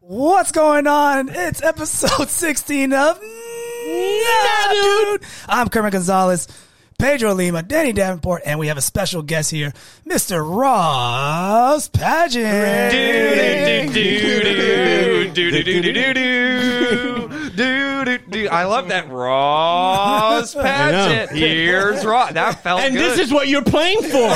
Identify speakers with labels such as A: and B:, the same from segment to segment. A: What's going on? It's episode 16 of Nah, Dude. I'm Kermit Gonzalez, Pedro Lima, Danny Davenport, and we have a special guest here, Mr. Ross Pageant.
B: I love that Ross Pageant. Here's Ross. That felt
C: And
B: good.
C: this is what you're playing for.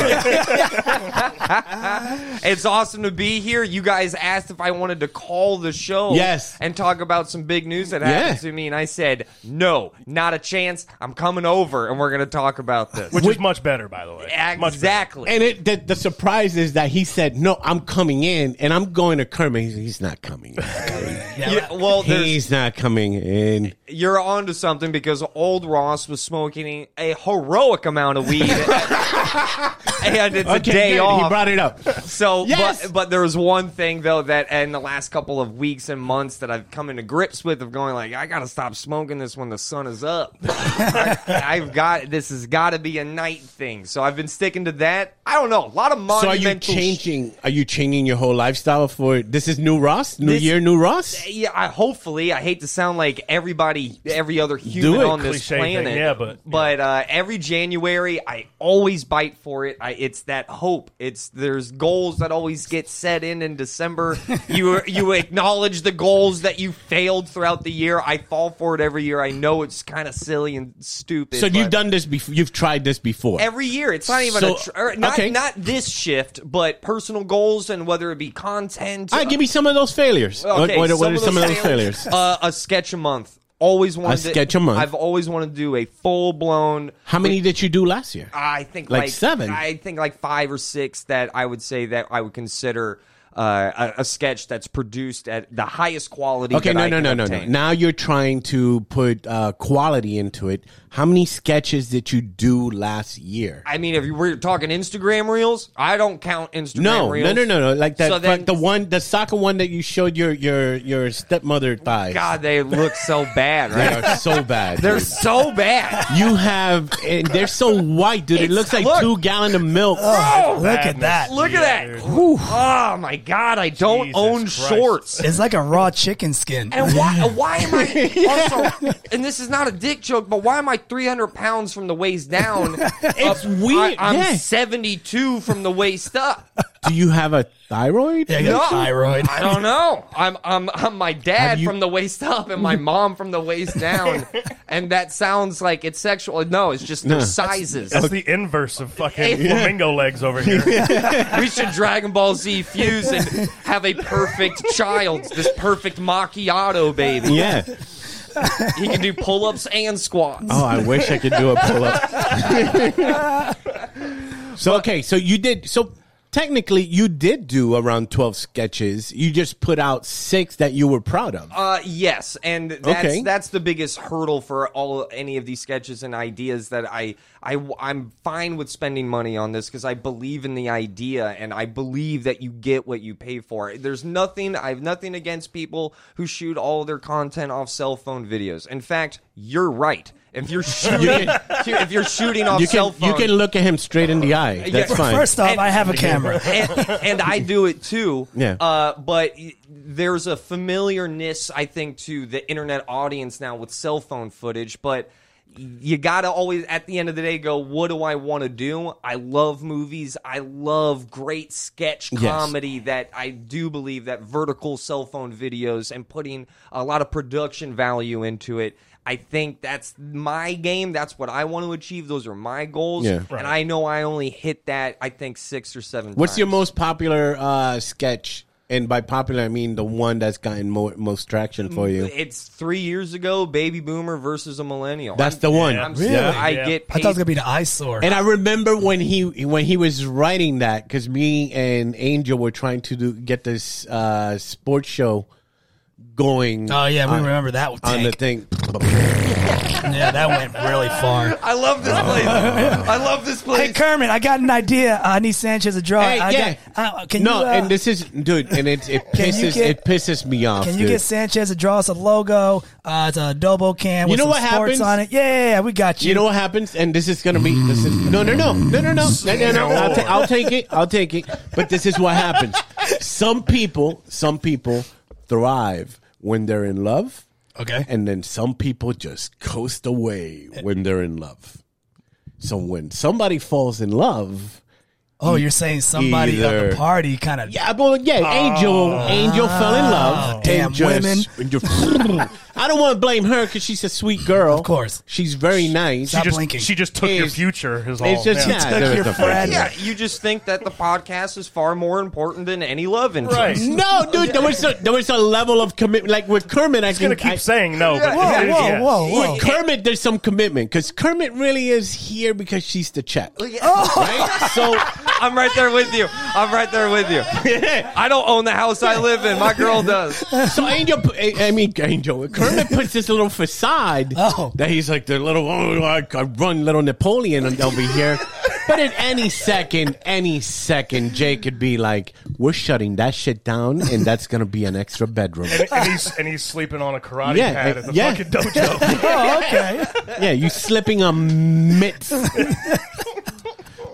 B: it's awesome to be here. You guys asked if I wanted to call the show.
C: Yes.
B: And talk about some big news that
C: Yeah.
B: happened to me. And I said, no, not a chance. I'm coming over and we're going to talk about this.
D: Which is much better, by the way. Much better.
B: Exactly.
C: and it, the, the surprise is that he said, "No, I'm coming in," and I'm going to Kermit. He's, he's not coming. In.
B: Yeah, well, there's,
C: he's not coming in.
B: you're onto something because old Ross was smoking a heroic amount of weed, and it's a day
C: good.
B: off.
C: He brought it up.
B: So,
C: Yes!
B: but, but there's one thing though that in the last couple of weeks and months that I've come into grips with of going like I gotta stop smoking this when the sun is up. I, have got this has got to be a night thing. So I've been sticking to that. I don't know a lot of
C: So are you
B: monumental. sh-
C: changing? Are you changing your whole lifestyle for this? Is new Ross? New
B: This-
C: year, new Ross?
B: yeah, I hopefully I hate to sound like everybody, every other human
C: it.
B: on this
D: Cliche thing,
B: planet.
D: yeah, but-
B: but uh, every January I always bite for it. I, it's that hope. It's there's goals that always get set in in December. you you acknowledge the goals that you failed throughout the year. I fall for it every year. I know it's kind of silly and stupid.
C: So you've
B: but-
C: done this before. You've tried this before.
B: every year. It's not even
C: So,
B: a tr- or not
C: okay.
B: not this shift, but personal goals and whether it be content.
C: All right, give me some of those failures.
B: Okay,
C: what what, what are some of those
B: failed-
C: failures?
B: Uh, a sketch a month. Always wanted
C: A sketch a month.
B: I've always wanted to do a full blown.
C: How many did you do last year?
B: I think like,
C: Like seven?
B: I think like five or six that I would say that I would consider uh, a, a sketch that's produced at the highest quality.
C: Okay,
B: that
C: no,
B: I
C: no,
B: can
C: no, no, no.
B: obtain.
C: Now you're trying to put uh, quality into it. How many sketches did you do last year?
B: I mean, if you were talking Instagram reels, I don't count Instagram
C: no,
B: reels.
C: no, no, no, no. Like that,
B: So then-
C: like the one, the soccer one that you showed your your your stepmother thighs.
B: God, they look so bad,
C: they
B: right?
C: are so bad.
B: They're
C: dude.
B: so bad.
C: you have, and they're so white, dude. It
B: It's-
C: looks like
B: look.
C: two gallon of milk.
B: Oh,
A: Look at that.
B: Look at that. Oh my god, I don't
D: Jesus
B: own
D: Christ.
B: shorts.
A: It's like a raw chicken skin.
B: And why why am I also and this is not a dick joke, but why am I three hundred pounds from the waist down?
C: It's
B: Uh,
C: weird,
B: I, am
C: yeah.
B: seventy two from the waist up.
C: Do you have a thyroid?
A: Yeah, you got
B: No.
A: thyroid.
B: I don't know. I'm I'm I'm my dad
C: Have you-
B: from the waist up and my mom from the waist down. and that sounds like it's sexual. No, it's just their
C: No.
B: sizes.
D: That's the inverse of fucking
B: Yeah.
D: flamingo legs over here.
B: We should Dragon Ball Z fuse and have a perfect child, this perfect macchiato baby.
C: Yeah.
B: He can do pull ups and squats.
C: Oh, I wish I could do a pull up. so okay, so you did so technically you did do around 12 sketches. You just put out 6 that you were proud of.
B: Uh, yes, and that's
C: Okay.
B: that's the biggest hurdle for all any of these sketches and ideas that I I I'm fine with spending money on this because I believe in the idea and I believe that you get what you pay for. There's nothing I have nothing against people who shoot all their content off cell phone videos. In fact, you're right. If you're shooting, if you're shooting off
C: you
B: cell
C: can
B: phone,
C: you can look at him straight in the eye. That's
B: Yeah.
C: fine.
A: First off,
B: And-
A: I have a camera.
B: and, and I do it too.
C: Yeah.
B: Uh, but y- there's a familiarness, I think, to the internet audience now with cell phone footage, but. You gotta always, at the end of the day, go. What do I want to do? I love movies. I love great sketch
C: Yes.
B: comedy. That I do believe that vertical cell phone videos and putting a lot of production value into it. I think that's my game. That's what I want to achieve. Those are my goals.
C: Yeah.
B: And I know I only hit that. I think six or seven.
C: What's your
B: times.
C: most popular uh, sketch? And by popular I mean the one that's gotten more, most traction
B: Mm,
C: for you.
B: It's three years ago, baby boomer versus a millennial.
C: That's
B: I'm-
C: the one.
B: I'm
C: Yeah.
B: sorry, I
D: Yeah.
B: get
A: I thought
B: paid.
A: it was going to be the eyesore.
C: And I remember when he when he was writing that because me and Angel were trying to do, get this uh, sports show going.
A: oh, yeah, we
C: on-
A: remember that
C: on the
A: tank.
C: thing.
A: Yeah, that went really far.
B: I love this place. I love this place.
A: Hey Kermit, I got an idea. I need Sanchez to draw.
C: Hey,
A: I
C: yeah.
A: got, uh, can
C: no,
A: you, uh,
C: and this is dude, and it it
A: Can you
C: pisses
A: get-
C: it pisses me off.
A: can you get
C: dude.
A: Sanchez to draw us a logo? Uh, it's a adobo can
C: You
A: with
C: know
A: some
C: what
A: sports
C: happens?
A: on it. Yeah, yeah, yeah, we got you.
C: You know what happens? And this is gonna be this is no no no no no no no no. no. I'll, ta- I'll take it. I'll take it. But this is what happens. Some people, some people thrive when they're in love,
A: Okay.
C: and then some people just coast away when they're in love. So when somebody falls in love,
A: oh, you're saying somebody at
C: either-
A: the party kind of.
C: yeah, well, yeah, Angel, Angel fell in love. and
A: Damn women.
C: and just- I don't want to blame her because she's a sweet girl. Of
A: course.
C: she's very nice.
A: Stop
D: just,
A: blinking.
D: She just took your
C: Is-
D: future. Is all.
C: It's just
D: yeah.
C: yeah,
A: took
C: there
A: your
C: is no
A: friend.
B: Yeah, you just think that the podcast is far more important than any love interest.
D: Right.
C: No, dude, there was a, there was a level of commitment. Like with Kermit, I
D: He's gonna
C: think
D: keep
C: I-
D: saying no. But
A: Whoa,
D: yeah.
A: whoa, whoa, whoa.
C: with Kermit, there's some commitment because Kermit really is here because she's the check, right? So
B: I'm right there with you. I'm right there with you. I don't own the house I live in. My girl does.
C: So Angel, I I mean Angel, Kermit puts this little facade
A: Oh.
C: that he's like the little oh, I I run little Napoleon over here, but at any second, any second, Jay could be like, "We're shutting that shit down, and that's gonna be an extra bedroom."
D: And, and he's and he's sleeping on a karate
C: Yeah,
D: pad
C: uh,
D: at the
C: yeah.
D: fucking dojo.
A: Oh, okay.
C: yeah, you slipping a mitt.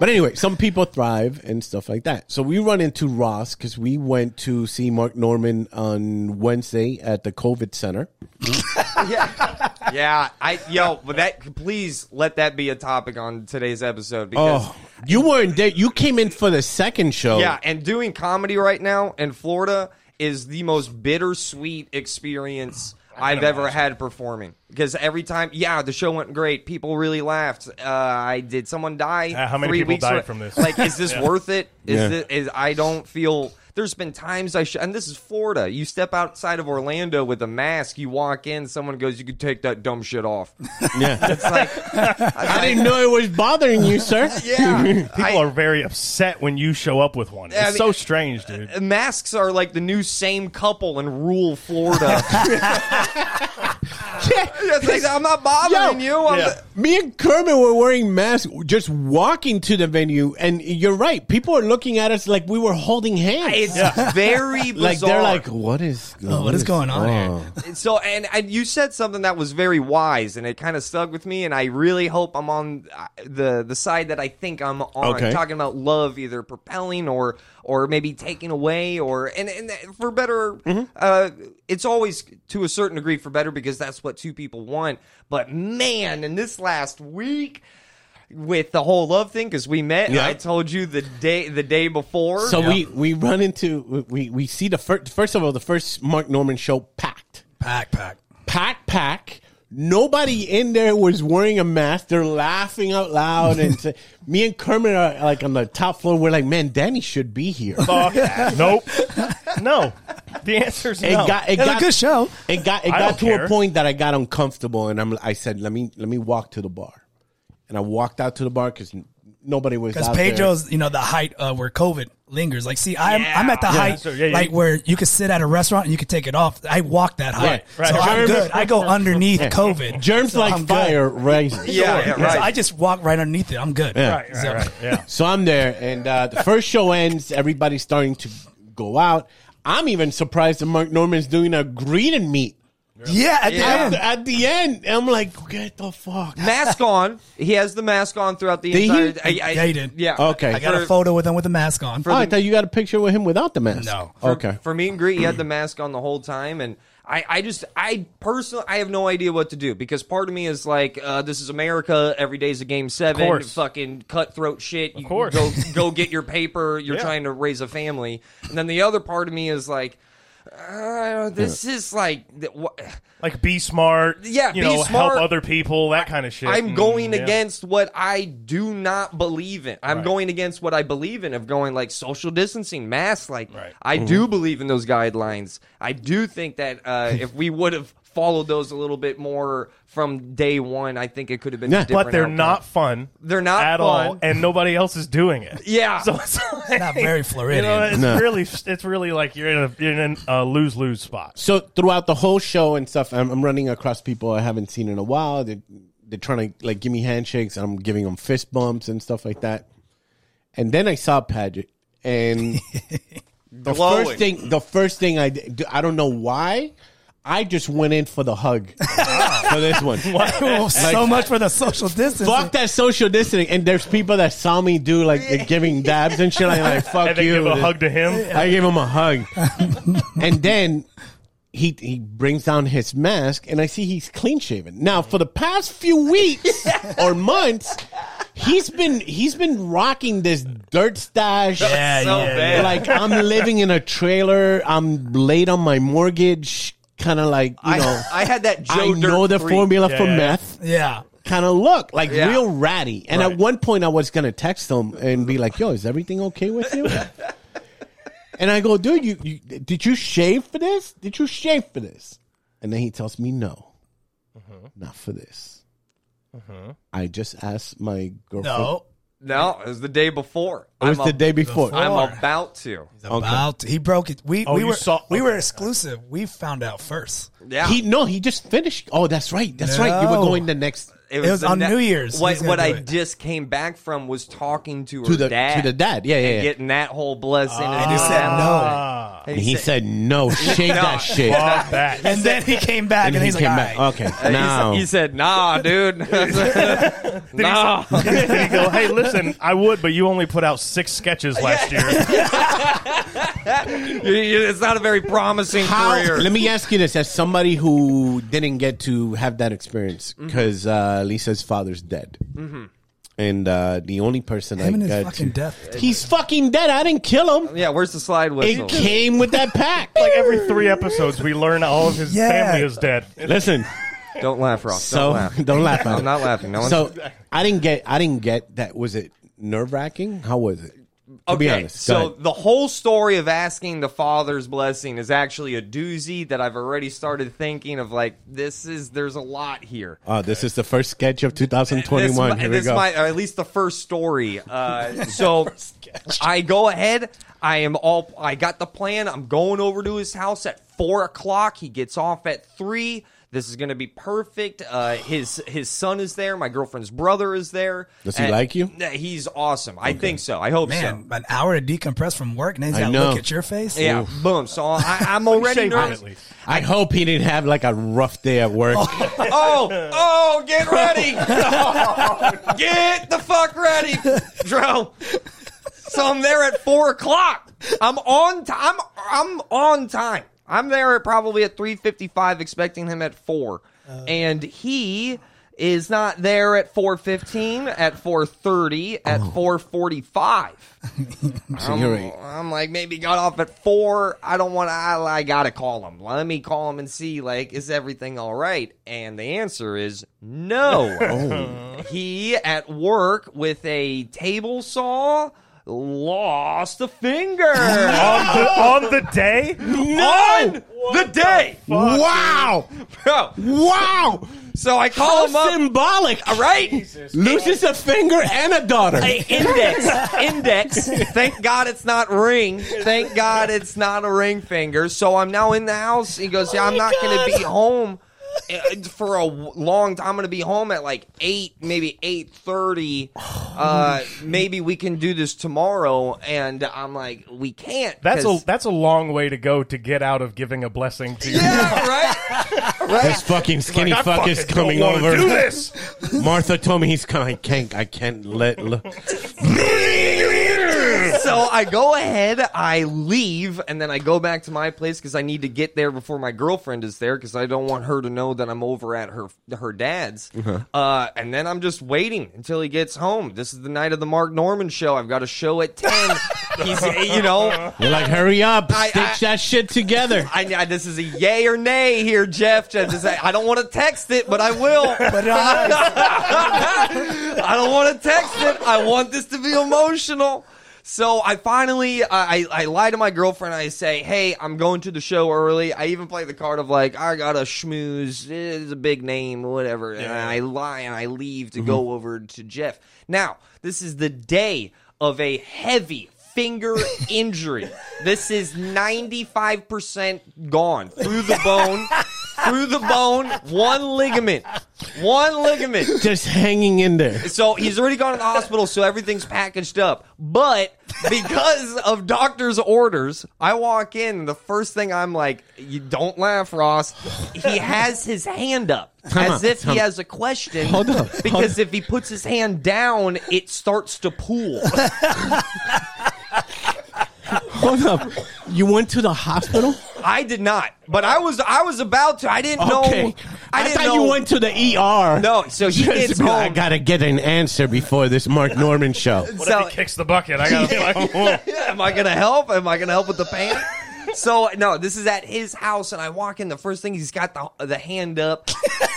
C: but anyway, some people thrive and stuff like that. So we run into Ross because we went to see Mark Norman on Wednesday at the COVID Center.
B: Yeah, I yo, but that please let that be a topic on today's episode because
C: Oh, you weren't there. You came in for the second
D: Oh.
C: show.
B: yeah, and doing comedy right now in Florida is the most bittersweet experience I've ever had performing because every time, yeah, the show went great. People really laughed. Uh, I did someone die?
D: Uh, how many
B: three
D: people
B: weeks
D: died
B: ra-
D: from this?
B: Like, is this worth it? Is
C: Yeah.
B: thi- is I don't feel. There's been times I should, and this is Florida. You step outside of Orlando with a mask, you walk in, someone goes, "You can take that dumb shit off."
C: Yeah.
B: It's like
C: I didn't know it was bothering you, sir.
B: yeah,
D: People
B: I-
D: are very upset when you show up with one. It's
B: I mean-
D: so strange, dude.
B: masks are like the new same couple in rural Florida. It's like, I'm not bothering
C: Yo,
B: you. I'm
D: yeah.
C: Me and Kermit were wearing masks just walking to the venue, and you're right. People are looking at us like we were holding hands.
B: it's very bizarre.
C: like they're like, what is
A: Oh, what is going on here?
C: oh.
B: so, and, and you said something that was very wise, and it kind of stuck with me. And I really hope I'm on uh, the the side that I think I'm on.
C: Okay.
B: Talking about love, either propelling or or maybe taking away, or and and that- for better,
C: Mm-hmm.
B: uh, it's always to a certain degree for better because that's what two people want. But man, in this last week. With the whole love thing, because we met, and
C: Yeah.
B: I told you the day the day before.
C: So we we run into we we see the first first of all the first Mark Norman show packed
A: Pack, pack.
C: pack pack. Nobody in there was wearing a mask. They're laughing out loud, and say- me and Kermit are like on the top floor. We're like, man, Danny should be here.
D: Fuck. nope. No. The answer's
C: It
D: no.
C: got it
A: It was
C: got
A: a good show.
C: It got it
D: I
C: got
D: don't
C: to a
D: care.
C: point that I got uncomfortable, and I'm I said, let me let me walk to the bar, and I walked out to the bar because nobody was
A: Because
C: out there.
A: Pedro's, you know, the height uh, where COVID lingers. Like, see, I'm I'm at the height,
D: So, yeah, you-
A: like where you could sit at a restaurant and you could take it off. I walk that height,
D: right.
A: so I'm
D: Germs-
A: good. I go underneath COVID.
C: germs
A: So
C: like
A: I'm good.
C: fire, right?
B: yeah, yeah,
A: So
B: right.
A: I just walk right underneath it. I'm good.
C: Yeah.
D: right, right, right. Yeah.
C: So I'm there, and uh, the first show ends. Everybody's starting to go out. I'm even surprised that Mark Norman's doing a greet and meet
A: Yeah, at the
B: Yeah.
A: end.
C: at, at the end. I'm like, get the fuck. Oh,
B: mask on. He has the mask on throughout the
C: Did he?
B: entire. I, I,
A: Yeah, he did.
B: Yeah.
C: Okay.
A: I got a
B: For-
A: photo with him with a mask on.
C: Oh, I thought you got a picture with him without the mask.
A: No.
B: For,
C: okay.
B: For meet and greet, he had the mask on the whole time, and I, I just, I personally, I have no idea what to do because part of me is like, uh, this is America. Every day's a game seven.
D: course.
B: Fucking cutthroat shit. You
D: course.
B: go go get your paper. You're
D: Yeah.
B: trying to raise a family, and then the other part of me is like. Uh, this is like th- wha-
D: Like be smart.
B: Yeah,
D: You
B: be
D: know,
B: smart.
D: help other people. That kind of shit.
B: I'm
D: Mm,
B: going
D: yeah.
B: against what I do not believe in. I'm
D: Right.
B: going against what I believe in of going like social distancing, masks. Like
D: Right.
B: I do believe in those guidelines. I do think that uh, if we would have followed those a little bit more from day one, I think it could have been. a
C: Yeah. But
B: different
D: But they're
B: outcome.
D: not fun.
B: They're not
D: at all,
B: fun.
D: and nobody else is doing it.
B: Yeah.
D: So it's like-
A: Not very Floridian.
D: You know, it's
C: No.
D: really, it's really like you're in a you're in a lose lose spot.
C: So throughout the whole show and stuff, I'm, I'm running across people I haven't seen in a while. They, they're trying to like give me handshakes. I'm giving them fist bumps and stuff like that. And then I saw Paget, and the
B: Glowing.
C: first thing, the first thing I did, I don't know why, I just went in for the hug for this one.
A: Oh, so much for the social distance.
C: Fuck that social distancing. And there's people that saw me do like the giving dabs and shit. I'm like, fuck
D: And then
C: you.
D: give a hug to him.
C: I gave him a hug. and then he he brings down his mask, and I see he's clean shaven. Now, for the past few weeks or months, he's been he's been rocking this dirt stash.
A: Yeah,
B: So
A: yeah,
B: bad.
C: Like I'm living in a trailer. I'm late on my mortgage. Kind of like you
B: I,
C: know.
B: I had that Joe
C: I
B: Dirt
C: know the
B: creep.
C: formula
D: Yeah,
C: for
D: yeah.
C: meth
A: yeah.
C: kind of look like
B: Yeah.
C: real ratty. And
D: Right.
C: at one point, I was gonna text him and be like, "Yo, is everything okay with you?" and I go, "Dude, you, you did you shave for this? Did you shave for this?" And then he tells me, "No,
A: Mm-hmm.
C: not for this." I just asked my girlfriend.
A: No,
B: No, it was the day before.
C: It was
B: I'm
C: the
B: a-
C: day before.
A: before.
B: I'm about to.
A: he's about to- he broke it. We
D: Oh,
A: we
D: you
A: were
D: saw-
A: we were
D: okay.
A: exclusive. We found out first.
B: Yeah.
C: He no, he just finished. Oh, that's right. That's right. You were
A: No.
C: going the next
A: It was
B: the
A: on New Year's.
B: What,
A: He's gonna
B: what
A: do
B: I
A: it.
B: just came back from was talking to,
C: to
B: her
C: the
B: dad,
C: to the dad. Yeah, yeah. yeah.
B: getting that whole blessing.
A: Ah. And he said no.
D: Ah,
C: And he said, "No, shave
B: No.
C: that shit."
D: fuck that.
A: And then he came back, and,
C: And he
A: he's like,
C: came
A: "All
C: back.
A: right."
C: Okay,
B: He
C: now
B: said, he said, "Nah, dude, nah."
D: and he go, hey, listen, I would, but you only put out six sketches last year.
B: You- you- it's not a very promising
C: How-
B: career.
C: Let me ask you this: as somebody who didn't get to have that experience,
B: Mm-hmm.
C: because uh, Lisa's father's dead, and uh, the only person
A: Him and
C: I
A: his
C: got
A: fucking
C: to,
A: death.
C: he's fucking dead. I didn't kill him.
B: yeah, where's the slide whistle?
C: It came with that pack.
D: like every three episodes, we learn all of his
A: Yeah.
D: family is dead.
C: Listen,
B: Don't laugh, Ross.
C: so
B: don't laugh.
C: don't laugh. at
B: I'm
C: it.
B: not laughing. No one's
C: So I didn't get. I didn't get that. Was it nerve wracking? How was it? To be honest, Go
B: So
C: ahead.
B: the whole story of asking the father's blessing is actually a doozy that I've already started thinking of. Like this is there's a lot here.
C: Oh, this is the first sketch of 2021.
B: This,
C: Here we
B: this
C: go.
B: might- or at least the first story. Uh, so I go ahead. I am all. I got the plan. I'm going over to his house at four o'clock. He gets off at three. This is going to be perfect. Uh, his his son is there. My girlfriend's brother is there.
C: Does he
B: And-
C: like you?
B: Yeah, He's awesome. I think so. I hope so.
A: Man, an hour to decompress from work, and then he's
C: I
A: got to look
C: know.
A: at your face.
B: Yeah, boom. So I, I'm already
D: Shave it
B: nervous.
D: at least.
C: I hope he didn't have like a rough day at work.
B: Oh, oh, get ready. get the fuck ready, Dro. So I'm there at four o'clock. I'm on time. I'm, I'm on time. I'm there at probably at 3.55 expecting him at 4. and he is not there at 4.15, at 4.30, at 4.45.
C: So you're right.
B: I'm like, maybe got off at four. I don't want to. I, I gotta call him. Let me call him and see, like, is everything all right? And the answer is no. Oh. he at work with a table saw lost a finger
D: on, the, on the day?
B: on the day,
C: Wow!
B: bro.
C: Wow!
B: So I
C: How
B: call him up.
C: symbolic!
B: All right.
C: Loses a finger and a daughter.
B: Hey, index, index. Thank God it's not ring. Thank God it's not a ring finger. So I'm now in the house. He goes, "Yeah, I'm not going to be home uh, for a w- long time. I'm going to be home at like eight, maybe eight thirty. Uh, maybe we can do this tomorrow." And I'm like, "We can't."
D: That's a
B: 'cause-
D: that's a long way to go to get out of giving a blessing to your
B: yeah, right.
C: This fucking skinny
D: I
C: fuck is
D: fucking
C: coming
D: don't wanna
C: over.
D: Do this.
C: Martha told me he's coming. I can't. I can't let. Look.
B: so I go ahead, I leave, and then I go back to my place because I need to get there before my girlfriend is there because I don't want her to know that I'm over at her her dad's. Uh, and then I'm just waiting until he gets home. This is the night of the Mark Norman show. I've got a show at ten. He's, you know,
C: You're like, hurry up,
B: I-
C: stitch
B: I-
C: that shit together.
B: I, I- this is a yay or nay here, Jeff. Jeff just, I don't want to text it, but I will.
A: But uh,
B: I don't want to text it. I want this to be emotional. So I finally, I, I- I lie to my girlfriend. I say, "Hey, I'm going to the show early." I even play the card of like, "I got a schmooze. It's a big name, whatever." And I lie and I leave to go over to Jeff. Now this is the day of a heavy finger injury. This is 95% gone through the bone, through the bone, one ligament, one ligament.
C: Just hanging in there.
B: So he's already gone to the hospital, so everything's packaged up. But because of doctor's orders, I walk in, and the first thing I'm like, you don't laugh, Ross. He has his hand up.
C: Time
B: as
C: out,
B: if he
C: time-
B: has a question.
C: Hold up, hold
B: Because if he puts his hand down, it starts to pool.
C: Hold up. You went to the hospital.
B: I did not. But I was I was about to. I didn't know. I, didn't
C: thought
B: know.
C: you went to the ER.
B: No, so he
C: Just to
B: gets
C: be like,
B: home.
C: I gotta get an answer before this Mark Norman show.
D: What
B: So-
D: if he kicks the bucket? I gotta be like, oh.
B: Yeah, am I gonna help? Am I gonna help with the pan? So no, this is at his house, and I walk in. The first thing he's got the the hand up,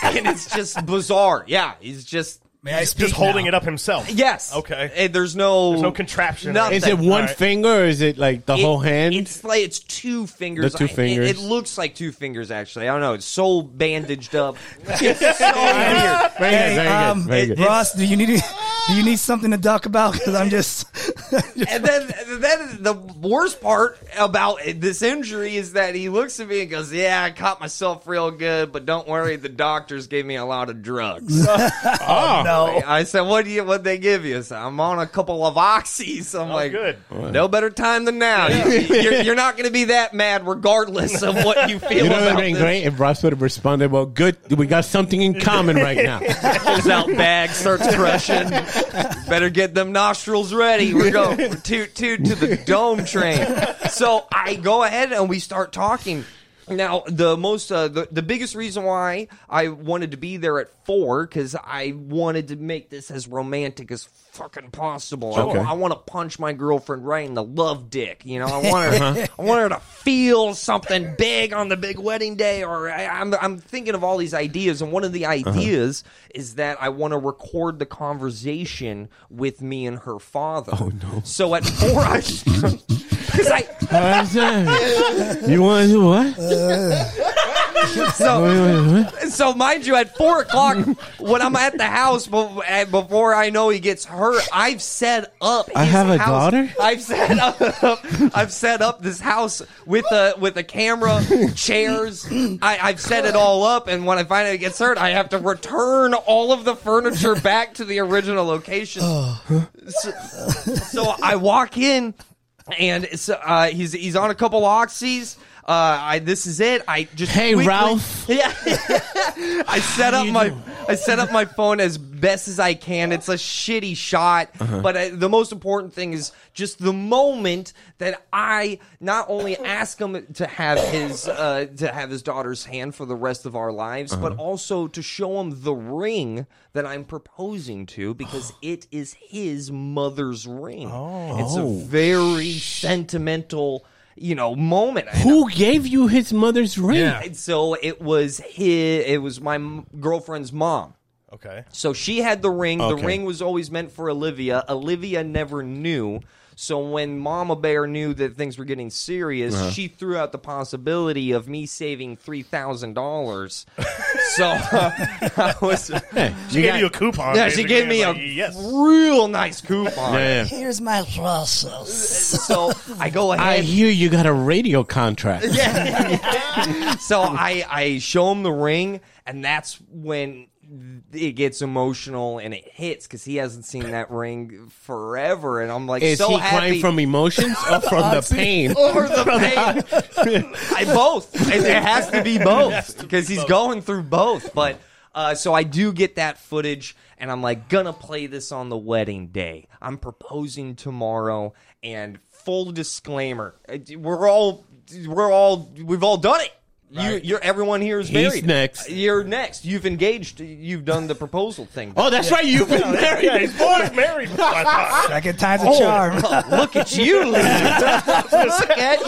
B: and it's just bizarre. Yeah, he's just
A: May I speak
D: just holding
A: now?
D: it up himself.
B: yes.
D: Okay.
B: And there's no
D: There's no contraption.
B: Nothing.
C: Is it one
D: Alright.
C: finger or is it like the
B: It-
C: whole hand?
B: It's like it's two fingers.
C: The two
B: I- it-
C: fingers.
B: It, looks like two fingers. Actually, I don't know. It's so bandaged up. It's so weird.
C: Very good,
A: Hey,
C: very
A: um,
C: good, very good.
A: Ross, do you need do you need something to talk about? Because I'm just
B: And then, then the worst part about this injury is that he looks at me and goes, "Yeah, I caught myself real good, but don't worry, the doctors gave me a lot of drugs."
C: Oh,
A: no.
B: I said, "What do you? What they give you?" So I'm on a couple of oxys. I'm like,
D: good.
B: No better time than now. You- You're, you're not going to be that mad, regardless of what you feel
C: You know it would
B: about
C: have been
B: this.
C: great if Ross would have responded, well, good, we got something in common right now.
B: Pulls out bag, starts crushing. Better get them nostrils ready. We're going we're toot toot to the dome train. So I go ahead and we start talking. Now the most uh, the, the biggest reason why I wanted to be there at four because I wanted to make this as romantic as fucking possible. I-
C: Okay.
B: I, want to punch my girlfriend right in the love dick. You know, I want her I want her to feel something big on the big wedding day. Or I, I'm I'm thinking of all these ideas, and one of the ideas is that I want to record the conversation with me and her father. Oh no! So at four, I because I
C: What's that? you want to do what?
B: so.
C: Wait, wait, what?
B: so mind you, at four o'clock, when I'm at the house, bef- eh, before I know he gets hurt, I've set up. His
C: I have a
B: house.
C: daughter?
B: I've set up. I've set up this house with a with a camera, chairs. I, I've set it all up, and when I find out he gets hurt, I have to return all of the furniture back to the original location.
C: Oh,
B: so, so I walk in, and it's, uh, he's he's on a couple oxys. Uh, I, this is it. I just
C: Hey,
B: quickly-
C: Ralph.
B: Yeah, I set up my I set up my phone as best as I can. It's a shitty shot, but I, the most important thing is just the moment that I not only ask him to have his uh, to have his daughter's hand for the rest of our lives, but also to show him the ring that I'm proposing to because it is his mother's ring. It's a very sentimental, you know, moment. And
C: Who gave you his mother's ring?
D: Yeah.
B: and so it was his, it was my m- girlfriend's mom.
D: Okay.
B: So she had the ring.
C: Okay.
B: The ring was always meant for Olivia. Olivia never knew. So when Mama Bear knew that things were getting serious,
C: Uh-huh.
B: she threw out the possibility of me saving three thousand dollars. So uh, I was.
D: She gave you a coupon.
B: Yeah, she
D: basically.
B: gave me a
D: It's like, yes.
B: real nice coupon.
C: Yeah, yeah.
A: Here's my process.
B: So I go ahead.
C: I hear you got a radio contract.
B: so I, I show him the ring, and that's when it gets emotional and it hits because he hasn't seen that ring forever, and I'm like
C: Is
B: so
C: he
B: happy. Oh.
C: crying from emotions or from the pain?
B: or the pain. I both. It, it has to be both because he's going through both. But uh, so I do get that footage, and I'm like, gonna play this on the wedding day. I'm proposing tomorrow, and full disclaimer, uh, we're all we're all we've all done it. You, you're everyone here is married.
C: next.
B: You're next. You've engaged. You've done the proposal thing.
C: Oh, that's right. You've been married.
D: Yeah, he's born married. I thought.
A: Second time's a
D: Oh.
A: charm.
B: Look at you, Lee. Look at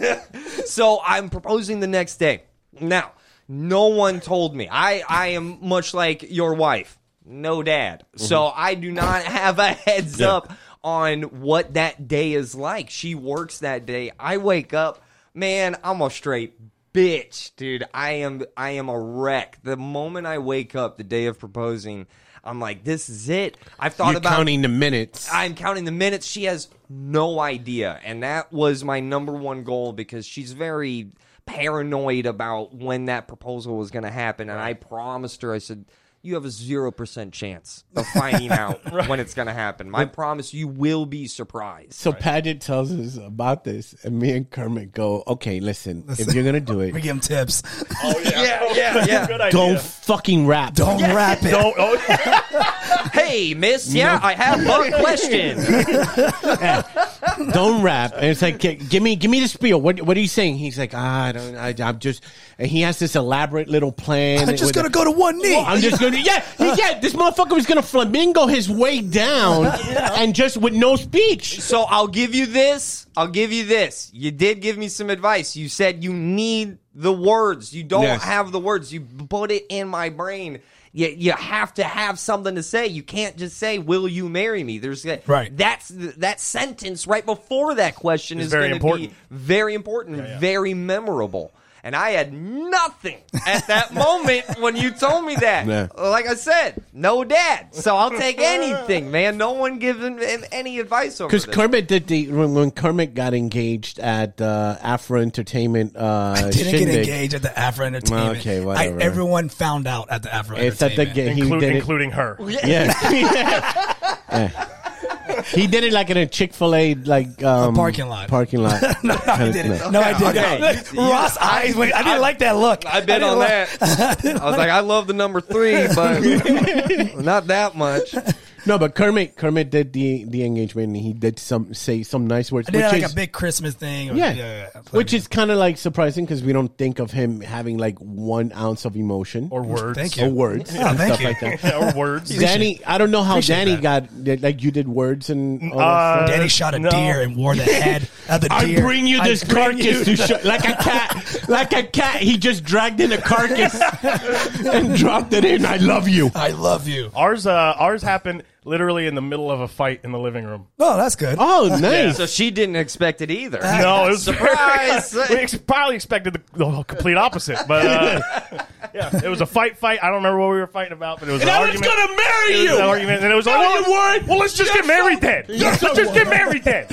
B: you, Lee. so I'm proposing the next day. Now, no one told me. I, I am much like your wife, no dad. So I do not have a heads up on what that day is like. She works that day. I wake up, man, I'm a straight bitch, dude. I am I am a wreck. The moment I wake up the day of proposing, I'm like, this is it. I've thought
C: You're
B: about
C: counting the minutes.
B: I'm counting the minutes. She has no idea. And that was my number one goal because she's very paranoid about when that proposal was going to happen. And I promised her, I said, you have a 0% chance of finding out when it's going to happen. I promise you will be surprised.
C: So Paget tells us about this, and me and Kermit go, "Okay, listen, if you're gonna do
A: We
C: it,
A: give him tips.
D: Oh, yeah.
B: yeah,
D: Good idea.
C: don't fucking rap.
A: Don't wrap it.
D: Don't. Oh, yeah.
B: Hey, miss, yeah, I have one question.
C: don't rap. And it's like, "Gi- give me, give me the spiel. What, what are you saying? He's like, ah, I don't, I, I'm just, and he has this elaborate little plan.
A: I'm just
C: with-
A: gonna go to one knee.
C: I'm just gonna, yeah, he- yeah. This motherfucker was gonna flamingo his way down and just with no speech.
B: So I'll give you this. I'll give you this. You did give me some advice. You said you need the words. You don't
C: Yes.
B: have the words. You put it in my brain. You, you have to have something to say. You can't just say, "Will you marry me?" There's a-
A: Right.
B: That's that sentence right before that question is,
D: very
B: going to be
D: important.
B: very important, very memorable. And I had nothing at that moment when you told me that.
C: Yeah.
B: Like I said, no dad. So I'll take anything, man. No one giving him any advice over
C: Because
B: this.
C: Kermit did the when, when Kermit got engaged at uh, Afro Entertainment. Uh,
A: I didn't
C: shindig,
A: get engaged at the Afro Entertainment.
C: Okay,
A: I,
C: whatever.
A: everyone found out at the Afro
C: It's at the
A: Entertainment.
C: ga- he
D: Inclu-
C: did it.
D: including her.
C: Yeah. Yeah. He did it like in a Chick Fil A like um,
A: parking lot.
C: Parking lot.
A: No, I didn't. No, I didn't.
B: Okay.
A: Ross, I, I didn't like that look.
B: I bet
A: didn't
B: on
A: like-
B: that. I was like, I love the number three, but not that much.
C: No, but Kermit Kermit did the the engagement and he did some say some nice words,
A: I did
C: which
A: like
C: is
A: a big Christmas thing. Or,
C: yeah,
A: yeah.
C: which is kind of like surprising because we don't think of him having like one ounce of emotion
D: Or words.
A: Thank you.
C: or words
A: Yeah, Oh,
C: and
A: thank
C: stuff
A: you.
C: like that.
D: Yeah, or words.
C: Danny, I don't know how
A: Appreciate
C: Danny
A: that. Mm,
C: got did- like you did words and all that
D: Uh,
C: stuff.
A: Danny shot a
D: no.
A: deer and wore the head of the
C: I
A: deer.
C: bring you
A: I
C: this
A: bring
C: carcass
A: you-
C: to show, like a cat, like a cat. He just dragged in a carcass and dropped it in. I love you.
A: I love you.
D: Ours, uh, ours happened literally in the middle of a fight in the living room.
A: Oh, that's good.
C: Oh, nice.
B: So she didn't expect it either.
D: No, it was
B: Surprise!
D: we ex- probably expected the, the whole complete opposite, but uh, yeah, it was a fight. Fight. I don't remember what we were fighting about, but it was
C: And
D: an
C: I was
D: argument.
C: gonna marry
D: It was
C: you.
D: an argument, and it was like,
C: No, you
D: well,
C: weren't.
D: well, let's just get married then.
C: Yes,
D: let's
C: I
D: just get married then.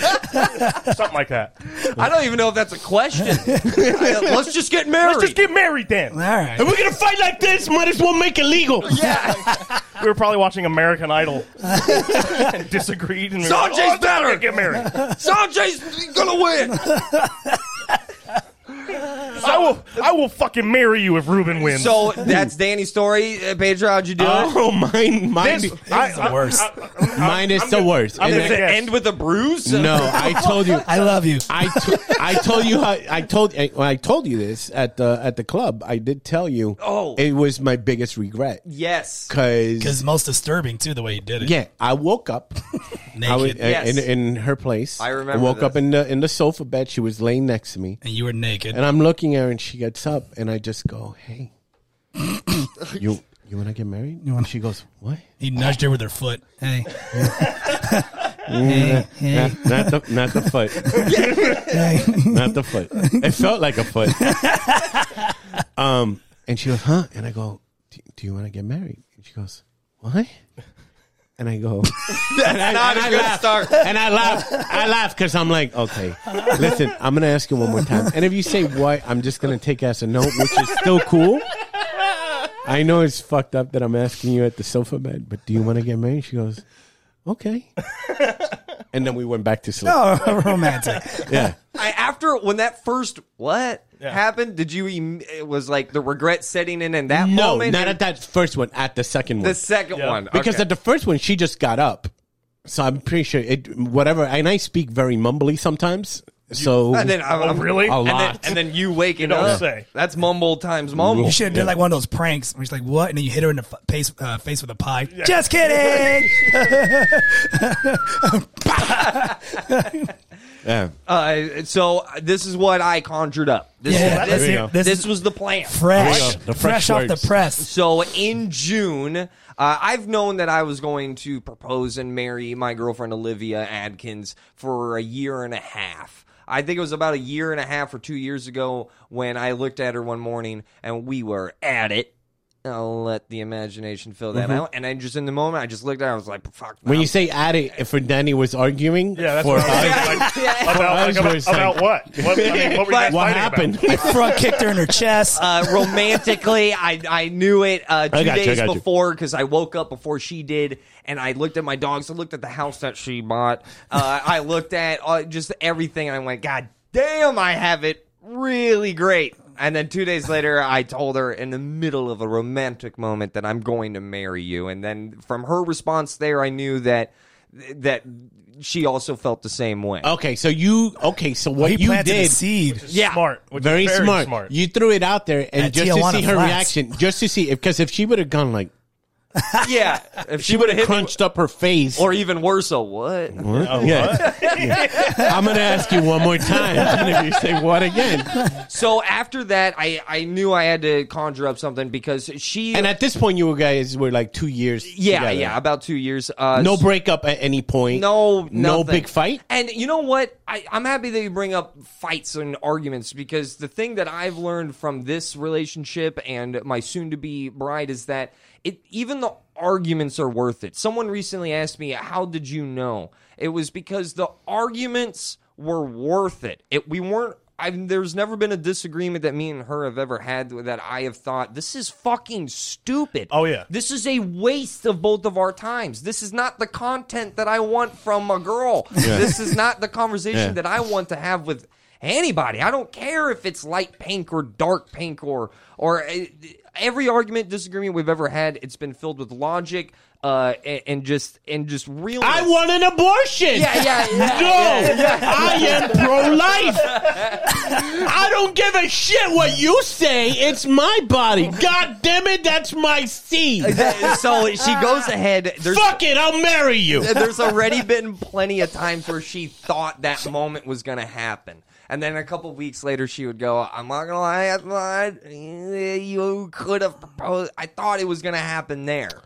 D: Something like that.
B: I don't even know if that's a question. uh, Let's just get married.
D: Let's just get married then.
A: All right.
C: And we're gonna fight like this. Might as well make it legal.
B: yeah.
D: We were probably watching American Idol and disagreed. And we were
B: Sanjay's
D: like, "Oh, let's
B: better."
D: Get married.
B: Sanjay's gonna win.
D: I will. I will fucking marry you if Ruben wins.
B: So that's Danny's story. Uh, Pedro, how'd you do it?
C: Oh, mine, mine,
D: This- I- I-
A: the worst.
D: I- I-
C: mine is the
D: gonna-
C: worst.
D: I'm
C: And
D: gonna
B: Does it
D: Yes.
B: end with a bruise?
C: I- no, I told you.
A: I love you.
C: I, t- I told you how I told I, when I told you this at the at the club. I did tell you.
B: Oh.
C: it was my biggest regret
B: Yes.
C: because
A: Because most disturbing too, the way he did it.
C: yeah, I woke up.
A: naked,
C: I was,
B: Yes.
C: in, in her place.
B: I remember
C: woke
B: this.
C: up in the in the sofa bed. She was laying next to me,
A: and you were naked.
C: and I'm looking at her, and she gets up, and I just go, "Hey, you you want to get married?" and she goes, "What?"
A: he nudged her with her foot. Hey,
C: Not the not the foot,
A: hey.
C: not the foot. It felt like a foot. um, and she goes, "Huh?" And I go, "Do, do you want to get married?" And she goes, "What?" And I go.
B: That's not a
C: I
B: good
C: laugh.
B: start.
C: And I laugh. I laugh because I'm like, okay, listen, I'm going to ask you one more time. And if you say what, I'm just going to take it as a no, which is still cool. I know it's fucked up that I'm asking you at the sofa bed, but do you want to get married? She goes, okay. And then we went back to sleep.
A: Oh, romantic.
C: Yeah.
B: I, after when that first what
D: Yeah.
B: happened, did you? em- It was like the regret setting in in that
C: No,
B: moment.
C: not at that first one, at the second one.
B: The second
D: Yeah.
B: one
C: Because
B: okay.
C: at the first one, she just got up. So I'm pretty sure it, whatever. And I speak very mumbly sometimes. So
B: and then I'm,
D: Oh,
B: I'm-
D: really?
C: a
B: and then-
C: lot.
B: and then, you waking
D: don't
B: up.
D: say.
B: That's mumble times mumble.
A: You should have done like one of those pranks where she's like, "What?" and then you hit her in the f- face, uh, face with a pie. Just kidding.
C: yeah.
B: Uh, so uh, this is what I conjured up. This,
A: Yeah,
B: this,
A: there
C: you go.
B: this,
A: This is-
B: was the plan.
A: Fresh,
C: The fresh
A: fresh off the
C: words.
A: press.
B: So in June, uh, I've known that I was going to propose and marry my girlfriend Olivia Adkins for a year and a half. I think it was about a year and a half or two years ago when I looked at her one morning and we were at it. I'll let the imagination fill that out. And I just in the moment, I just looked at her. I was like, "Fuck."
C: Mm-hmm. When
B: I'm
C: you say at it, for Danny was arguing
D: Yeah, that's
C: for
D: what I was
C: us,
D: thinking, like,
B: Yeah.
D: about, like,
C: Ours
D: about,
C: was like-
D: about what? What, I mean, what were you guys
C: what
D: fighting
C: happened?
D: About?
A: I front kicked her in her chest.
B: uh, romantically, I, I knew it uh, two
C: I got you, I
B: days
C: got you.
B: before because I woke up before she did, and I looked at my dogs. I looked at the house that she bought. Uh, I looked at uh, just everything, and I went, God damn, I have it really great. And then two days later, I told her in the middle of a romantic moment that I'm going to marry you. And then from her response there, I knew that th- that she also felt the same way.
C: Okay, so you okay? So what
A: he
C: you
A: planted the
C: did?
A: seed.
B: Yeah.
D: Smart. Which is
C: Very,
D: very
C: smart. You threw it out there, and
A: At
C: just to
A: Tijuana
C: see her
A: Flats.
C: reaction, just to see if because if she would have gone like
B: yeah, if she would have hit me,
C: crunched up her face,
B: or even worse, a what?
C: yeah. Yeah. I'm gonna ask you one more time, and if you say what again,
B: So after that, I I knew I had to conjure up something because she
C: and at this point, you guys were like two years.
B: yeah
C: together.
B: yeah about two years uh,
C: No breakup at any point.
B: No,
C: no
B: nothing.
C: big fight.
B: And you know what? I, I'm happy that you bring up fights and arguments because the thing that I've learned from this relationship and my soon-to-be bride is that it even the arguments are worth it. Someone recently asked me, "How did you know?" It was because the arguments were worth it. It we weren't. I've, there's never been a disagreement that me and her have ever had that I have thought this is fucking stupid.
D: Oh, yeah.
B: This is a waste of both of our times. This is not the content that I want from a girl. This is not the conversation
C: Yeah.
B: that I want to have with anybody. I don't care if it's light pink or dark pink or or uh, every argument disagreement we've ever had, it's been filled with logic uh, and, and just and just real.
C: I want an abortion.
B: Yeah, yeah, yeah.
C: No,
B: yeah, yeah.
C: I am pro life. I don't give a shit what you say. It's my body. God damn it, that's my seed.
B: so she goes ahead. There's
C: Fuck it, I'll marry you.
B: there's already been plenty of times where she thought that moment was going to happen. And then a couple weeks later, she would go, I'm not going to lie, I thought eh, you could have proposed. I thought it was going to happen there.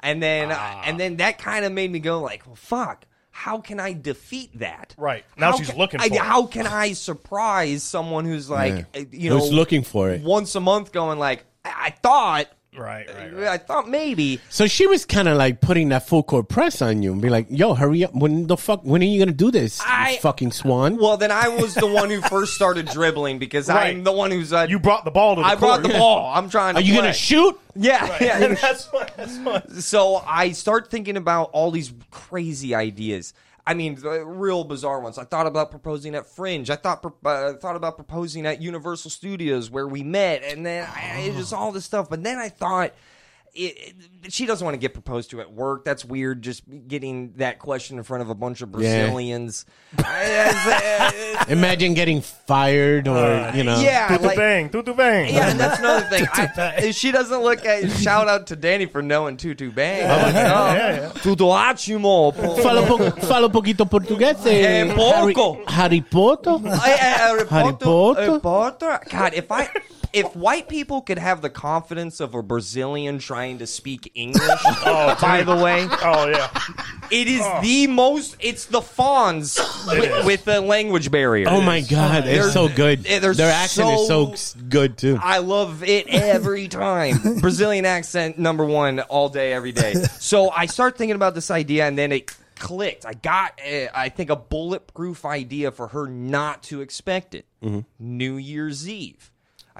B: And then, uh,
D: Ah.
B: and then that kind of made me go like, well, fuck. How can I defeat that?
D: Right. Now
B: How
D: she's
B: ca-
D: looking
B: I-
D: for it.
B: How can I surprise someone who's like,
C: Yeah.
B: eh, you know,
C: Who's looking for it.
B: once a month, going like, I, I thought,
D: Right, right, right.
B: I thought maybe,
C: So she was kind of like putting that full court press on you and be like, "Yo, hurry up! When the fuck? When are you gonna do this? you
B: I-
C: fucking swan."
B: Well, then I was the one who first started dribbling because
D: Right.
B: I'm the one who's. Uh,
D: You brought the ball to the
B: I brought
D: court.
B: the ball. I'm trying. To
C: are you
B: play.
C: gonna shoot?
B: Yeah, yeah.
D: that's what, that's what.
B: So I start thinking about all these crazy ideas. I mean, the real bizarre ones. I thought about proposing at Fringe. I thought pro- uh, thought about proposing at Universal Studios where we met, and then I, it was just all this stuff. But then I thought. It, it- she doesn't want to get proposed to at work. That's weird. Just getting that question in front of a bunch of Brazilians. I- I-
C: Imagine getting fired or you know.
B: yeah,
D: Tutu
B: like-
D: bang, tutu bang.
B: Yeah, and that's another thing. I, she doesn't look at. Shout out to Danny for knowing Tutu Bang. Oh,
D: yeah,
B: Tutu Achimo.
C: Fala, po- fala um poquito portugués. eh,
B: Eh, poco.
C: Harry, Harry Potter.
B: Eh,
C: Harry Potter?
B: Potter. God, if I. If white people could have the confidence of a Brazilian trying to speak English, by the way,
D: Oh yeah.
B: it is the most. It's the fawns with,
D: Oh. is.
B: with the language barrier.
C: Oh my god,
B: They're-
C: it's so good.
B: eh, they're
C: Their accent is
B: so-
C: so s- good too.
B: I love it every time. Brazilian accent number one all day, every day. So I start thinking about this idea, and then it clicked. I got, uh, I think, a bulletproof idea for her not to expect it. New Year's Eve.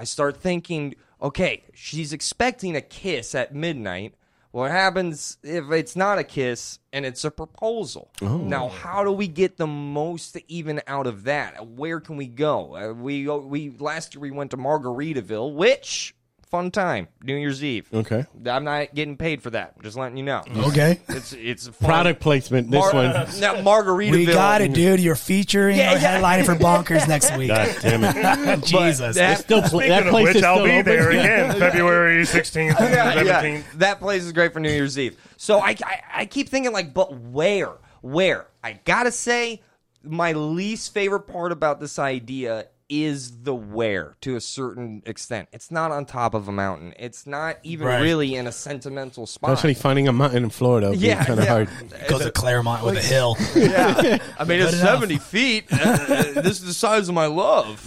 B: I start thinking, okay, she's expecting a kiss at midnight. What happens if it's not a kiss and it's a proposal?
C: Oh.
B: Now, how do we get the most even out of that? Where can we go? Uh, we go- we last year we went to Margaritaville, which fun time, New Year's Eve.
C: Okay.
B: I'm not getting paid for that. Just letting you know.
A: Okay.
B: It's it's a fun.
C: Product placement.
B: Mar-
C: This one.
B: Now, Margaritaville.
A: We got it, dude. You're featuring
B: Yeah,
A: or
B: yeah.
A: headlining for Bonkers next week.
C: God damn it.
A: Jesus.
B: that-
C: It's still pla- that
D: Speaking
C: place
D: of
C: is
D: which,
C: still
D: I'll be
C: open.
D: there again, February sixteenth,
B: yeah, yeah.
D: seventeenth.
B: That place is great for New Year's Eve. So I, I, I keep thinking like, but where, where? I gotta say, my least favorite part about this idea is the where to a certain extent. It's not on top of a mountain. It's not even
A: Right.
B: really in a sentimental spot.
C: Actually, finding a mountain in Florida would
B: yeah,
C: be kind of
B: yeah.
C: hard.
A: Goes to Claremont with a hill.
B: Yeah. I mean, it's
A: Good enough.
B: 70 feet. Uh, uh, this is the size of my love.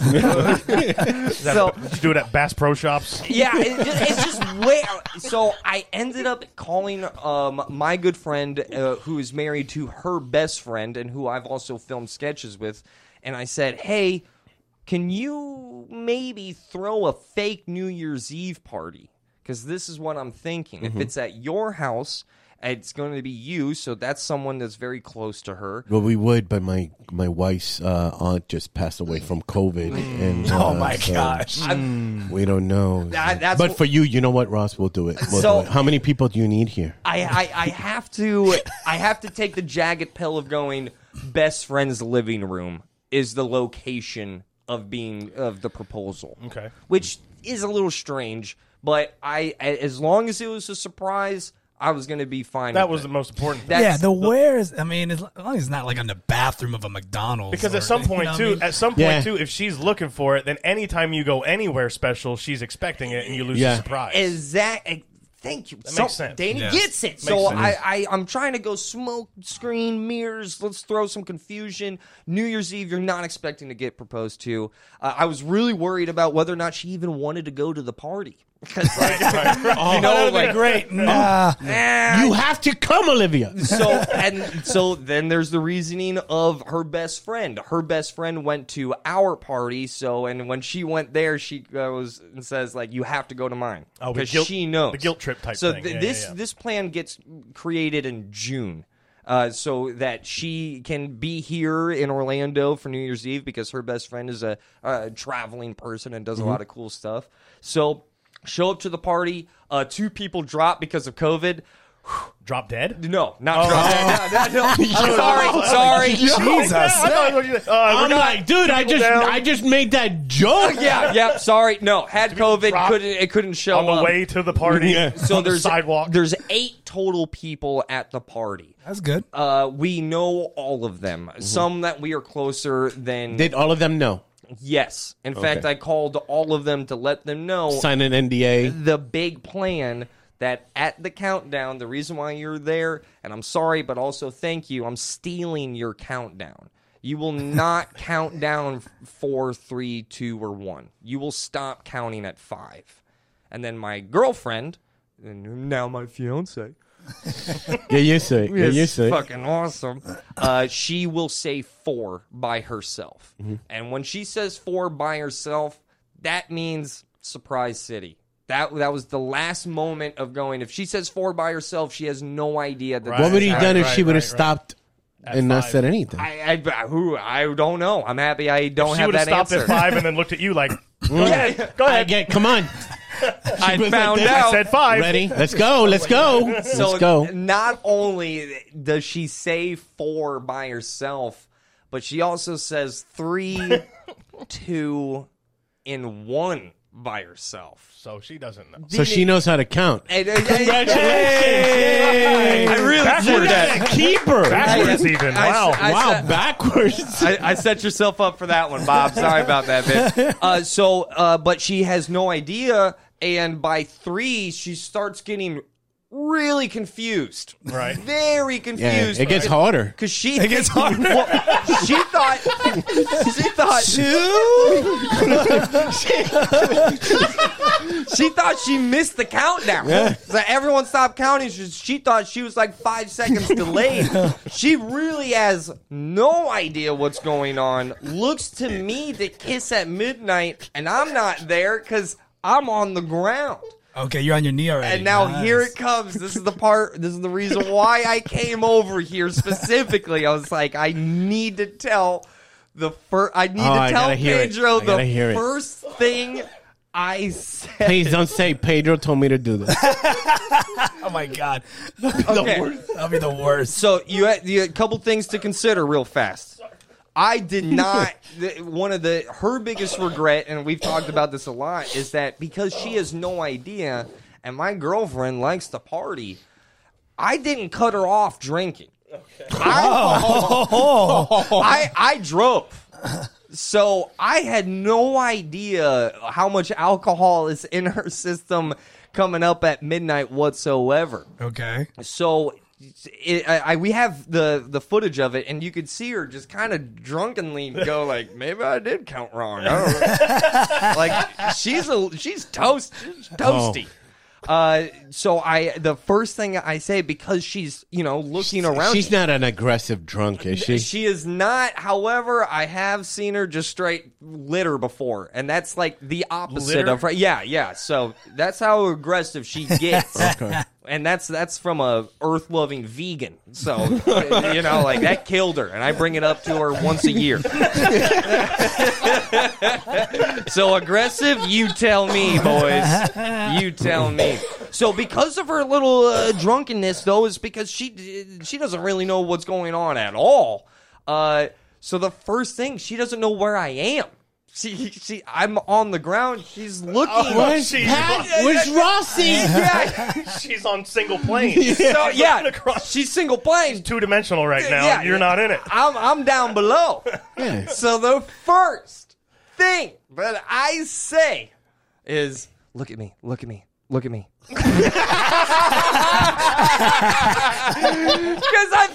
B: so,
D: Did you do it at Bass Pro Shops?
B: yeah, it just, it's just way. Out. So I ended up calling um, my good friend, uh, who is married to her best friend, and who I've also filmed sketches with, and I said, "Hey, can you maybe throw a fake New Year's Eve party? Because this is what I'm thinking. If it's at your house." It's going to be you, so that's someone that's very close to her.
C: Well, we would, but my my wife's uh, aunt just passed away from COVID, and
A: Oh
C: uh,
A: my
C: so
A: gosh.
C: we don't know.
B: That- that's
C: but
B: wh-
C: for you, you know what, Ross, we'll do it. We'll
B: So-
C: do it. How many people do you need here?
B: I, I, I have to I have to take the jagged pill of going best friend's living room is the location of being of the proposal.
D: Okay.
B: Which is a little strange, but I a- as long as it was a surprise, I was going to be fine.
D: That
B: with
D: was
B: it.
D: the most important. thing.
B: That-
A: Yeah,
B: That's
A: the where is. I mean, as long as it's not like in the bathroom of a McDonald's.
D: Because
A: or-
D: at some
A: you know
D: point
A: what I
D: too,
A: mean?
D: at some point
C: Yeah.
D: too, if she's looking for it, then anytime you go anywhere special, she's expecting it, and you lose
C: Yeah.
D: the surprise.
B: Exactly. Thank you. That
D: makes sense.
B: Danny
A: Yeah.
B: gets it. so
D: sense.
B: I, I, I'm trying to go smoke, screen, mirrors. Let's throw some confusion. New Year's Eve, you're not expecting to get proposed to. Uh, I was really worried about whether or not she even wanted to go to the party. Because, like,
A: Oh,
B: you know,
A: That'd be
B: like,
A: great. Nah.
B: ah,
C: You have to come, Olivia.
B: so and so then there's the reasoning of her best friend. Her best friend went to our party, so and when she went there, she goes and says like, "You have to go to mine,"
D: Oh, the
B: because
D: guilt-
B: she knows
D: the guilt trip type
B: So
D: thing.
B: th-
D: Yeah,
B: this
D: yeah, yeah.
B: this plan gets created in June. Uh, so that she can be here in Orlando for New Year's Eve because her best friend is a, a traveling person and does
D: Mm-hmm.
B: a lot of cool stuff. So show up to the party. Uh, two people drop because of COVID.
D: Drop dead.
B: No,
D: Oh.
B: not drunk. No, no, no. I'm sorry, sorry.
A: Jesus.
D: uh,
C: I'm like, dude, I just
D: down.
C: I just made that joke.
B: Yeah, yeah, sorry. No, had COVID,
D: dropped
B: couldn't it couldn't show
D: on the
B: up.
D: way to the party.
C: Yeah.
B: so
D: on the
B: there's
D: sidewalk.
B: There's eight total people at the party.
A: That's good.
B: Uh, we know all of them. Some that we are closer than.
C: Did all of them know?
B: yes, in fact, I called all of them to let them know
C: Sign an NDA.
B: the big plan that at the countdown, the reason why you're there, and I'm sorry, but also thank you, I'm stealing your countdown. You will not count down four, three, two, or one. You will stop counting at five. And then my girlfriend, and now my fiance,
C: Yeah, you say. Yeah, you
B: it's
C: say.
B: fucking awesome. Uh, she will say four by herself, and when she says four by herself, that means Surprise City. That that was the last moment of going. If she says four by herself, she has no idea that.
C: What
B: that's
C: would you
B: happening.
C: done if
D: right,
C: she would have
D: right, right.
C: stopped and not
D: five.
C: said anything?
B: I, I, who I don't know. I'm happy I don't
D: She
B: have
D: would have
B: that
D: stopped
B: answer.
D: at five and then looked at you like, "Go ahead, go
C: Mm. I
D: ahead."
C: get. Come on.
B: I found
C: I
B: out.
D: Said five.
C: Ready? Let's go. Let's go. Let's go.
B: Not only does she say four by herself, but she also says three, two, and one by herself.
D: So she doesn't know.
C: So she knows how to count.
B: And, and- and- I really
C: You're
B: did
C: not a
B: that.
C: keeper.
D: Backwards even.
B: I-
D: Wow.
B: I-
C: Wow,
B: said-
C: backwards.
B: I, I set yourself up for that one, Bob. Sorry about that, bitch. Uh, so, uh, but she has no idea, and by three, she starts getting really confused.
D: Right.
B: Very confused.
C: it gets harder.
B: Because she
A: It gets harder.
B: Well, she thought she thought
A: Two.
B: she thought she missed the countdown. So everyone stopped counting. She, she thought she was like five seconds delayed. she really has no idea what's going on. Looks to me to kiss at midnight, and I'm not there because I'm on the ground.
A: Okay, you're on your knee already.
B: And now
A: Nice.
B: here it comes. This is the part. This is the reason why I came over here specifically. I was like, I need to tell the first. I need
C: Oh, I
B: to tell
C: gotta hear it.
B: Pedro
C: I gotta
B: the
C: hear it.
B: first thing I said.
C: Please don't say Pedro told me to do this.
A: Oh my god.
B: Okay.
A: That'll be the worst.
B: So you had, you had a couple things to consider real fast. I did not. the, one of the her biggest regret, and we've talked about this a lot, is that because she has no idea, and my girlfriend likes to party, I didn't cut her off drinking. I, I drove. So I had no idea how much alcohol is in her system coming up at midnight whatsoever.
A: Okay.
B: So it, I, I, we have the the footage of it, and you could see her just kind of drunkenly go like, "Maybe I did count wrong." I don't know." like she's a she's toast, she's
C: Oh.
B: toasty. Uh, so I the first thing I say because she's you know looking around,
C: She's not an aggressive drunk, is she?
B: she is not. However, I have seen her just straight litter before, and that's like the opposite
D: Litter?
B: of right. Yeah, yeah. So that's how aggressive she gets. and that's that's from a earth loving vegan. So you know, like that killed her, and I bring it up to her once a year. so aggressive, you tell me, boys. You tell me. So because of her little uh, drunkenness, though, is because she she doesn't really know what's going on at all. Uh, so the first thing she doesn't know where I am. She, she, I'm on the ground. She's looking.
A: Oh,
C: Where's
D: Jeez.
C: Pat? Where's Rossi?
B: yeah,
D: She's on single planes.
B: so yeah,
D: across-
B: she's single plane.
D: Two dimensional right now.
B: Yeah.
D: You're not in it.
B: I'm I'm down below.
C: Yeah.
B: so the first thing that I say is, "Look at me, look at me, look at me," because I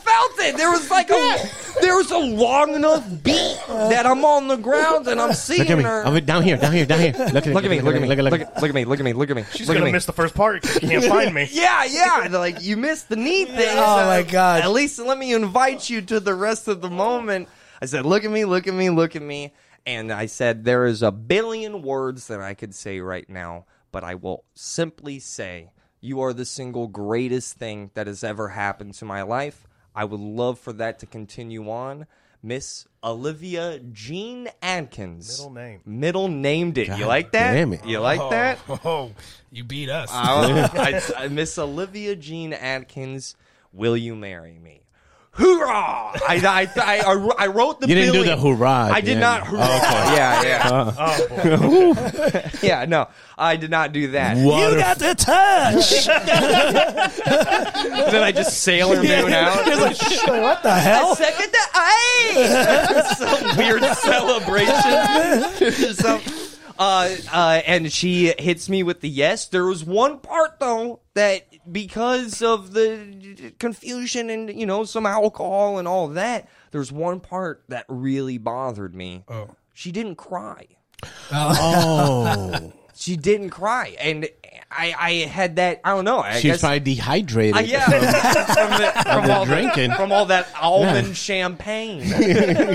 B: felt it. There was like a there was a long enough beat that I'm on the ground and I'm seeing
C: Look at me.
B: her.
C: I'm down here, down here, down here. Look at me.
B: Look at me, look at me, look at me,
C: Look
B: look at look at me, look at me, look at me.
D: She's
B: look at
D: gonna
B: me.
D: miss the first part. 'cause She can't find me.
B: Yeah, yeah. and, Like you missed the knee thing.
A: Oh, my God.
B: At least let me invite you to the rest of the moment. I said, look at me, look at me, look at me. And I said, there is a billion words that I could say right now, but I will simply say, you are the single greatest thing that has ever happened to my life. I would love for that to continue on. Miss Olivia Jean Atkins.
D: Middle name.
B: Middle named it. you like that?
C: damn it.
B: You like that?
A: Oh, Uh, you beat us.
B: I, I, I- Miss Olivia Jean Atkins, will you marry me? Hoorah! I, I, I, I, I wrote the
C: You didn't do
B: billion.
C: the hoorah at
B: I
C: the
B: did
C: end. Oh,
B: not hoorah. Yeah, yeah. yeah, no. I did not do that.
A: you
C: Water.
A: got the touch.
B: Then I just sailor moon out.
A: what the hell?
B: Second to I. Oh. Some weird celebration. Some- uh, uh, and she hits me with the yes. There was one part though that because of the confusion and you know some alcohol and all that, there's one part that really bothered me. Oh. She didn't cry.
C: Oh,
B: She didn't cry, and I I had that I don't know. I
C: she's
B: guess,
C: probably dehydrated.
B: uh, yeah, from, the, from
C: the
B: all the-
C: drinking.
B: from all that almond champagne.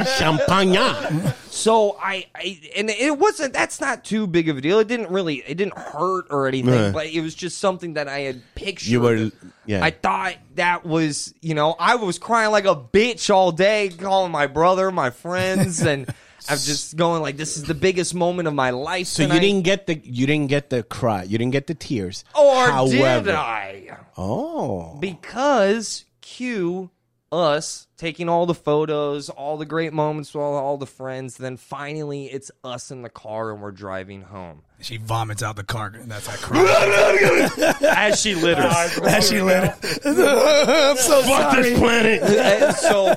C: Champagne.
B: So I, I and it wasn't that's not too big of a deal. It didn't really it didn't hurt or anything,
C: Right.
B: but it was just something that I had pictured.
C: You were- yeah.
B: I thought that was, you know, I was crying like a bitch all day calling my brother, my friends and I'm just going like this is the biggest moment of my life.
C: So you didn't get the you didn't get the cry. You didn't get the tears.
B: or
C: However,
B: Oh, did I?
C: Oh.
B: because Q us taking all the photos, all the great moments with all, all the friends, then finally it's us in the car and we're driving home.
A: She vomits out the car, and that's I cry.
B: As she litters.
A: As she lit. I'm so
D: Fuck
A: sorry.
D: this planet.
B: And so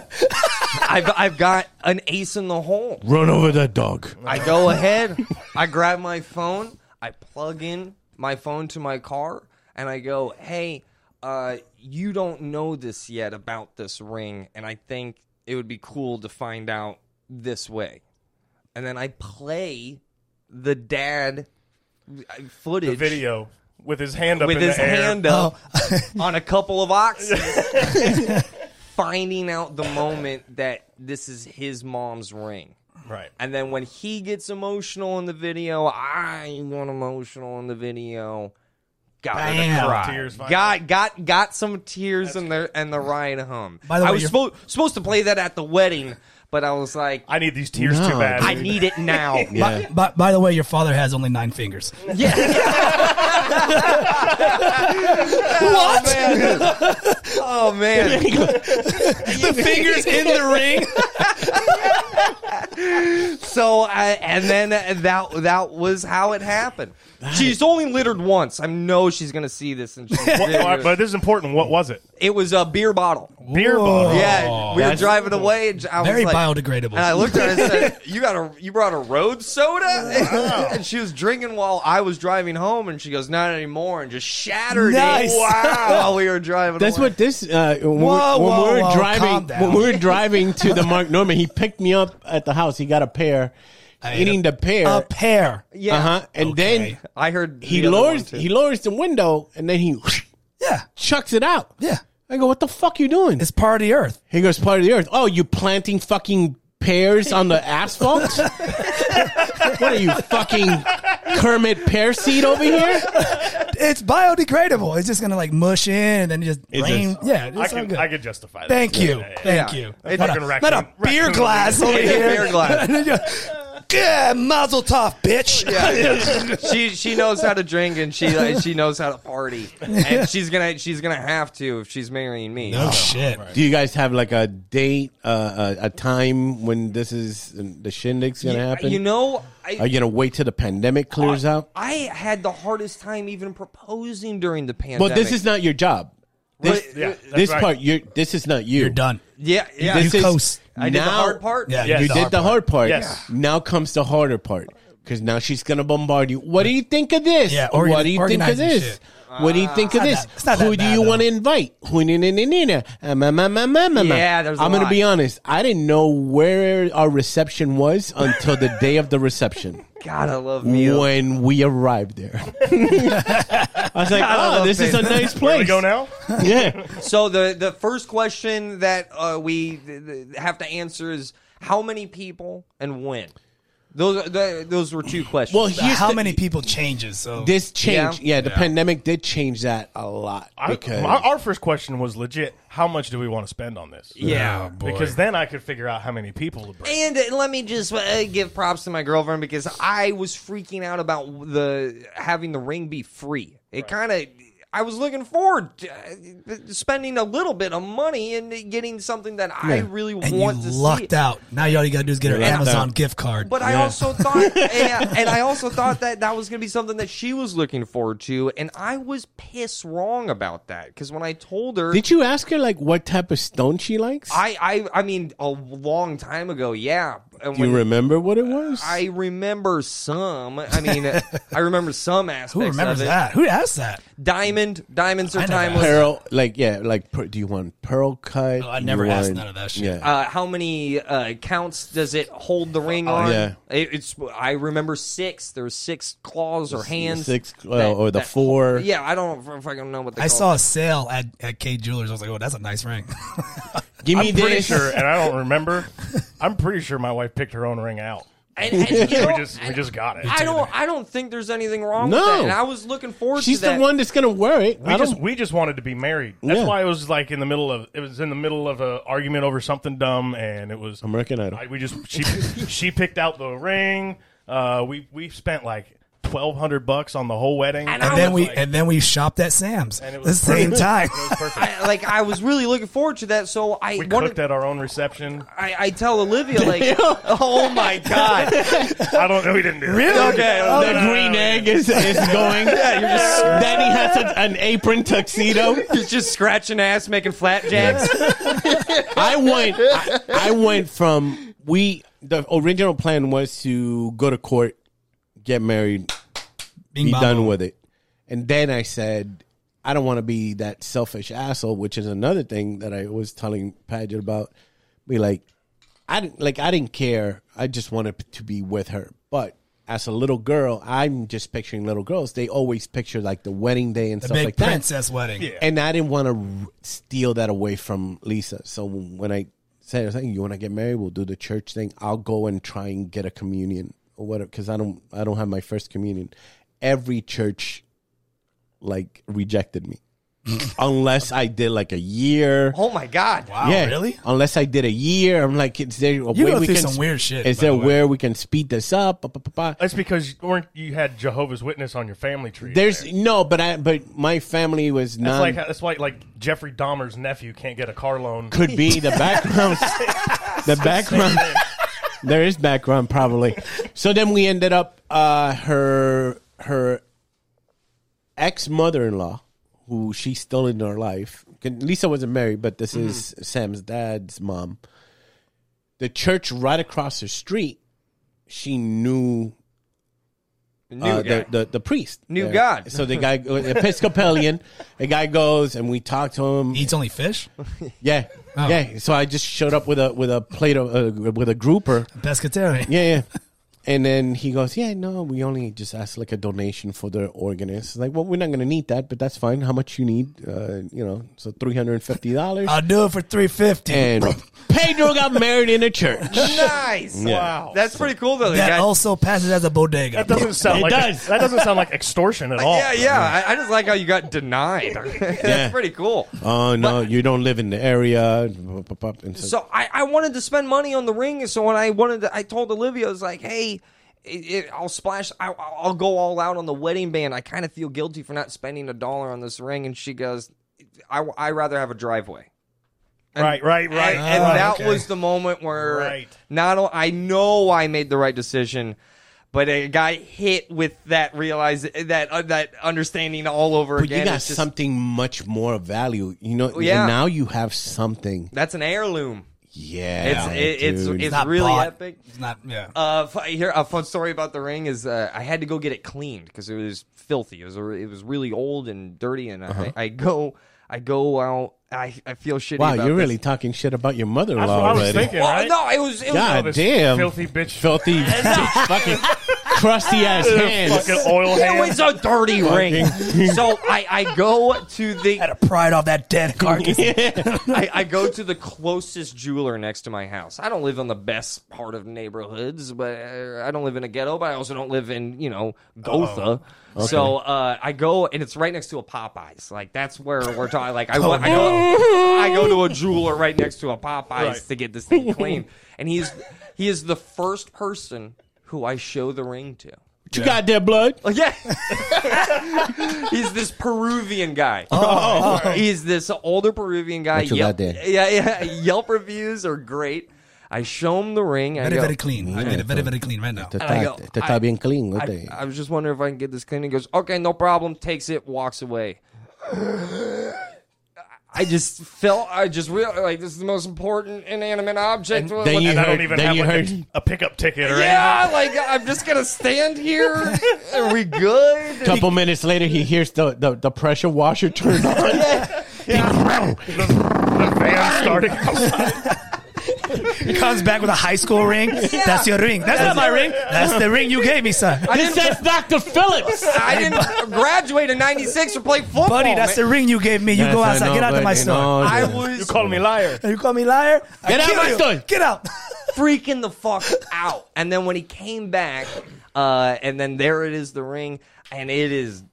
B: I've I've got an ace in the hole.
C: Run over that dog.
B: I go ahead, I grab my phone, I plug in my phone to my car, and I go, "Hey, uh, you don't know this yet about this ring, and I think it would be cool to find out this way." And then I play the dad uh, footage,
D: Video with his hand up
B: with
D: in
B: his
D: the air.
B: hand up on a couple of oxen, finding out the moment that this is his mom's ring.
D: Right.
B: And then when he gets emotional in the video, I got emotional in the video. Got
A: Bam.
B: to cry.
D: Tears finally.
B: got got got some tears in the in the ride home.
A: By the way,
B: I was
A: you're-
B: supposed supposed to play that at the wedding, but I was like, I,
D: I need these tears
C: No,
D: too bad.
C: dude.
B: need it now.
C: Yeah.
A: By, by the way, your father has only nine fingers.
B: what? Oh man. the fingers in the ring. so I, and then that that was how it happened. She's only littered once. I know she's gonna see this, and she's
D: What- all right, but this is important. What was it?
B: it was a beer bottle.
D: Beer bottle.
B: Yeah, we were driving away, and I was
A: Very
B: like,
A: biodegradable.
B: And I looked at her and said, "You got a you brought a road soda?" and she was drinking while I was driving home, and she goes, "Not anymore," and just shattered
A: Nice.
B: it. Wow! while we were driving,
C: That's
B: away.
C: what this. Uh, when
A: Whoa, whoa,
C: we, when we were
A: whoa, calm
C: driving,
A: down.
C: when we were driving to the Mark Norman, he picked me up at the house. He got a pear, eating the pear.
A: A pair.
B: Yeah,
C: Uh huh. And
A: Okay.
C: then
B: Uh-huh. I heard
C: he
B: the other one,
C: lowers
B: too.
C: he lowers the window, and then he
A: Yeah.
C: chucks it out.
A: Yeah.
C: I go, what the fuck you doing?
A: It's part of the earth.
C: He goes, part of the earth. Oh, you planting fucking pears on the asphalt? what are you fucking Kermit pear seed over here?
A: it's biodegradable. It's just gonna like mush in and then just
C: It
A: rain.
C: just-
A: yeah, it's
D: I
A: so
D: can,
A: good.
D: I can justify that.
A: Thank you, thank
B: Yeah.
A: you.
D: It's
A: not,
D: fucking
A: a,
D: raccoon-
A: not a beer
D: raccoon.
A: glass over
B: Yeah,
A: here.
B: beer glass.
A: yeah, mazel tov, bitch.
B: Yeah. she she knows how to drink and she like, she knows how to party, and she's gonna she's gonna have to if she's marrying me.
A: Oh shit.
C: Do you guys have like a date, uh, a, a time when this is the shindig's gonna happen?
B: You know, I,
C: are you gonna wait till the pandemic clears out?
B: I had the hardest time even proposing during the pandemic.
C: But this is not your job. This,
B: Right,
D: yeah, that's
C: this
D: right.
C: part, you're, this is not you.
A: You're done.
B: yeah, yeah.
C: This
A: You
C: is
A: coast.
B: I did the
C: now-
B: hard part.
A: Yeah,
D: Yes.
C: You did the hard part.
D: Yes.
C: Now comes the harder part because now she's gonna bombard you. What do you think of this?
A: Yeah, organ-
C: What do you think of
A: organizing
C: this?
A: shit.
C: What do you think of
A: It's not
C: this?
A: that- it's not
C: Who
A: that
C: do
A: bad,
C: you
A: though.
C: want to invite? Who na na na na na. Ah, ma, ma, ma, ma, ma, ma.
B: Yeah, there's a
C: I'm gonna
B: lot.
C: be honest. I didn't know where our reception was until the day of the reception
B: God, I love me.
C: when we arrived there. I was like,
B: I
C: oh,
B: love
C: this is a
B: Faith.
C: nice
D: Where do we
C: place.
D: go now?
C: Yeah.
B: So the the first question that uh, we th- th- have to answer is how many people and when. Those the, those were two questions.
C: Well, here's
A: How
C: the-
A: many people changes? So
C: This changed.
B: Yeah.
C: Yeah, the pandemic did change that a lot.
D: I,
C: because
D: my, our first question was legit. How much do we want to spend on this?
B: yeah.
D: Because then I could figure out how many people to bring.
B: And uh, let me just uh, give props to my girlfriend because I was freaking out about the having the ring be free. It kind of I was looking forward to uh, spending a little bit of money and getting something that I really
A: and you
B: want to
A: lucked
B: see.
A: out. Now you all you gotta do is get her
C: lucked
A: Amazon
C: out.
A: gift card.
B: But I also thought, and, and I also thought that that was going to be something that she was looking forward to, and I was piss wrong about that because when I told her,
C: Did you ask her like what type of stone she likes?
B: I, I, I mean, a long time ago, yeah. And
C: Do you remember what it was?
B: I remember some. I mean, I remember some aspects.
A: who remembers
B: of it.
A: that? Who asked that?
B: Diamond, diamonds are
A: I never
B: timeless.
C: pearl, like yeah, like per, do you want pearl cut?
A: Oh, I
C: Do
A: never
C: you
A: asked
C: want-
A: none of that shit.
C: Yeah.
B: Uh, how many uh, counts does it hold the ring on?
C: yeah.
B: It- it's. I remember six. There were six claws or hands.
C: six, uh,
B: that-
C: or the
B: that-
C: four.
B: Yeah, I don't fucking know what they
A: I saw a sale at, at K Jewelers. I was like, oh, that's a nice ring.
C: Give me
D: I'm pretty
C: this.
D: sure, and I don't remember. I'm pretty sure my wife picked her own ring out.
B: And, and, you
D: We
B: know,
D: just we just got it.
B: I don't. I don't think there's anything wrong with
C: No.
B: that. And I was looking forward
C: She's
B: to that.
C: the one that's gonna wear it.
D: We
C: I
D: just
C: don't-
D: we just wanted to be married. That's
C: Yeah.
D: why it was like in the middle of it was in the middle of an argument over something dumb, and it was
C: American Idol.
D: I, we just she she picked out the ring. Uh, we we spent like twelve hundred bucks on the whole wedding.
B: And
D: It
B: I
A: and then
B: was
A: we
D: like-
A: and then we shopped at Sam's
D: And it
A: at the
D: was
A: same
D: perfect.
A: time.
D: was perfect.
B: I, like I was really looking forward to that. So I
D: We
B: wanted.
D: cooked at our own reception.
B: I, I tell Olivia like, oh my god,
D: I don't know. We didn't do really.
B: Okay,
C: the
B: no, no, no,
C: green
D: no, no.
C: egg is, is going. yeah, you're just. Danny has a, an apron tuxedo.
B: He's just scratching ass, making flapjacks.
C: I went. I, I went from we. The original plan was to go to court, get married,
A: Bing
C: be
A: bong.
C: done with it. And then I said, I don't want to be that selfish asshole, which is another thing that I was telling Paget about. Be like, I didn't like I didn't care. I just wanted to be with her. But as a little girl, I'm just picturing little girls. They always picture like the wedding day and
A: the
C: stuff
A: big
C: like that
A: princess wedding.
C: and I didn't want to steal that away from Lisa. So when I said, I was like, "You want to get married? We'll do the church thing. I'll go and try and get a communion or whatever." Because I don't, I don't have my first communion. Every church, like, rejected me, unless I did like a year.
B: Oh my god.
A: Wow,
C: yeah,
A: really?
C: Unless I did a year, I'm like, is there a
A: You
C: way
A: go
C: we
A: through
C: can
A: some
C: s-
A: weird shit.
C: Is
A: by
C: there
A: the way.
C: where we can speed this up? Ba, ba, ba, ba.
D: That's because you weren't you had Jehovah's Witness on your family tree.
C: There's
D: there.
C: no, but I, but my family was
D: that's
C: not.
D: like that's why like Jeffrey Dahmer's nephew can't get a car loan.
C: could be the background. the background. There is background probably. So then we ended up uh, her her ex mother in law, who she's still in her life. Lisa wasn't married, but this is
B: Mm-hmm.
C: Sam's dad's mom. The church right across her street. She knew
B: New
C: uh,
B: guy.
C: the, the the priest
B: New
C: there.
B: God.
C: So the guy uh, Episcopalian, the guy goes and we talk to him.
A: Eats only fish,
C: Yeah, yeah. So I just showed up with a with a plate of uh, with a grouper.
A: pescatarian.
C: Yeah, yeah. And then he goes, "Yeah, no, we only just asked like a donation for the organist." Like, well, we're not gonna need that, but that's fine. How much you need? Uh, you know, so three hundred and fifty dollars.
A: I'll do it for three fifty.
C: And Pedro got married in a church.
B: Nice.
D: Wow.
B: That's pretty cool though.
A: That
B: Yeah,
A: also passes as a bodega.
D: That doesn't sound
C: It
D: like
C: does.
D: that doesn't sound like extortion at all.
B: yeah, yeah. I, I just like how you got denied. That's
C: Yeah.
B: pretty cool.
C: Oh no, you don't live in the area. And so,
B: So I, I wanted to spend money on the ring, and so when I wanted, to, I told Olivia, I was like, "Hey, it, it, I'll splash, I, I'll go all out on the wedding band." I kind of feel guilty for not spending a dollar on this ring, and she goes, "I I rather have a driveway."
D: Right, right, right.
B: And, and
C: Oh,
A: Ah,
B: that
A: okay.
B: was the moment where
D: Right.
B: not o- I know I made the right decision, but I got hit with that realize that uh, that understanding all over
C: but
B: again.
C: you got
B: It's just-
C: something much more of value, you know.
B: yeah.
C: And now you have something.
B: That's an heirloom.
C: Yeah,
B: It's- it- it's-
C: dude.
B: it's- really
A: bought.
B: epic.
A: It's not. Yeah.
B: Uh, fu- here a fun story about the ring is uh, I had to go get it cleaned because it was filthy. It was a- it was really old and dirty, and
C: Uh-huh.
B: I, I go I go out. I, I feel shitty.
C: wow.
B: about
C: You're
B: this.
C: really talking shit about your mother-in-law
D: That's what I was
C: already.
D: thinking,
B: Well,
D: right?
B: no, it was it
C: God
B: was.
D: this
C: damn,
D: filthy bitch.
C: filthy, fucking crusty ass hands.
D: Fucking oil
B: It was
D: hands.
B: a dirty ring. so I, I go to the
A: Had to pry it off that dead carcass.
B: I, I go to the closest jeweler next to my house. I don't live in the best part of neighborhoods, but uh, I don't live in a ghetto, but I also don't live in, you know, Gotha. So uh, I go, and it's right next to a Popeyes. Like, that's where we're talking. Like, I, went- I, go, I go to a jeweler right next to a Popeyes
D: Right.
B: to get this thing clean. And he's, he is the first person who I show the ring to.
C: You got that blood?
B: Like, Yeah. Oh, He's this Peruvian guy. He's this older Peruvian guy.
C: What you
B: Yelp,
C: got there?
B: yeah, yeah. Yelp reviews are great. I show him the ring. I
A: Very,
B: go,
A: very clean. I made it very, very clean right now.
C: Te
B: I
C: está,
B: go,
C: te
B: I-
C: está bien clean, what
B: I,
C: the-
B: I was just wondering if I can get this clean. He goes, okay, no problem. Takes it, walks away. I just felt, I just realized, like, this is the most important inanimate object. What-
C: then
B: what-
C: you
D: And I don't
C: heard-
D: even
C: then
D: have
C: you
D: like
C: heard-
D: a, a pickup ticket or
B: yeah, like, I'm just going to stand here. Are we good?
C: Couple minutes later, he hears the, the, the pressure washer turn on.
D: anything. The van starting.
A: He comes back with a high school ring. That's your ring. That's, not my ring. That's the ring you gave me, son.
C: this says Dr. Phillips.
B: I didn't graduate in '96 or play football.
A: Buddy, that's the
B: man.
A: ring you gave me. You go outside. Get out of my store.
B: I
D: You
B: was
D: called me liar.
A: You call me liar? I
C: Get out
A: kill
C: my
A: you.
C: store.
A: Get out.
B: freaking the fuck out. And then when he came back, uh, and then there it is, the ring, and it is.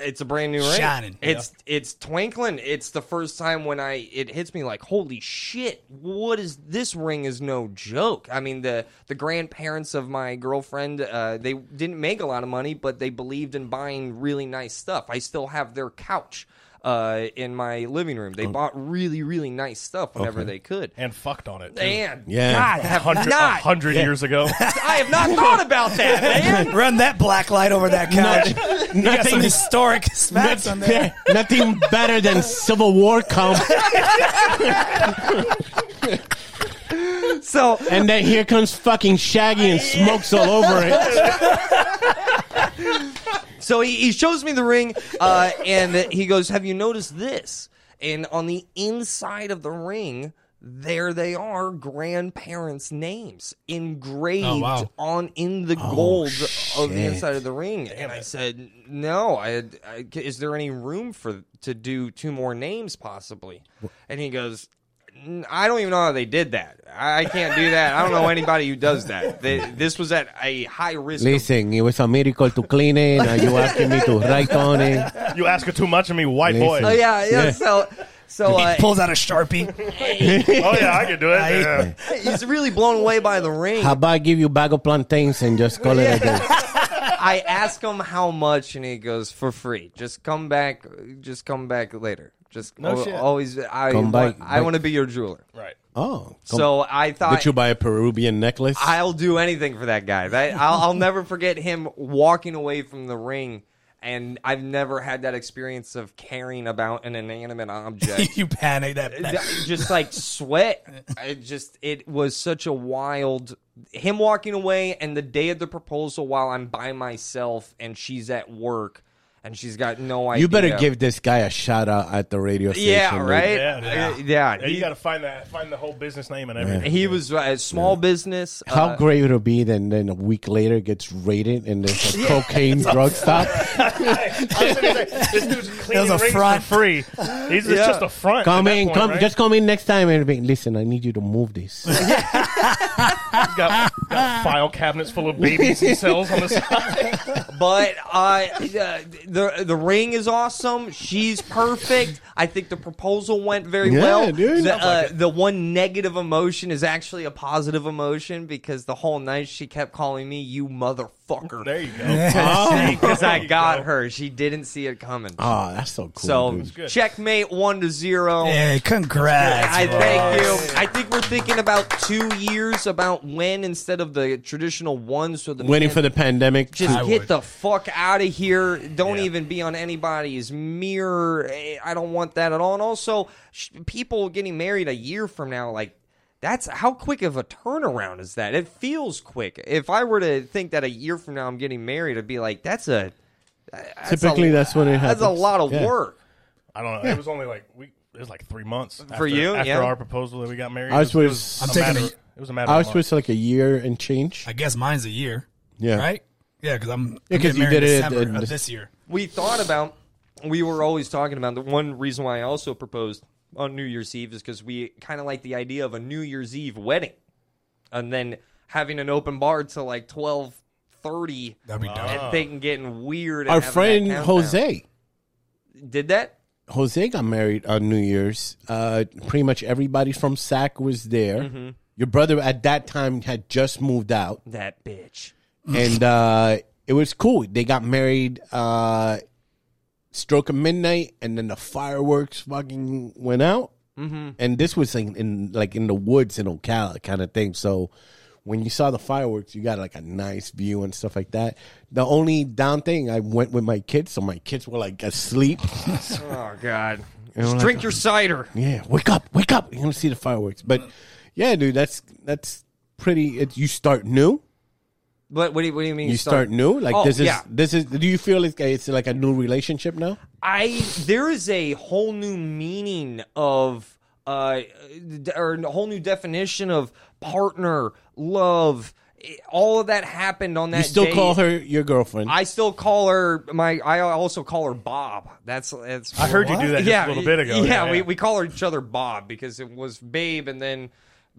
B: It's a brand new ring.
A: Shining.
B: It's it's twinkling. It's the first time when I it hits me like holy shit. What is this ring? Is no joke. I mean the the grandparents of my girlfriend uh, they didn't make a lot of money, but they believed in buying really nice stuff. I still have their couch uh, in my living room. They bought really really nice stuff whenever they could.
D: Oh. And fucked on it. too.
B: Man,
C: Yeah.
B: God, I have
D: Hundred, a
B: not.
D: hundred years ago.
B: I have not thought about that, man.
A: Run that black light over that couch. you got some
C: nothing-
A: historic facts on there.
C: Nothing better than Civil War come.
B: So
C: And then here comes fucking Shaggy and smokes all over it.
B: So he, he shows me the ring, uh, and he goes, "Have you noticed this?" And on the inside of the ring, there they are, grandparents' names engraved
A: wow.
B: on in the gold of the
C: Oh, shit.
B: inside of the ring. and I said, "No, I, I- is there any room for to do two more names possibly?" And he goes. "N- I don't even know how they did that. I I can't do that. I don't know anybody who does that. They, this was at a high risk. of
C: Listen, it was a miracle to clean it. Now you asking me to write on it.
D: You ask it too much of me, white boy.
B: Oh
C: Listen.
D: Oh
B: yeah, yeah. So, so uh,
A: Pulls out a sharpie.
B: Oh,
D: Oh, yeah, I can do it. Yeah.
B: he's really blown away by the ring.
C: How about I give you a bag of plantains and just call it a day?
B: I ask him how much, and he goes for free. Just come back. Just come back later. Just
D: No
B: al-
D: shit.
B: always. I
C: Come
B: want,
C: back-
B: I
C: back-
B: want to be your jeweler.
D: Right.
C: Oh.
B: So I thought
C: Did you buy a Peruvian necklace?
B: I'll do anything for that guy. That I'll, I'll never forget him walking away from the ring. And I've never had that experience of caring about an inanimate object.
A: you panic. That, that-
B: Th- just like sweat. I just it was such a wild him walking away and the day of the proposal while I'm by myself and she's at work and she's got no idea.
C: You better give this guy a shout out at the radio station.
B: Yeah,
C: dude.
B: right.
D: Yeah,
B: Uh,
D: yeah.
B: yeah.
D: Yeah, you got to find that, find the whole business name and everything.
B: he was uh, small business.
C: How
B: uh,
C: great would it be then then a week later it gets raided and there's a cocaine drug stop?
D: I was gonna say, this dude's cleaning
A: a
D: rings
A: front.
D: for free. He's it's
B: Yeah.
D: just a front.
C: Come
D: at that
C: in,
D: point,
C: come
D: right?
C: just come in next time and be, listen, I need you to move this.
D: He's got, got file cabinets full of babies and cells on the side.
B: But uh, the the ring is awesome. She's perfect. I think the proposal went very
C: Yeah,
B: well.
C: dude.
B: The, uh, the one negative emotion is actually a positive emotion because the whole night she kept calling me "you motherfucker"
D: There you go.
B: because Oh, I
D: you
B: got
D: go.
B: her. She didn't see it coming.
C: Oh, that's so cool.
B: so
C: dude.
D: good.
B: checkmate one to zero.
A: Hey, congrats.
B: I
A: bro.
B: thank you. I think we're thinking about two years about when instead of the traditional one. So the
C: waiting
B: man-
C: for the pandemic.
B: just
A: I
B: get
A: would.
B: the fuck out of here. Don't
D: Yeah.
B: even be on anybody's mirror. Eh, I don't want that at all. And also, sh- people getting married a year from now, like, that's how quick of a turnaround is that? It feels quick. If I were to think that a year from now I'm getting married, I'd be like, that's a. eh, That's
C: Typically,
B: a,
C: that's when it happens.
B: That's a lot of
C: Yeah.
B: work.
D: I don't know. It was only like we. It was like three months for
B: you?
D: After
B: Yeah.
D: our proposal that we got married,
C: I was
D: It it
C: with-
D: a
C: I'm
A: taking
D: matter-
A: a-
D: It was a matter.
C: I
D: of
C: was supposed
D: months.
C: to like a year and change.
A: I guess mine's a year.
C: Yeah.
A: Right? Yeah, because I'm
C: Yeah,
A: I'm
C: 'cause
A: getting
C: you
A: married
C: did it
A: in December
C: in
A: of
C: Dec-
A: this year.
B: we thought about we were always talking about the one reason why I also proposed on New Year's Eve is because we kind of like the idea of a New Year's Eve wedding and then having an open bar till like twelve thirty
A: That'd be dope.
B: and thing getting weird. and
C: Our
B: having that
C: friend
B: countdown.
C: Jose.
B: did that.
C: Jose got married on New Year's. Uh, pretty much everybody from SAC was there. Your brother at that time had just moved out,
B: That bitch.
C: and uh, it was cool. They got married, uh, stroke of midnight, and then the fireworks fucking went out. Mm-hmm. And this was in, in like in the woods in Ocala kind of thing. So when you saw the fireworks, you got like a nice view and stuff like that. The only down thing, I went with my kids, so my kids were like asleep.
B: Oh God. Just drink your cider.
C: Yeah, wake up, wake up. You're gonna see the fireworks. But yeah, dude, that's that's pretty. It, you start new.
B: What, what, do you, what do you mean?
C: You start new. Like
B: Oh,
C: this is
B: yeah.
C: this is. Do you feel it's it's like a new relationship now?
B: I there is a whole new meaning of uh d- or a whole new definition of partner love. It- All of that happened on that.
C: You still
B: day.
C: call her your girlfriend.
B: I still call her my. I also call her Bob. That's that's.
D: I heard you do that just
B: yeah,
D: a little bit ago.
B: Yeah, we we call each other Bob because it was babe and then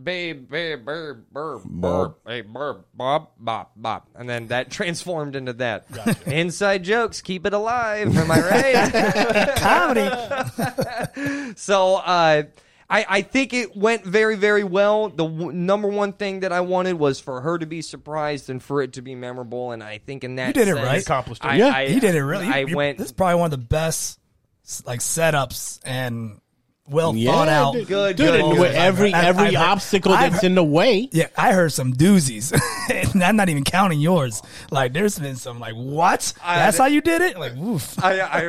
B: babe, babe, babe, burb, burb,
C: Bob.
B: hey, burb, Bob, Bob, Bob, and then that transformed into that. Inside jokes, keep it alive. Am I right?
A: Comedy.
B: So uh, I, I think it went very, very well. The w- number one thing that I wanted was for her to be surprised and for it to be memorable. And I think in that
A: You did it
B: sense,
A: right.
D: Accomplished it.
B: I-
C: Yeah,
B: I-
A: He did it really.
B: I
A: You- you-
B: went
A: This is probably one of the best like setups and well
C: yeah,
A: thought out.
C: dude,
B: Good,
C: dude.
B: good,
C: and
B: good.
C: with every
A: I've-
C: every
A: I've heard-
C: obstacle
A: I've-
C: that's in the way.
A: Yeah, I heard some doozies. and I'm not even counting yours. Like, there's been some, like, what?
B: I-
A: That's how you did it? Like, woof.
B: I, I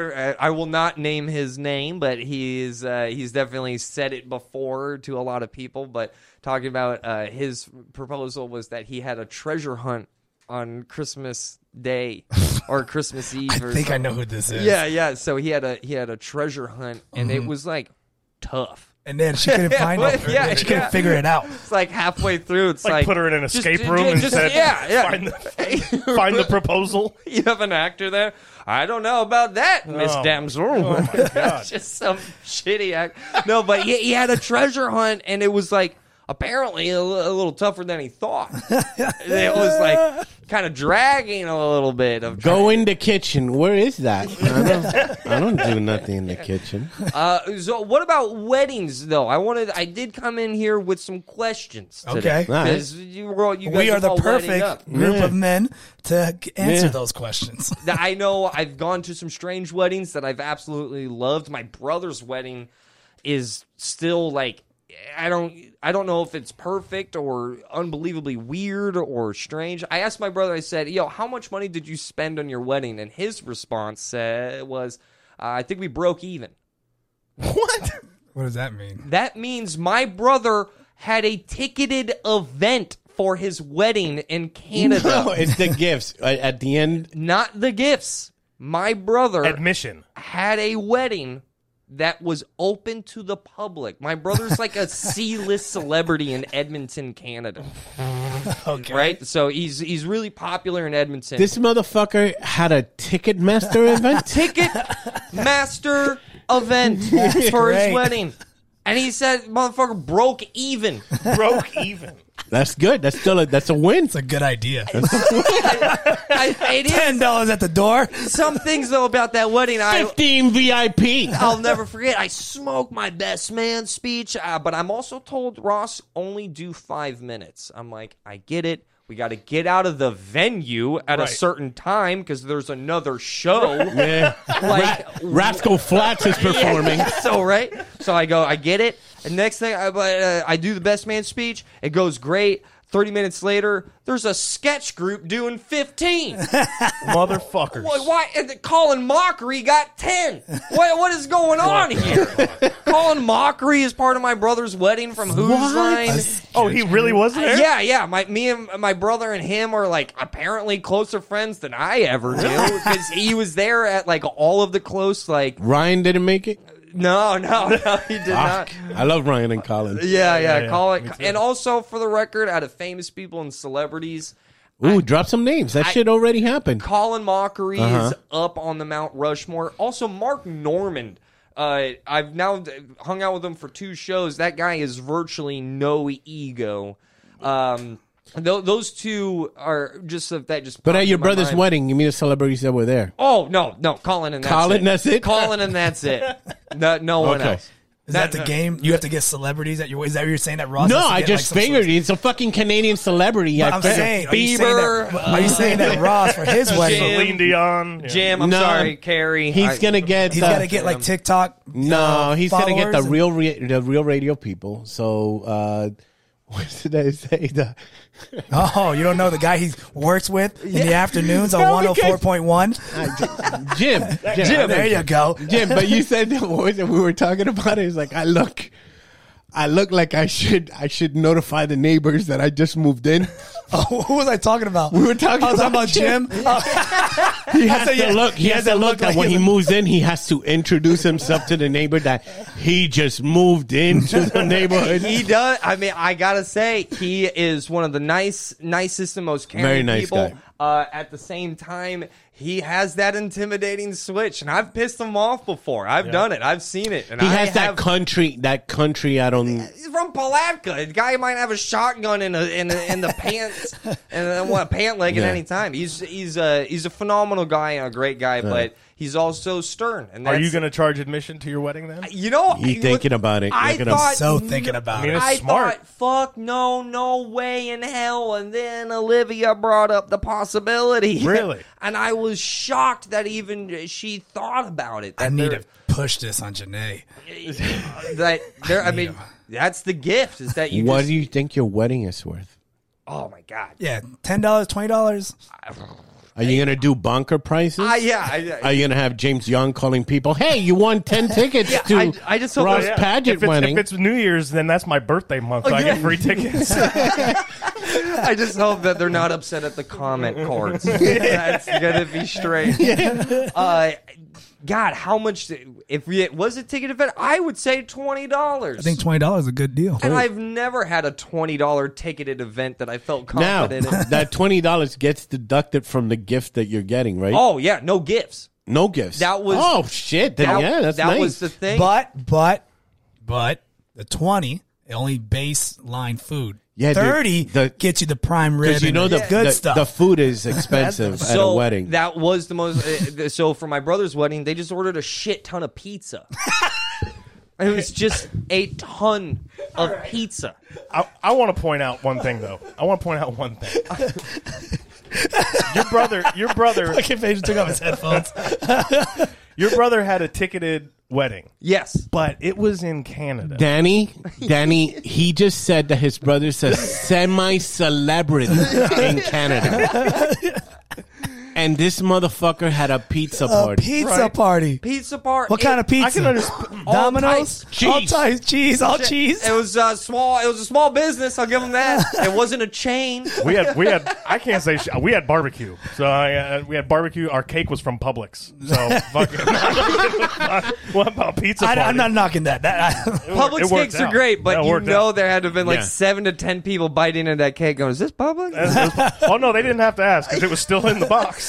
B: I will not name his name, but he's uh, he's definitely said it before to a lot of people. But talking about uh, his proposal was that he had a treasure hunt on Christmas Day or Christmas Eve.
A: I
B: or
A: think I
B: something.
A: know who this is.
B: Yeah, yeah. So he had a he had a treasure hunt, and it was like tough.
A: And then she couldn't find
B: well,
A: it.
B: yeah,
A: she couldn't
B: yeah.
A: figure it out.
B: It's like halfway through. It's like,
D: Like, put her in an escape
B: just-
D: room and
B: just-
D: said,
B: "Yeah, yeah."
D: Find, the, find the proposal.
B: You have an actor there. I don't know about that, Miss
D: Oh.
B: Damsel.
D: Oh my god!
B: just some shitty act. No, but he, he had a treasure hunt, and it was like apparently a, li- a little tougher than he thought. it was like kind of dragging a little bit of.
C: Go in the kitchen. Where is that? I don't, I don't do nothing in the kitchen.
B: Uh, so what about weddings though? I wanted, I did come in here with some questions. Today,
A: Okay.
C: All right.
B: 'Cause you were all- you guys
A: We are
B: were
A: the
B: all wedding up.
A: perfect group
C: Yeah.
A: of men to g- answer
C: Yeah.
A: those questions.
B: that I know I've gone to some strange weddings that I've absolutely loved. My brother's wedding is still like I don't I don't know if it's perfect or unbelievably weird or strange. I asked my brother I said, "Yo, how much money did you spend on your wedding?" And his response said was, uh, "I think we broke even."
A: What? What does that mean?
B: That means my brother had a ticketed event for his wedding in Canada,
C: Oh, No, it's the gifts. At- At the end,
B: not the gifts. My brother
D: Admission.
B: had a wedding that was open to the public. My brother's like a C-list celebrity in Edmonton, Canada.
A: Okay.
B: Right? So he's he's really popular in Edmonton.
C: This motherfucker had a Ticketmaster event.
B: ticket master event for
A: great.
B: his wedding. And he said, motherfucker broke even.
D: Broke even.
C: That's good. That's still a, that's a win.
A: It's a good idea.
B: I, it is
A: Ten dollars at the door.
B: some things though about that wedding I
C: Fifteen VIP.
B: I'll never forget. I smoked my best man speech, uh, but I'm also told Ross only do five minutes. I'm like, I get it. We got to get out of the venue at a
D: Right.
B: certain time because there's another show.
C: Yeah.
B: like,
C: Rascal Flats is performing.
B: so right. So I go, I get it. And next thing, I but, uh, I do the best man speech. It goes great. Thirty minutes later, there's a sketch group doing fifteen.
D: Motherfuckers.
B: Why, why and the- Colin Mockery got ten? What what is going on here? Colin Mockery is part of my brother's wedding from Who's
C: What?
B: Line.
D: Oh, he really was there?
B: Yeah, yeah. My me and my brother and him are like apparently closer friends than I ever knew because he was there at like all of the close. Like
C: Ryan didn't make it.
B: no, no, no, he did not.
C: Fuck. I love Ryan and Colin.
B: Yeah, yeah.
D: yeah,
B: call it.
D: me too.
B: And also, for the record, out of famous people and celebrities,
C: Ooh, drop some names. That shit already happened.
B: Colin Mockery
C: Uh-huh.
B: is up on the Mount Rushmore. Also, Mark Norman. Uh, I've now d- hung out with him for two shows. That guy is virtually no ego. Um, tho- those two are just of that. Just
C: But
B: popped
C: at your
B: in my
C: brother's
B: mind.
C: wedding, you mean the celebrities that were there?
B: Oh no, no, Colin and that's
C: Colin,
B: it.
C: that's it?
B: Colin and that's it. No, no one
C: Okay.
B: else.
A: Is that the game? You have to get celebrities at your. Is that what you're saying that Ross?
C: No,
A: has to
C: I
A: get,
C: just
A: like, some
C: figured
A: sort of-
C: it's a fucking Canadian celebrity. I
A: I'm
C: figured.
A: saying, are you saying, that,
B: Bieber,
A: are you saying that Ross for his wedding?
D: Celine Dion. Yeah.
B: Jam, I'm
C: No,
B: sorry, Carrie.
C: he's
B: I-
C: gonna get.
A: He's
C: uh,
A: got to get like TikTok.
C: No,
A: uh,
C: he's gonna get
A: followers
C: the
A: and-
C: real ra- the real radio people. So uh, what did I say? The,
A: Oh, you don't know the guy he works with in the afternoons on
C: No,
A: one hundred
C: because-
A: four point one.
C: Jim, Jim,
A: There you go.
C: Jim. But you said that what was it? we were talking about it. It's like I look, I look like I should I should notify the neighbors that I just moved in.
A: Oh, who was I talking about?
C: We were talking
A: I was
C: about
A: talking about Jim. Oh,
C: He has to
A: yeah,
C: look. He, has, to look, that
A: like
C: when
A: he
C: he moves in, he has to introduce himself to the neighbor that he just moved into the neighborhood.
B: He does. I mean, I gotta say, he is one of the nice, nicest and most caring
C: Very nice
B: people.
C: guy.
B: Uh, at the same time, he has that intimidating switch, and I've pissed him off before. I've done it. I've seen it. And
C: He
B: I
C: has that
B: have-
C: country. That country. I don't.
B: He's from Palatka. The guy might have a shotgun in a, in, a, in the pants and then what pant leg
C: Yeah.
B: at any time. He's he's a he's a phenomenal guy and a great guy, but he's also stern. And
D: Are you
B: that's-
D: going to charge admission to your wedding then?
B: You know,
C: He thinking about it.
B: I
C: Looking up-
B: thought
A: so thinking about
D: I mean,
A: it.
D: it's
B: I
D: smart.
B: thought, fuck, no, no way in hell. And then Olivia brought up the possibility.
D: Really?
B: and I was shocked that even she thought about it. That
A: I need
B: there-
A: to push this on Janae.
B: That there, I mean, that's the gift is that you.
C: What
B: just-
C: do you think your wedding is worth?
B: oh my god.
A: Yeah, ten dollars, twenty dollars.
C: Are you gonna do bonker prices?
B: I, yeah. I,
C: Are you gonna have James Young calling people? Hey, you won ten tickets to
B: I- I just hope
C: Ross
B: that-
C: Pageant
D: if it's,
C: wedding.
D: If it's New Year's, then that's my birthday month. so I
B: yeah.
D: get free tickets.
B: I just hope that they're not upset at the comment cards. That's gonna be strange. Uh, God, how much? If it was a ticket event, I would say twenty dollars.
A: I think twenty dollars is a good deal.
C: Oh.
B: And I've never had a twenty dollar ticketed event that I felt
C: now
B: confident in.
C: that twenty dollars gets deducted from the gift that you're getting, right?
B: Oh yeah, no gifts.
C: no gifts.
B: that was-
C: oh shit. Then,
B: That,
C: yeah, that's
B: that
C: nice.
B: was the thing.
A: But but but the twenty the only baseline food.
C: Yeah, dude,
A: thirty
C: the-
A: gets you the prime rib.
C: because you
A: and
C: know the,
A: good
C: the,
A: stuff.
C: the food is expensive at
B: so
C: a wedding.
B: that was the most. Uh, th- so for my brother's wedding, they just ordered a shit ton of pizza. it was just a ton of pizza.
D: I, I want to point out one thing though. I want to point out one thing. your brother, your brother,
A: Look at Paige took off his headphones.
D: your brother had a ticketed wedding,
B: Yes.
D: but it was in Canada.
C: Danny, Danny, he just said that his brother's a semi celebrity in Canada. And this motherfucker had a pizza
A: A
C: party.
A: pizza
D: Right.
A: party.
B: Pizza bar.
A: What kind of pizza?
D: I can understand.
B: all
A: Domino's?
B: types.
A: All
C: Cheese.
A: types. Cheese. All cheese.
B: It was uh, small. It was a small business. I'll give them that. It wasn't a chain.
D: We had we had I can't say sh- we had barbecue. So I, uh, we had barbecue. Our cake was from Publix. So fucking. what about pizza?
A: I,
D: Party?
A: am not knocking that. that I,
D: It worked-
B: Publix
D: it worked
B: cakes are
D: out.
B: great,
D: Yeah,
B: but
D: it
B: you
D: worked
B: know
D: out.
B: there had to have been like
C: Yeah.
B: seven to ten people biting into that cake. Going, is this Publix?
D: oh no, they didn't have to ask because it was still in the box.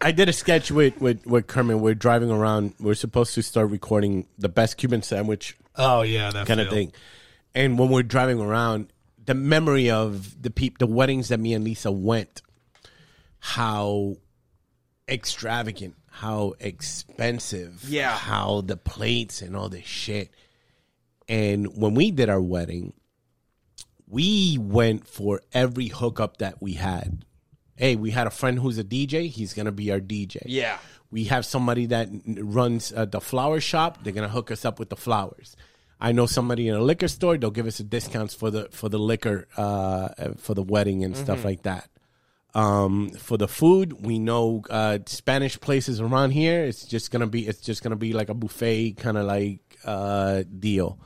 C: I did a sketch with, with, with Kermit. We're driving around. We're supposed to start recording the best Cuban sandwich
A: oh, yeah. That
C: kind of thing. And when we're driving around, the memory of the peop- the weddings that me and Lisa went, how extravagant, how expensive,
B: Yeah.
C: how the plates and all this shit. And when we did our wedding, we went for every hookup that we had. Hey, we had a friend who's a DJ. He's gonna be our DJ.
B: Yeah.
C: We have somebody that n- runs uh, the flower shop. They're gonna hook us up with the flowers. I know somebody in a liquor store. They'll give us the discounts for the for the liquor uh, uh, for the wedding and stuff like that. Um, for the food, we know uh, Spanish places around here. It's just gonna be it's just gonna be like a buffet kind of like uh, deal.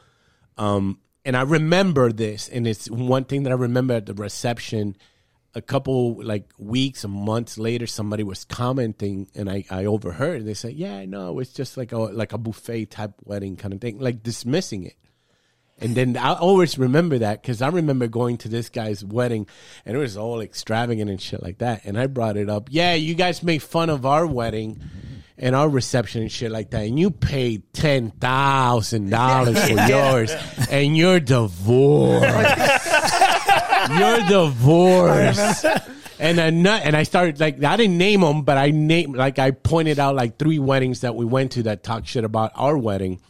C: Um, and I remember this, and it's one thing that I remember at the reception. A couple like weeks or months later, somebody was commenting, and I, I overheard. And they said, "Yeah, no, it's just like a like a buffet type wedding kind of thing, like dismissing it." And then I always remember that because I remember going to this guy's wedding, and it was all extravagant and shit like that. And I brought it up. Yeah, you guys made fun of our wedding. And our reception and shit like that, and you paid ten thousand dollars for yours, and you're divorced. you're divorced. And I nu- and I started like I didn't name them, but I named like I pointed out like three weddings that we went to that talked shit about our wedding,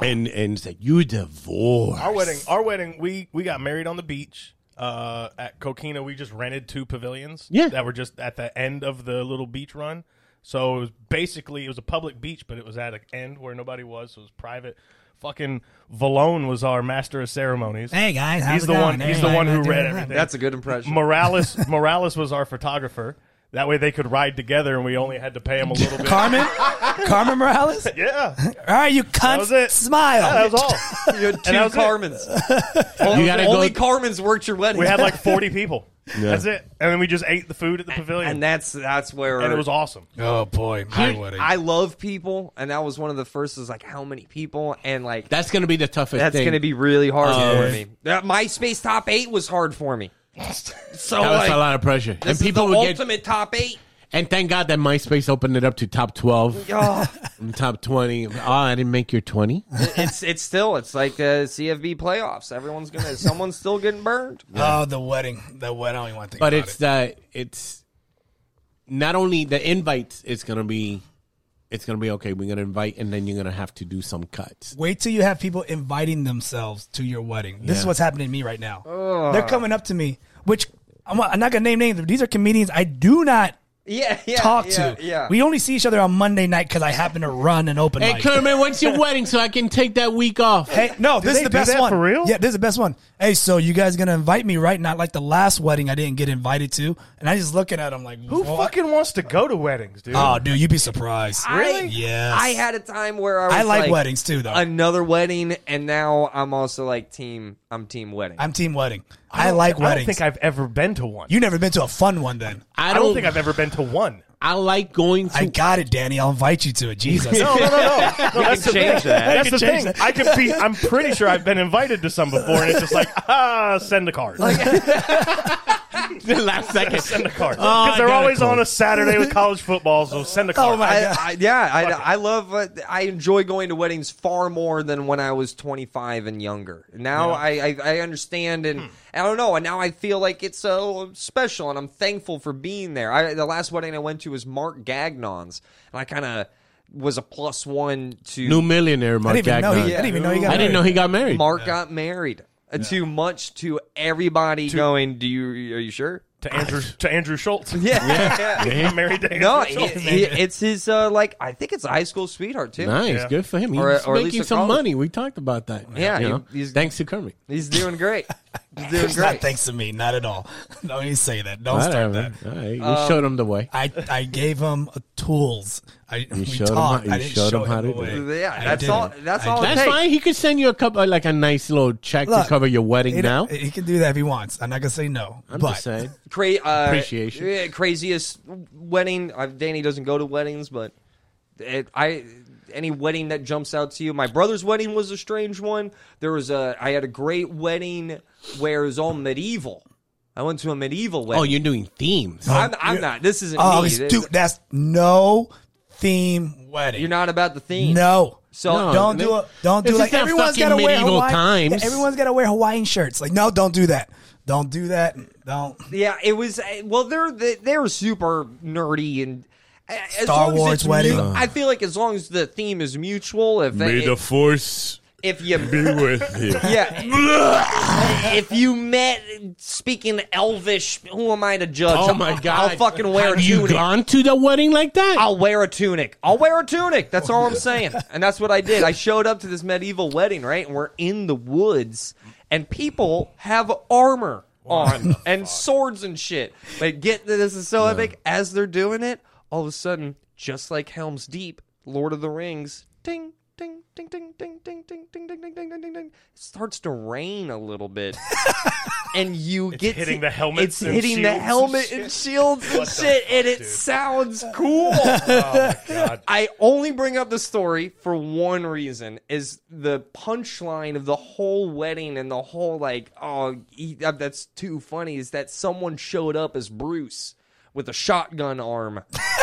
C: and and said you divorced.
D: our wedding, our wedding, we we got married on the beach. Uh, at Coquina, we just rented two pavilions.
C: Yeah.
D: that were just at the end of the little beach run. So it was basically it was a public beach, but it was at an end where nobody was, so it was private. Fucking Valone was our master of ceremonies.
A: Hey, guys. How's
D: he's
A: it
D: the
A: going?
D: one. He's the
A: Everybody
D: one who
A: right there.
D: read everything.
B: That's a good impression.
D: Morales. Morales was our photographer. That way they could ride together, and we only had to pay him a little bit.
A: Carmen? Carmen Morales?
D: yeah,
A: All right, you cunt.
D: was it.
A: Smile.
D: that was all.
B: You had two
D: that was it.
B: Carmens. only,
C: gotta
B: only
C: go-
B: Carmens worked your wedding.
D: We had like forty people. That's it, and then we just ate the food at the pavilion,
B: and that's that's where
D: and it was awesome.
A: oh, boy. My wedding.
B: I love people, and that was one of the first. Is like how many people, and like
C: That's gonna be the toughest.
B: that's
C: thing.
B: going to be really hard
C: Oh.
B: for me. That MySpace top eight was hard for me. So
C: that was
B: like,
C: a lot of pressure,
B: this
C: and people
B: is the
C: would get.
B: ultimate top eight.
C: And thank God that MySpace opened it up to top twelve,
B: Oh,
C: and top twenty. Oh, I didn't make your twenty.
B: it's it's still it's like uh, the CFB playoffs. Everyone's gonna someone's still getting burned.
A: Oh, the wedding. The wedding. I don't even want to think
C: but
A: about
C: it's
A: it.
C: that it's not only the invites it's gonna be it's gonna be okay we're gonna invite and then you're gonna have to do some cuts
A: Wait till you have people inviting themselves to your wedding. This is what's happening to me right now. They're coming up to me, which I'm, I'm not going to name names, but these are comedians I do not
B: Yeah, yeah.
A: talk
B: yeah,
A: to.
B: Yeah.
A: We only see each other on Monday night because I happen to run an open
C: hey
A: mic.
C: Kermit when's your wedding so I can take that week off
A: Hey, no, this is
D: they
A: the
D: do
A: best
D: that
A: one.
D: for real?
A: Yeah, this is the best one. Hey, so you guys gonna invite me, right? Not like the last wedding I didn't get invited to, and I just looking at them like,
D: Who
A: what?
D: fucking wants to go to weddings, dude?
A: Oh, dude, you'd be surprised.
B: I,
A: Yes.
B: I had a time where I was
A: I like weddings, too, though.
B: Another wedding, and now I'm also like team. I'm team wedding.
A: I'm team wedding. I, like
D: I
A: weddings.
D: don't think I've ever been to one.
A: you never been to a fun one, then?
D: I don't think I've ever been to one.
C: I like going to
A: I got it, Danny. I'll invite you to it. Jesus. Oh,
D: No, no, no, no. no that's the
B: change
D: thing.
B: that.
D: That's the
A: change
D: thing. I could be. I'm pretty sure I've been invited to some before, and it's just like, ah, send a card.
C: the last
D: send
C: second
D: a card
C: I
D: because they're
C: got a
D: always
C: card.
D: on a Saturday with college football. So send a card.
A: my
B: I,
A: Yeah.
B: I, yeah, I, I love. Uh, I enjoy going to weddings far more than when I was 25 and younger. Now I, I I understand, and I don't know. And now I feel like it's so special, and I'm thankful for being there. I, the last wedding I went to was Mark Gagnon's, and I kind of was a plus one to
C: new millionaire
A: I
C: Mark
A: didn't even know. He, I
C: Gagnon.
A: didn't even know he got.
C: I didn't know
A: married.
C: he got married
B: Mark got married. Uh, Too much to everybody going. Do you are you sure?
D: to Andrew. To Andrew Schultz.
B: Yeah. yeah.
D: I'm married to Andrew
B: No,
D: Schultz.
B: it- it- it's his uh, like I think it's a high school sweetheart too.
C: nice
D: Yeah.
C: good for him he's
B: Or- or at least
C: making
B: a
C: some
B: college.
C: money we talked about that
B: Yeah,
C: you
B: he-
C: know?
B: he's-
C: thanks to Kermit
B: He's doing great. They're
A: There's not
B: great.
A: thanks to me, not at all. Don't you say that. Don't start that.
C: Whatever. All right. You
B: Um,
C: showed him the way.
A: I, I gave him uh, tools. I we
C: showed him
A: talked.
C: how- you
A: I didn't
C: showed
A: show
C: him how to do
A: the
C: it.
A: way.
B: Yeah,
A: I
B: that's
A: didn't.
B: all- that's
A: I
B: all it
A: didn't.
C: That's
B: Hey.
C: fine. He could send you a couple, like a nice little check
A: Look,
C: to cover your wedding
A: He-
C: now.
A: he can do that if he wants. I'm not gonna say no.
C: I'm
A: but
C: just saying.
B: Cra- uh,
C: Appreciation.
B: yeah, craziest wedding. Uh, Danny doesn't go to weddings, but it, I any wedding that jumps out to you. My brother's wedding was a strange one. There was a I had a great wedding where it was all medieval. I went to a medieval wedding.
C: Oh, you're doing themes.
B: I'm, I'm not. This isn't
A: Oh,
B: me.
A: it's-
B: This-
A: dude, that's no theme wedding.
B: you're not about the theme.
A: No.
B: So
C: No.
A: Don't
C: they-
A: do it. Don't
C: This
A: do
C: is
A: like
C: not
A: everyone's
C: fucking
A: got to wear
C: medieval
A: Hawaiian.
C: times.
A: yeah, everyone's got to wear Hawaiian shirts. Like no, don't do that. Don't do that. Don't.
B: Yeah, it was. uh, Well, they're they- they're super nerdy and uh, as
A: Star
B: long as
A: Wars
B: it's
A: wedding.
B: mu- I feel like as long as the theme is mutual, if they, if,
E: force
B: if you
E: with you.
B: yeah, if you met speaking Elvish, who am I to judge?
C: Oh
B: I'll-
C: my god!
B: I'll fucking wear
C: Have
B: a
C: you
B: tunic.
C: gone to the wedding like that?
B: I'll wear a tunic. I'll wear a tunic. That's all I'm saying. And that's what I did. I showed up to this medieval wedding, right? And we're in the woods, and people have armor on and swords and shit. Like, get that this is so epic. As they're doing it, all of a sudden, just like Helm's Deep, Lord of the Rings, ding. Ding ding ding ding ding ding ding ding ding ding ding ding ding. It starts to rain a little bit, and you get
D: hitting
B: to-
D: the helmets
B: It's
D: and
B: hitting
D: shields
B: the
D: and
B: helmet
D: shit.
B: and shields and
D: What the
B: shit, and
D: fuck,
B: it
D: dude?
B: sounds cool.
D: Oh my god.
B: I only bring up the story for one reason: is the punchline of the whole wedding and the whole like, oh, he, uh, that's too funny. Is that someone showed up as Bruce with a shotgun arm?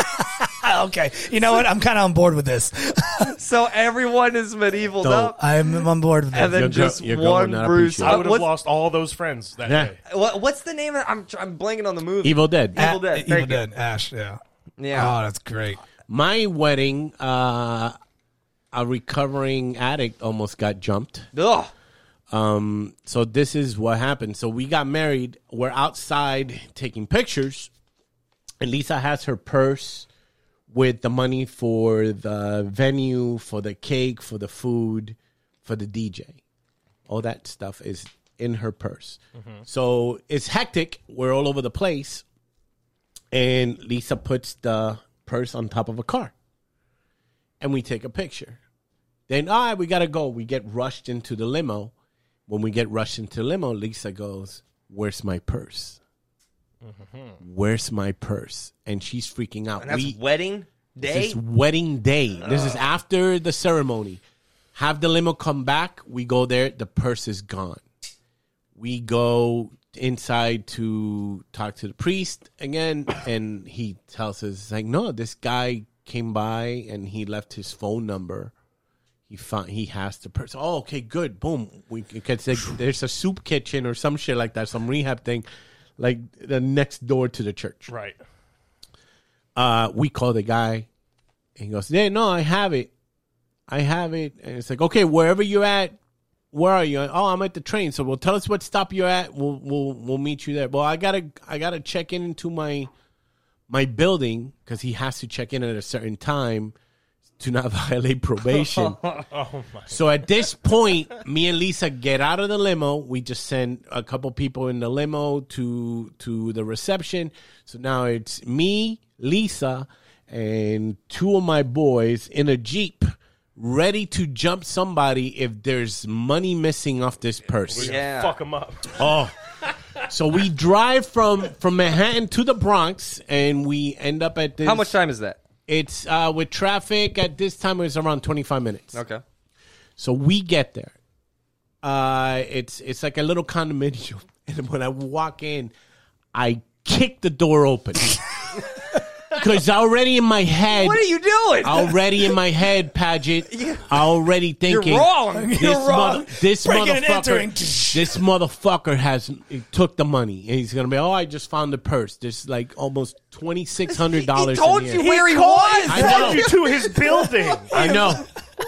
A: Ah, okay. You know what? I'm kind of on board with this.
B: so everyone is medieval up,
A: I'm on board with this.
B: and then
C: Your girl-
B: just
C: your girl would
B: one
C: not
B: Bruce.
C: appreciate
D: I
B: Uh,
D: would have
B: what's,
D: lost all those friends that
C: Yeah.
D: day.
B: what- what's the name? of I'm tr- I'm blanking on the movie.
C: Evil Dead.
B: Evil Dead.
A: Evil
B: Thank you.
A: Dead. Ash. Yeah.
B: Yeah.
A: Oh, that's great.
C: My wedding, uh, a recovering addict almost got jumped.
B: Ugh.
C: Um, so this is what happened. So we got married. We're outside taking pictures, and Lisa has her purse with the money for the venue, for the cake, for the food, for the DJ. All that stuff is in her purse. So it's hectic. We're all over the place, and Lisa puts the purse on top of a car, and we take a picture. Then all right, we gotta go. We get rushed into the limo when we get rushed into limo, Lisa goes, "Where's my purse? Where's my purse?" And she's freaking out.
B: And that's
C: We-
B: wedding day.
C: this wedding day. This is after the ceremony. Have the limo come back. We go there. The purse is gone. We go inside to talk to the priest again, and he tells us it's like, no, this guy came by and he left his phone number. He found he has the purse. Oh, okay, good. Boom. We because like, there's a soup kitchen or some shit like that, some rehab thing, like the next door to the church
D: Right.
C: uh, we call the guy and he goes, Yeah, no, I have it. I have it. And it's like, okay, wherever you're at, where are you? Oh, I'm at the train. So well tell us what stop you're at. We'll we'll we'll meet you there. Well, I gotta I gotta check in into my my building because he has to check in at a certain time to not violate probation. So at this point, me and Lisa get out of the limo. We just send a couple people in the limo to to the reception. So now it's me, Lisa, and two of my boys in a jeep, ready to jump somebody if there's money missing off this purse.
B: yeah.
D: Fuck them up.
C: Oh. So we drive from from Manhattan to the Bronx, and we end up at this.
B: How much time is that?
C: It's uh, with traffic at this time. It's around twenty five minutes.
B: Okay.
C: So we get there. Uh, it's it's like a little condominium, and when I walk in, I kick the door open because already in my head,
B: What are you doing?
C: already in my head, Paget, already
B: You're
C: thinking.
B: wrong.
C: This, mother, this
A: Breaking and
C: motherfucker,
A: entering.
C: this motherfucker has he took the money, and he's gonna be. Oh, I just found the purse. There's like almost twenty six hundred
B: He
C: dollars.
B: told you where he
D: called
B: was.
C: I know.
D: Took you to his building.
C: I know.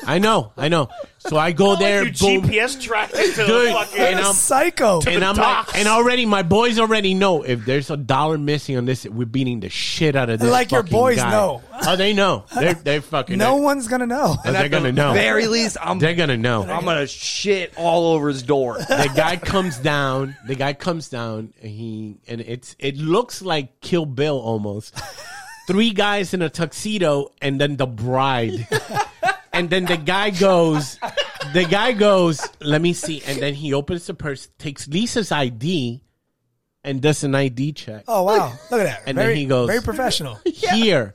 C: I know, I know. So I go there,
D: you
C: boom,
D: GPS tracked it to
C: Dude,
D: the fucking.
C: and
A: a
C: I'm-
A: psycho.
C: and I'm
D: docks.
C: like, and already my boys already know if there's a dollar missing on this, we're beating the shit out of this.
A: Like your
C: fucking
A: boys
C: guy.
A: know.
C: Oh, they know. They're they fucking
A: No
C: they-
A: one's gonna know.
C: Oh, they're gonna know.
B: Very least, I'm
C: They're gonna know.
B: I'm gonna shit all over his door.
C: the guy comes down. The guy comes down. And he and it's it looks like Kill Bill almost. Three guys in a tuxedo, and then the bride, and then the guy goes. The guy goes. Let me see. And then he opens the purse, takes Lisa's ID, and does an ID check
A: Oh wow, look at that.
C: And then
A: very,
C: he goes-
A: very professional.
C: here.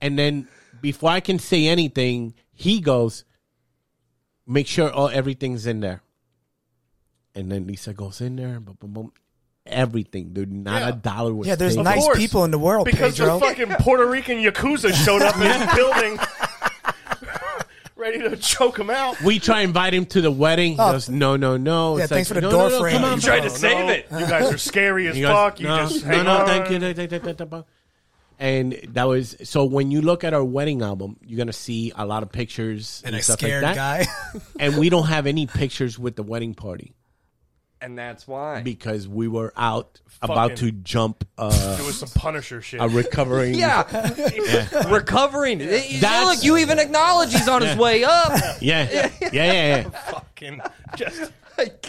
C: And then before I can say anything, he goes, make sure all everything's in there. And then Lisa goes in there, boom, boom, boom. Everything, dude. Not
D: Yeah.
C: a dollar was
A: Yeah, there's
C: taken.
A: nice
D: course.
A: people in the world,
D: because
A: Pedro.
D: the fucking Puerto Rican yakuza showed up in the building, ready to choke him out.
C: We try and invite him to the wedding. He
A: Oh.
C: goes, no, no, no.
A: Yeah,
C: It's
A: thanks for the
C: no,
A: door
C: no, no,
A: frame.
C: Come on,
A: You
C: come
D: Tried
C: on.
D: to save it. You guys are scary as
C: He goes,
D: fuck. You
C: no,
D: just
C: no,
D: hang
C: no,
D: on.
C: thank you. da- da- da- da- da- da- And that was so. When you look at our wedding album, you're gonna see a lot of pictures and,
A: and a
C: stuff
A: scared
C: like that.
A: guy.
C: And we don't have any pictures with the wedding party.
B: And that's why.
C: because we were out about to
D: Fucking-
C: jump uh,
D: It was some Punisher shit.
C: a recovering.
B: yeah. Recovering. You
C: That's-
B: Look, you even acknowledge he's on his way up.
C: yeah, yeah, yeah. yeah.
D: fucking just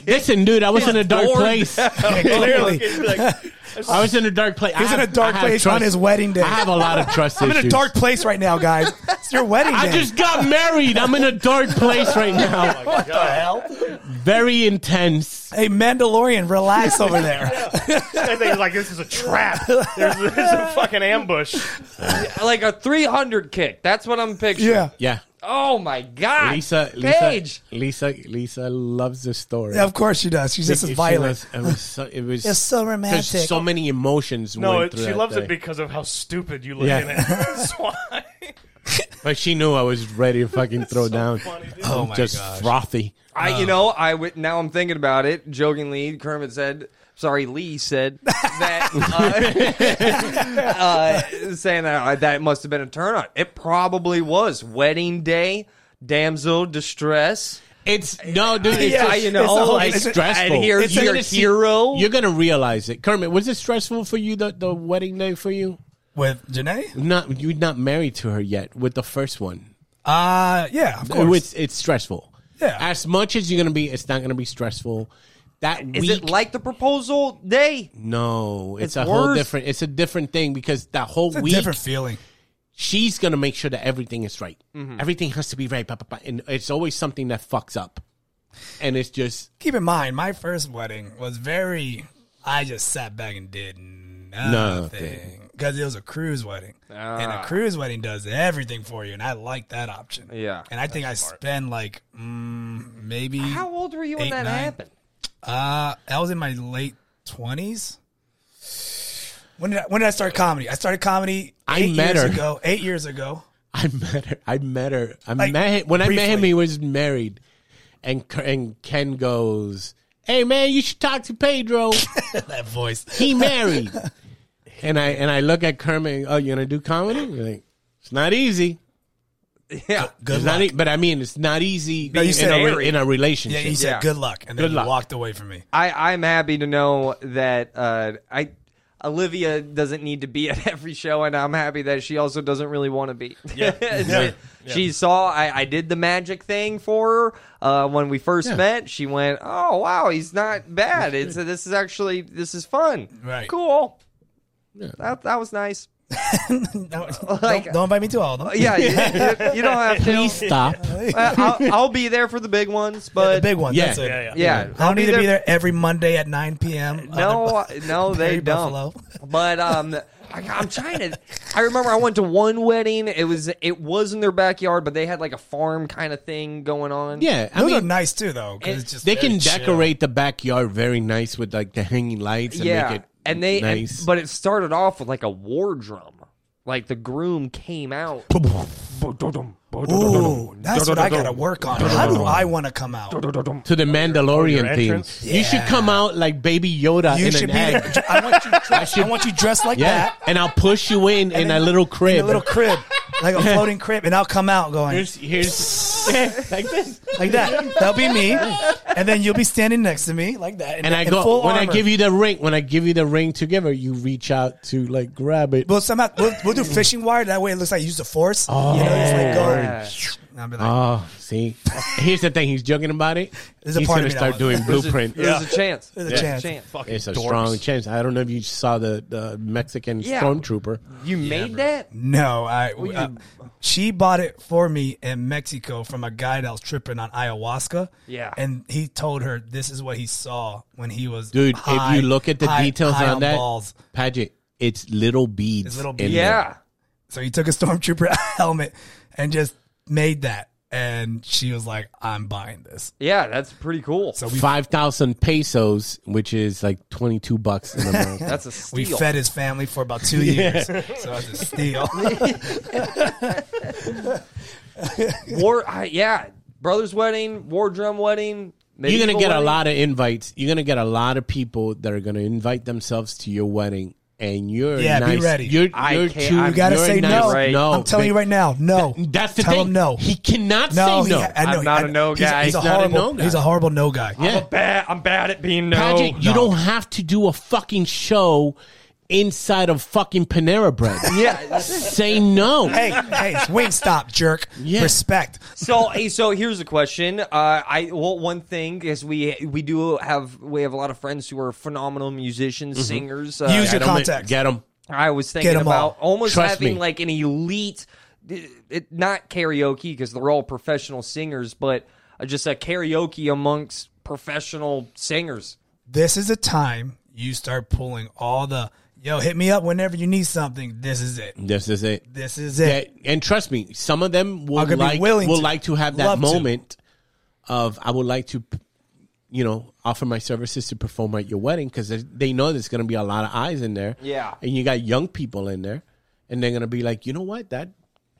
C: Listen, dude, I was in a dark
B: Lord.
C: place. I
A: Clearly,
D: It's like, "Oh
C: was in a dark place.
A: he's in a dark place on his wedding day.
C: I have a lot of trust
A: I'm
C: issues.
A: in a dark place right now, guys. It's your wedding day.
C: I just got married. I'm in a dark place right now.
D: what the hell?
C: Very intense.
A: hey, Mandalorian, relax over there.
D: And they're like, this is a trap. There's, this is a fucking ambush.
B: Like a 300 kick. That's what I'm picturing.
A: Yeah.
C: Yeah.
B: Oh my God.
C: Lisa, Lisa,
B: Paige.
C: Lisa, Lisa loves this story.
A: Yeah, of course she does. She's just as
C: She
A: violent.
C: was- It was so, it was
A: It's so
C: there's
A: romantic.
C: So many emotions.
D: No,
C: went
D: it,
C: through
D: she
C: that
D: loves
C: day.
D: it because of how stupid you look
C: Yeah.
D: in it. That's why.
C: But she knew I was ready to fucking throw down.
D: funny, dude.
C: I'm just frothy.
B: I,
A: Oh.
B: you know, I would. Now I'm thinking about it. Jokingly, Kermit said, "Sorry, Lee said that." Uh, uh, saying that uh, that must have been a turn on. It probably was. Wedding day, damsel distress.
C: It's no, dude. It's
B: Yeah,
C: just,
B: you know,
C: it's,
A: whole-
C: like,
A: it's-
C: stressful.
B: and here-
C: It's
B: your
C: gonna see-
B: hero.
C: You're gonna realize it, Kermit. Was it stressful for you the, the wedding day for you?
A: With Janae?
C: Not you're not married to her yet with the first one.
A: Uh, yeah, of course.
C: It's it's stressful.
A: Yeah.
C: As much as you're gonna be, it's not gonna be stressful. That
B: Is
C: week,
B: it like the proposal day?
C: no, it's,
B: It's
C: a whole
B: worse?
C: different. It's a different thing because that whole
A: it's a
C: week
A: different feeling.
C: she's gonna make sure that everything is right.
A: Mm-hmm.
C: Everything has to be right, blah, blah, blah. and it's always something that fucks up. And it's just
A: Keep in mind, my first wedding was very. I just sat back and did nothing
C: Nothing.
A: because it was a cruise wedding, and
B: Ah.
A: a cruise wedding does everything for you, and I like that option.
B: Yeah,
A: and I think I spend like mm, maybe
B: How old were you when
A: Eight,
B: that
A: nine.
B: happened?
A: Uh, I was in my late twenties. When did I, when did I start comedy? I started comedy.
C: I
A: eight
C: met
A: years
C: her.
A: ago. Eight years ago.
C: I met her. I met her. I
A: Like,
C: met him when I met him.
A: briefly.
C: He was married, and K- and Ken goes, "Hey man, you should talk to Pedro.
A: that voice.
C: He married." and I and I look at Kermit. Oh, you're gonna do comedy? You're like, it's not easy.
B: Yeah,
A: Good
C: It's
A: luck.
C: not e- but I mean, it's not easy
A: you
C: in,
A: said
C: a, re-
B: married.
C: in a
A: yeah,
C: relationship.
A: you said
B: Yeah.
A: good luck, and then
C: Good
A: you
C: luck.
A: walked away from me.
B: I, I'm happy to know that uh, I Olivia doesn't need to be at every show, and I'm happy that she also doesn't really want to be. Yeah. She saw I, I did the magic thing for her uh, when we first met. She went, "Oh wow, he's not bad. It's this is actually this is fun.
A: Right.
B: Cool. That that was nice.
A: Don't,
B: Like-
A: don't, don't invite me to all of them.
B: Yeah, you, you don't have to.
C: Please stop.
B: Uh, I'll, I'll be there for the big ones, but
A: the big one.
C: Yeah.
A: That's it.
D: Yeah, yeah.
B: yeah,
A: I don't need to be there every Monday at 9 p.m.
B: No,
A: Other-
B: no, they
A: Perry
B: don't.
A: Buffalo.
B: But um, I, I'm trying to. I remember I went to one wedding. It was it was in their backyard, but they had like a farm kind of thing going on.
C: Yeah, I
A: Those are
C: mean,
A: nice too, though. 'cause
B: it-
A: it's just
C: they
A: very
C: can
A: chill.
C: decorate the backyard very nice with like the hanging lights. And
B: yeah.
C: make it
B: and they, and-
C: nice.
B: but it started off with like a war drum. Like the groom came out.
A: Ooh, that's what I gotta work on. How do I want to come out?
C: to the Mandalorian theme.
D: entrance?
C: You should come out like Baby Yoda
A: You
C: in
A: should
C: an
A: be.
C: egg.
A: I want you. Dressed, I want you dressed like
C: Yeah,
A: that
C: and I'll push you in in a little crib.
A: in a little crib. like a floating crib, and I'll come out going
C: Here's here's like this.
A: like that. That'll be me, and then you'll be standing next to me like that. in-
C: And I
A: in
C: go
A: full
C: when I
A: armor.
C: give you the ring. When I give you the ring together, you reach out to like grab it.
A: We'll somehow we'll, we'll do fishing wire. That way, it looks like you use the force. Oh, you know, it's like go. And I'll be like,
C: Oh, see, here's the thing. He's joking about it.
A: There's a
C: He's
A: part of
C: gonna
A: me that
C: start
A: wants-
C: doing
B: There's a-
C: blueprint.
B: There's
D: Yeah.
B: a chance.
A: There's a chance.
D: Fucking
C: It's a
D: dorks.
C: strong chance. I don't know if you saw the, the Mexican
B: Yeah.
C: stormtrooper.
B: You made that?
A: no, I. uh, she bought it for me in Mexico from a guy that was tripping on ayahuasca.
B: Yeah.
A: and he told her this is what he saw when he was
C: Dude,
A: high-
C: if you look at the
A: high-
C: details
A: high
C: on, that,
A: balls.
C: Paget, it's little beads.
A: It's little
C: in
A: beads.
C: there.
B: Yeah.
A: So he took a stormtrooper helmet and just made that. And she was like, "I'm buying this."
B: Yeah, that's pretty cool.
A: So we
C: Five thousand pesos, which is like twenty two bucks in America.
B: that's a
A: we
B: steal.
A: fed his family for about two years. so I was a steal.
B: War, I, yeah, brother's wedding, war drum wedding.
C: You're gonna
B: medieval
C: get a
B: wedding.
C: lot of invites. You're gonna get a lot of people that are gonna invite themselves to your wedding, and you're
A: Yeah, be
C: nice.
A: ready.
C: You're,
B: I
C: you're
B: can't-
C: too-
B: I
A: You gotta
C: you're
A: say
C: nice.
A: no.
B: Right.
C: No,
A: I'm telling you right now, no.
C: Oh, That's the
A: Tell
C: thing.
A: Him no.
C: He cannot
A: no,
C: say
A: he-
C: no.
A: I know,
B: I'm not
A: I
B: a no
A: he's-
B: guy.
A: He's a
C: He's not a
A: horrible.
C: no guy.
A: He's a horrible no guy.
C: yeah.
B: I'm bad. I'm bad at being no.
C: Paget, you
B: No.
C: don't have to do a fucking show inside of fucking Panera Bread.
B: Yeah.
C: Say no.
A: Hey, hey, it's Wingstop jerk.
C: Yeah.
A: Respect.
B: So, hey, so here's a question. Uh, I well, one thing is we we do have we have a lot of friends who are phenomenal musicians, singers. Uh,
A: Use your
C: Get 'em,
A: contacts.
C: Get him.
B: I was thinking
A: 'em all.
B: about almost
C: Trust
B: having
C: me.
B: like an elite, it, not karaoke because they're all professional singers, but uh, just a karaoke amongst professional singers.
A: This is a time you start pulling all the yo. Hit me up whenever you need something. This is it.
C: This is it.
A: This is it.
C: Yeah, and trust me, some of them
A: I'm
C: will
A: gonna be
C: like
A: willing
C: will
A: to.
C: like to have that
A: Love to.
C: moment of I would like to, you know, offer my services to perform at your wedding because they know there's going to be a lot of eyes in there.
B: Yeah.
C: and you got young people in there, and they're going to be like, you know what, that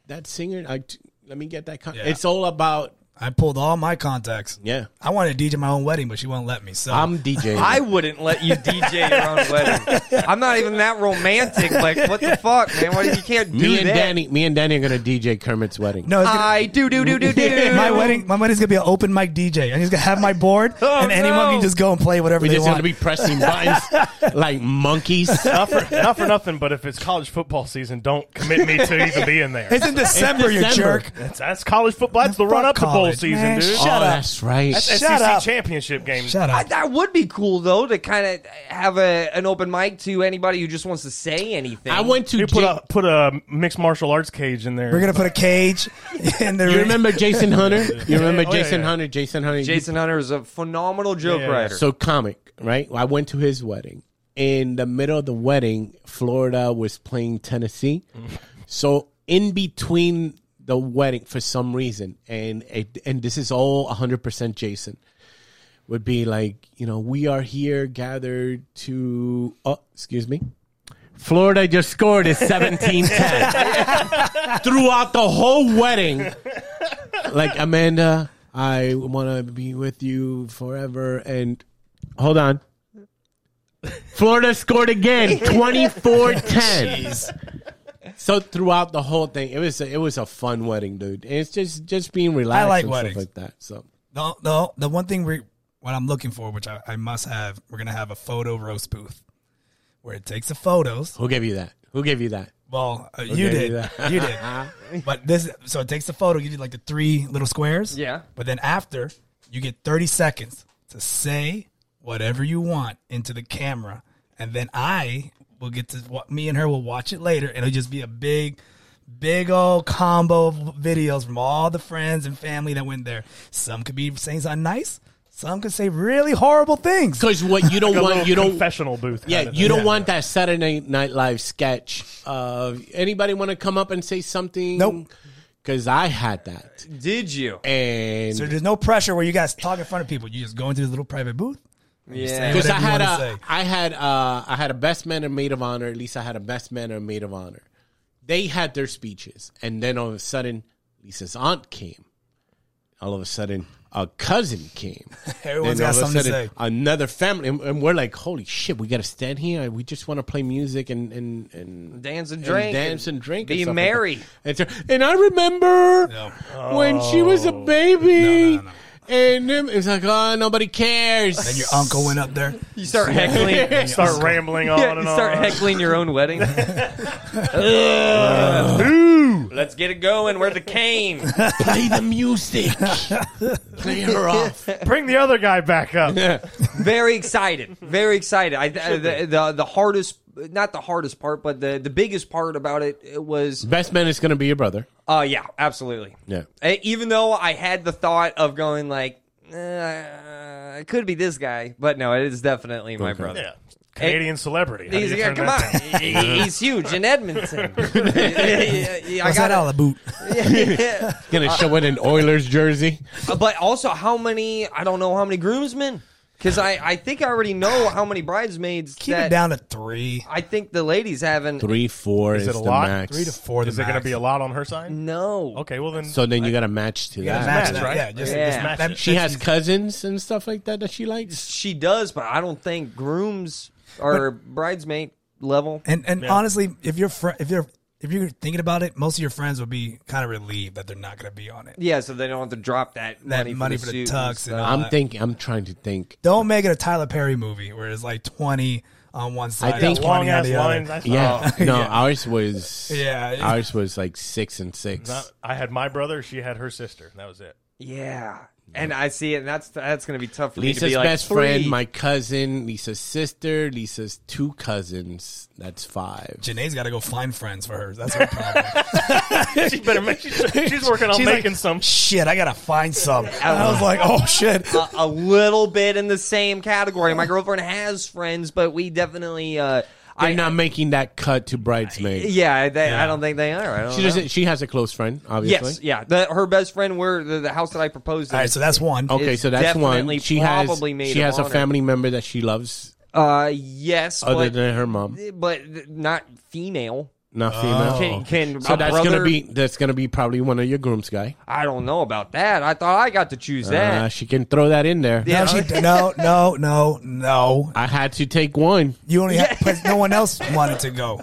C: that singer, I let me get that. Con-.
A: Yeah.
C: It's all about
A: I pulled all my contacts.
C: yeah.
A: I wanted to DJ my own wedding, but she won't let me. So
C: I'm DJing.
B: I wouldn't let you DJ your own wedding. I'm not even that romantic. Like, what the fuck, man? Why you can't do
C: me and
B: that?
C: Danny, me and Danny are going to DJ Kermit's wedding.
A: no, it's gonna,
B: I do do do do do.
A: my wedding. My wedding's gonna be an open mic DJ, and he's gonna have my board,
B: Oh,
A: and anyone
B: no.
A: can just go and play whatever
C: We're
A: they
C: just going
A: want.
C: to be pressing buttons like monkeys.
D: Not for, not for nothing, but if it's college football season, don't commit me to even being there.
A: it's in December, you
C: December.
A: jerk.
D: That's, that's college football. That's the
A: Fuck
D: run up to bowl
A: college,
D: season,
A: man.
D: dude.
A: Shut
C: oh,
A: up.
C: that's right.
A: That's-
D: SEC
A: Shut up.
D: championship game.
A: Shut
B: I,
A: up.
B: that would be cool though to kind of have a an open mic to anybody who just wants to say anything.
C: I went to
D: You put
C: J-
D: a put a mixed martial arts cage in there.
A: We're gonna put a cage in the
C: You remember Jason Hunter? You remember
D: Oh, yeah,
C: Jason
D: yeah.
C: Hunter? Jason Hunter.
B: Jason Hunter is a phenomenal joke
D: Yeah.
B: writer.
C: So comic, right? I went to his wedding. In the middle of the wedding, Florida was playing Tennessee.
D: Mm.
C: so in between the wedding, for some reason, and it, and this is all 100% Jason would be like, you know, we are here gathered to. Oh, excuse me. Florida just scored is 17 10 throughout the whole wedding. Like, Amanda, I want to be with you forever. And hold on. Florida scored again 24 10. So throughout the whole thing, it was a, it was a fun wedding, dude. And it's just just being relaxed
A: like
C: and
A: weddings.
C: stuff like that. So
A: No, no. The one thing we, what I'm looking for, which I, I must have, we're gonna have a photo roast booth where it takes the photos.
C: Who gave you that? Who gave you that?
A: Well, uh, you
C: Okay,
A: did,
C: yeah.
A: you did. But this, so it takes the photo. You do like the three little squares.
B: Yeah.
A: But then after, you get 30 seconds to say whatever you want into the camera, and then I will get to wa- me and her will watch it later, and it'll just be a big. Big old combo of videos from all the friends and family that went there. Some could be saying something nice. Some could say really horrible things.
C: Because what you don't
D: Like a
C: want,
D: little
C: you don't.
D: confessional booth. kind
C: Yeah,
D: of
C: you
D: thing.
C: don't want that Saturday Night Live sketch of anybody want to come up and say something.
A: Nope.
C: Because I had that,
B: Did you?
C: and
A: So there's no pressure where you guys talk in front of people. You just go into this little private booth.
B: Yeah.
A: saying-
C: because I
A: whatever you
C: had
A: wanna
C: a,
A: say.
C: I had uh, I had a best man and maid of honor. At least I had a best man and maid of honor. They had their speeches, and then all of a sudden, Lisa's aunt came. All of a sudden, a cousin came.
A: Everyone's
C: Then all
A: got
C: of a
A: something to
C: sudden,
A: say.
C: Another family, and, and we're like, holy shit, we got to stand here. We just want to play music and and and
B: Dance and drink
C: dance
B: and
C: and drink,
B: be
C: and stuff like
B: merry.
C: that. And, so- and I remember when she was a
A: No,
C: baby.
A: no, no, no.
C: And um, it was like, oh, nobody cares.
A: And your uncle went up there.
B: You start heckling. yeah,
D: Start rambling on
B: you
D: and on.
B: start heckling your own wedding. Let's get it going. Where's the cane?
C: play the music. play her off.
D: Bring the other guy back up.
B: Very excited. Very excited. I, the, the the hardest, not the hardest part, but the the biggest part about it, it was
C: Best man is going to be your brother.
B: Uh, yeah, absolutely.
C: Yeah.
B: Uh, Even though I had the thought of going like, uh, it could be this guy, but no, it is definitely my brother. Eh,
D: Yeah. Canadian celebrity. How do
B: He's
D: you
B: yeah,
D: turn
B: come
D: that
B: on.
D: down?
B: He- he- He's huge in Edmonton. I
A: What's that all
B: got
A: about?
C: Going to
B: Uh,
C: show it in Oilers jersey.
B: But also, how many? I don't know how many groomsmen, because I, I think I already know how many bridesmaids
A: Keep
B: that
A: it down to three.
B: I think the ladies having.
C: Three, four is,
D: it a
C: the
D: lot?
C: max.
A: Three to four.
D: Is there going to be a lot on her side?
B: No.
D: Okay, well then.
C: so then you got to match to
A: match,
C: that.
D: match,
A: that.
D: right?
A: Yeah, just,
B: Yeah.
A: just match
D: Match
A: it.
D: it.
C: She has cousins and stuff like that that she likes.
B: She does, but I don't think grooms are bridesmaid level.
A: And and honestly, if you're fr- if you're if you're thinking about it, most of your friends would be kind of relieved that they're not going to be on it.
B: Yeah, so they don't have to drop that,
A: That money,
B: for
A: for the
B: suit
A: tux. And
B: stuff.
A: all
C: I'm
A: that.
C: thinking. I'm trying to think.
A: Don't make it a Tyler Perry movie where it's like 20 on one side.
C: think-
A: 20
D: Long
A: on
D: ass
A: the other.
D: lines. I,
C: Yeah.
A: Oh,
C: no,
A: yeah.
C: ours was.
A: Yeah.
C: Ours was like six and six.
D: Uh, I had my brother. She had her sister. That was it.
B: Yeah, and I see it, and that's that's gonna be tough for me
C: Lisa's
B: to be like
C: best
B: three.
C: friend, my cousin, Lisa's sister, Lisa's two cousins. That's five.
A: Janae's got to go find friends for hers. That's her problem.
D: She better make. She's, she's working on
A: She's
D: making
A: like,
D: some.
A: Shit, I got to find some. And I was like, oh, shit.
B: a, a little bit in the same category. My girlfriend has friends, but we definitely. Uh,
C: They're
B: I
C: not making that cut to bridesmaids.
B: yeah, they, I don't think they are. I don't
C: She
B: know.
C: doesn't. She has a close friend, obviously.
B: Yes, yeah. The, her best friend, where the, the house that I proposed. In,
A: All right, so that's one.
C: Okay,
B: It's
C: so that's
B: definitely
C: one. She has.
B: probably made
C: She
B: of
C: has a
B: honor.
C: family member that she loves,
B: uh, yes,
C: other
B: but,
C: than her mom,
B: but th- not female.
C: not female.
B: Can, can
C: Oh. So
B: a
C: that's
B: brother,
C: gonna be that's gonna be probably one of your grooms guy.
B: I don't know about that. I thought I got to choose that.
C: Uh, she can throw that in there.
A: No, she, no, no, no, no.
C: I had to take one.
A: You only had, but no one else wanted to go.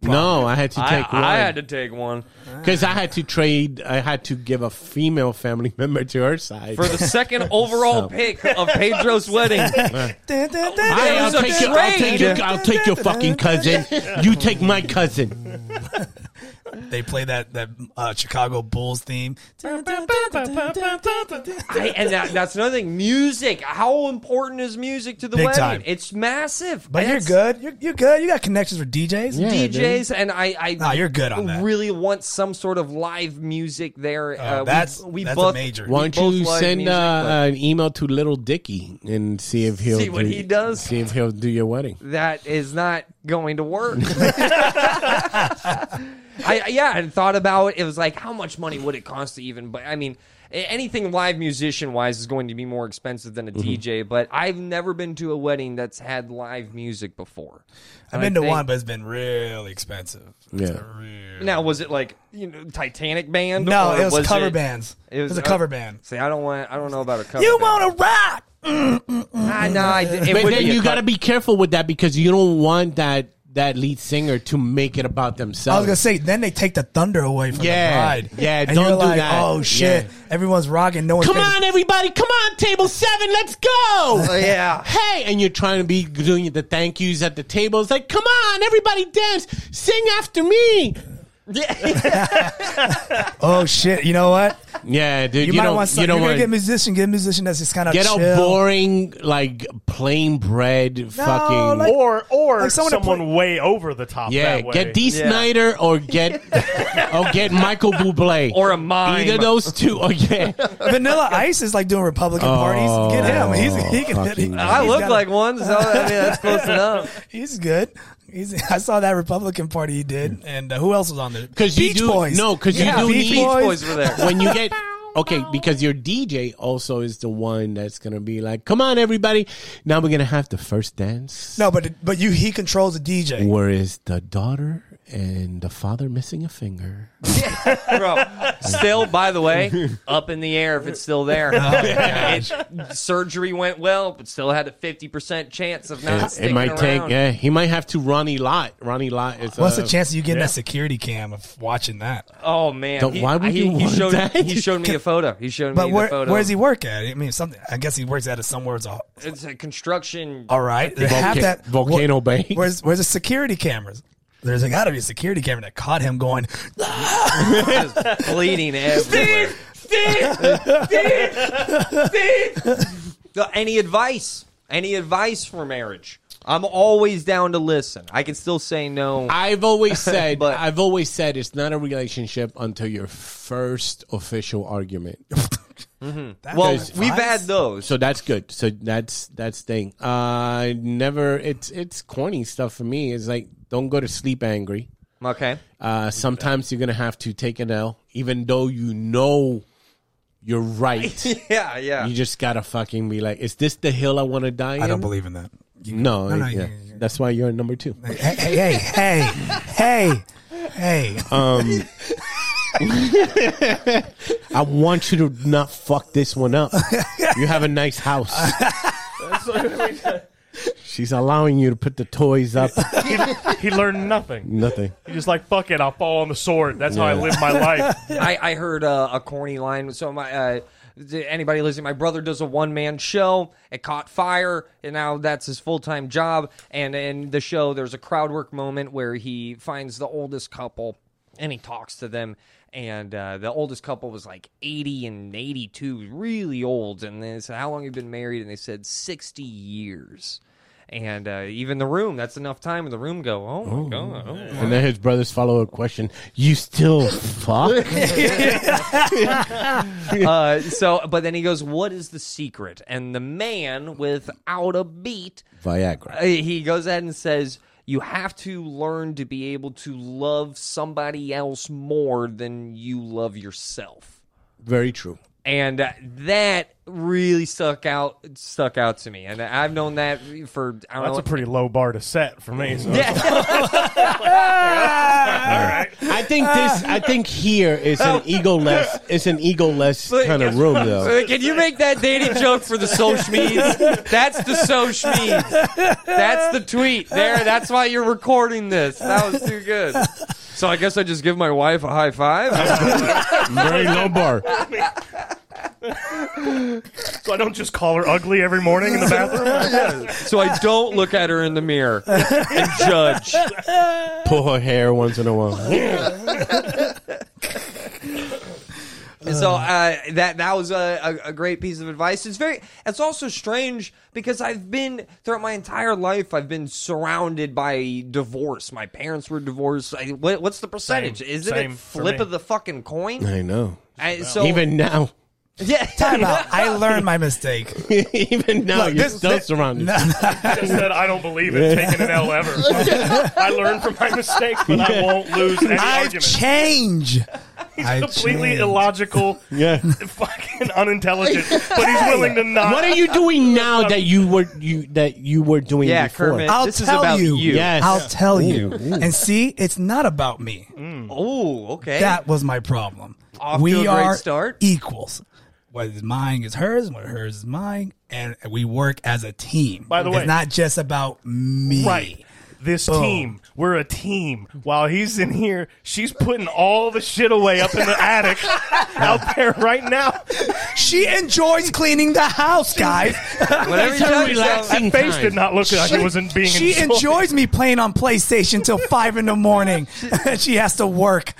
C: No, I had to
B: I,
C: take one.
B: I had to take one
C: Because I had to trade, I had to give a female family member to her side.
B: for the second overall
C: So-
B: pick of Pedro's wedding.
A: Dun, dun, dun, dun.
C: I,
B: It
C: I'll,
B: was a
C: take your, I'll take
B: trade.
C: your, I'll take your fucking cousin. You take my cousin.
A: They play that, that uh, Chicago Bulls theme. Dun, dun, dun, dun, dun, dun, dun, dun.
B: I, and that, that's another thing. Music. How important is music to the
A: Big
B: wedding?
A: time.
B: It's massive.
A: But
B: And
A: you're
B: it's
A: good. You're, you're good. You got connections with DJs.
C: Yeah, dude.
B: DJs, and I, I
A: Nah, you're good on that.
B: really want some sort of live music there. uh, we-
A: that's-
B: we,
A: that's a
B: both,
A: major.
B: we
C: Why don't
B: both
C: you
B: like
C: send
B: music,
C: uh,
B: but
C: an email to Little Dicky and see if he'll
B: See what
C: do-
B: he does?
C: See if he'll do your wedding.
B: that is not going to work. I yeah, and thought about it. It was like, how much money would it cost to even? But I mean, a- anything live musician wise is going to be more expensive than a
C: Mm-hmm.
B: DJ. But I've never been to a wedding that's had live music before.
A: I've
B: And I
A: been to
B: think-
A: one, but it's been really expensive. It's
C: Yeah.
A: a real-
B: Now, was it like you know Titanic band?
A: No,
B: or
A: it was, cover
B: it-
A: bands. It was, a
B: uh,
A: cover band.
B: See, I don't want. I don't know about a cover.
A: You
B: band.
A: want to rock?
B: Ah, no, I, it
C: But
B: would
C: then
B: be a
C: you
B: co-
C: got to be careful with that because you don't want that that lead singer to make it about
A: I
C: themselves.
A: was gonna say, then they take the thunder away from
C: Yeah.
A: the bride.
C: Yeah,
A: and
C: don't
A: you're
C: do
A: like,
C: that.
A: Oh shit!
C: Yeah.
A: Everyone's rocking. No one.
C: Come on, everybody! Come on, table seven, let's go!
B: Oh, yeah.
C: hey, and you're trying to be doing the thank yous at the table. It's like, come on, everybody dance, sing after me.
A: Oh shit! You know what?
C: Yeah, dude,
A: You,
C: you,
A: might
C: don't,
A: want.
C: you
A: Something.
C: don't
A: You're
C: want
A: gonna get a musician. Get a musician that's just kind of
C: get
A: chill.
C: a boring, like plain bread, fucking.
A: like-
D: Or or
A: Like someone
D: someone,
A: to play-
D: way over the top.
C: yeah,
D: that way.
C: get D.
B: Yeah.
C: Snyder or get or get Michael Bublé
B: Or a mime.
C: Either those two. Oh yeah,
A: Vanilla Ice is like doing Republican parties. Get him. He's he can.
C: Oh, fucking-
A: he's
B: I look
A: got a-
B: like one, so I mean that's close enough.
A: he's good. He's, I saw that Republican party he did, and uh, who else was on there?
C: 'Cause you
A: Beach
C: do-
A: Boys.
C: no, 'cause you
A: Yeah,
C: do
A: Beach
C: need-
B: Beach
A: Boys.
B: Boys were there.
C: when you get okay because your dj also is the one that's gonna be like come on everybody now we're gonna have the first dance
A: No, but but you he controls the DJ.
C: where is the daughter and the father missing a finger.
B: Bro, still, by the way, up in the air if it's still there.
A: Oh,
B: It- surgery went well, but still had a fifty percent chance of not.
C: It, it
B: sticking
C: might take.
B: around.
C: Yeah, he might have to Ronnie Lott. Ronnie Lott is.
A: What's
C: uh,
A: the chance of you getting a security cam of watching that?
B: Oh man,
C: Don't- why would you
B: he,
C: want
B: showed,
C: that?
B: He showed me a photo. He showed
A: But
B: me
A: where
B: the photo.
A: where does he work at? I mean, something. I guess he works at it somewhere. It's all,
B: It's a construction.
A: all right. They
C: Volca-
A: have that
C: Volcano
A: where-
C: Bay.
A: Where's where's the security cameras? There's got to be a security camera that caught him going.
B: just bleeding everywhere. So, Any advice? Any advice for marriage? I'm always down to listen. I can still say no.
C: I've always said.
B: But-
C: I've always said it's not a relationship until your first official argument.
A: "That
B: well,
A: guy's
B: we've
A: nice."
B: had those.
C: So that's good. So that's that's thing. I never. It's it's corny stuff for me. It's like don't go to sleep angry.
B: okay.
C: Uh, sometimes you're gonna have to take an L, even though you know you're right.
B: Yeah, yeah.
C: You just gotta fucking be like, is this the hill I want to die?
A: I don't believe in that. You-
C: No,
A: no,
C: yeah.
A: you- you-
C: that's why you're number two.
A: Hey, hey, hey, hey, hey, hey.
C: I want you to not fuck this one up. you have a nice house. She's allowing you to put the toys up.
D: He learned nothing.
C: Nothing.
D: He just like fuck it. I'll fall on the sword. That's how I
C: Yeah.
D: live my life.
B: I, I heard uh, a corny line. So my uh, th- anybody listening, my brother does a one man show. It caught fire, and now that's his full time job. And in the show, there's a crowd work moment where he finds the oldest couple and he talks to them. And uh, the oldest couple was like 80 and 82, really old. And they said, "How long have you been married?" And they said, "60 years." And uh, even the room, that's enough time in the room go, oh my God. oh my
C: And then his brother's follow up question You still fuck?
B: uh, so, but then he goes, "What is the secret?" And the man, without a beat, uh,
C: Viagra.
B: he goes ahead and says, "You have to learn to be able to love somebody else more than you love yourself."
C: Very true.
B: And uh, that really stuck out stuck out to me. And I've known that for I don't
D: That's
B: know.
D: a pretty low bar to set for me. So
B: yeah,
C: I think this. I think here is an egoless. It's an egoless kind of room, though.
B: Can you make that dating joke for the social media? That's the social media. That's the tweet. There, that's why you're recording this. That was too good. So I guess I just give my wife a high five.
C: Very low bar.
D: So I don't just call her ugly every morning in the bathroom.
B: so I don't look at her in the mirror and judge.
C: Pull her hair once in a while.
B: So uh, that that was a, a, a great piece of advice. It's very it's also strange because I've been throughout my entire life I've been surrounded by divorce. My parents were divorced. I, what, what's the percentage?
D: Same.
B: Isn't
D: Same
B: it
D: for
B: flip
D: me.
B: of the fucking coin?
C: I know.
B: I, so
C: Even now.
B: yeah,
A: Time out. I learned my mistake.
C: Even now,
A: Look,
C: you're
A: this-
C: still
A: this-
C: surrounded.
D: just said I don't believe in taking an L ever. I learned from my mistakes, but I won't lose any
A: I
D: argument.
A: change. I
D: Completely
A: change.
D: illogical,
C: Yeah.
D: fucking unintelligent, but he's willing to not.
C: What are you doing now that you were you that you were doing
B: yeah,
C: before?
B: Kermit.
A: I'll
B: this
A: tell
B: is about
A: you.
B: you.
C: Yes.
A: I'll tell you.
C: Ooh, ooh.
A: And see, it's not about me.
B: Oh, okay.
A: That was my problem.
B: Off to
A: we
B: a great
A: are
B: start.
A: equals. What is mine is hers, and what hers is mine, and we work as a team.
D: By the way-
A: it's not just about me.
D: Right. This team, we're a team. While he's in here, she's putting all the shit away up in the attic out there right now.
A: She enjoys cleaning the house, guys.
B: Whatever you
C: It's
B: tell
C: her
B: yourself.
C: relaxing
D: Face
C: time.
D: did not look like it wasn't being
A: she
D: enjoyed.
A: enjoys me playing on PlayStation till five in the morning. she has to work.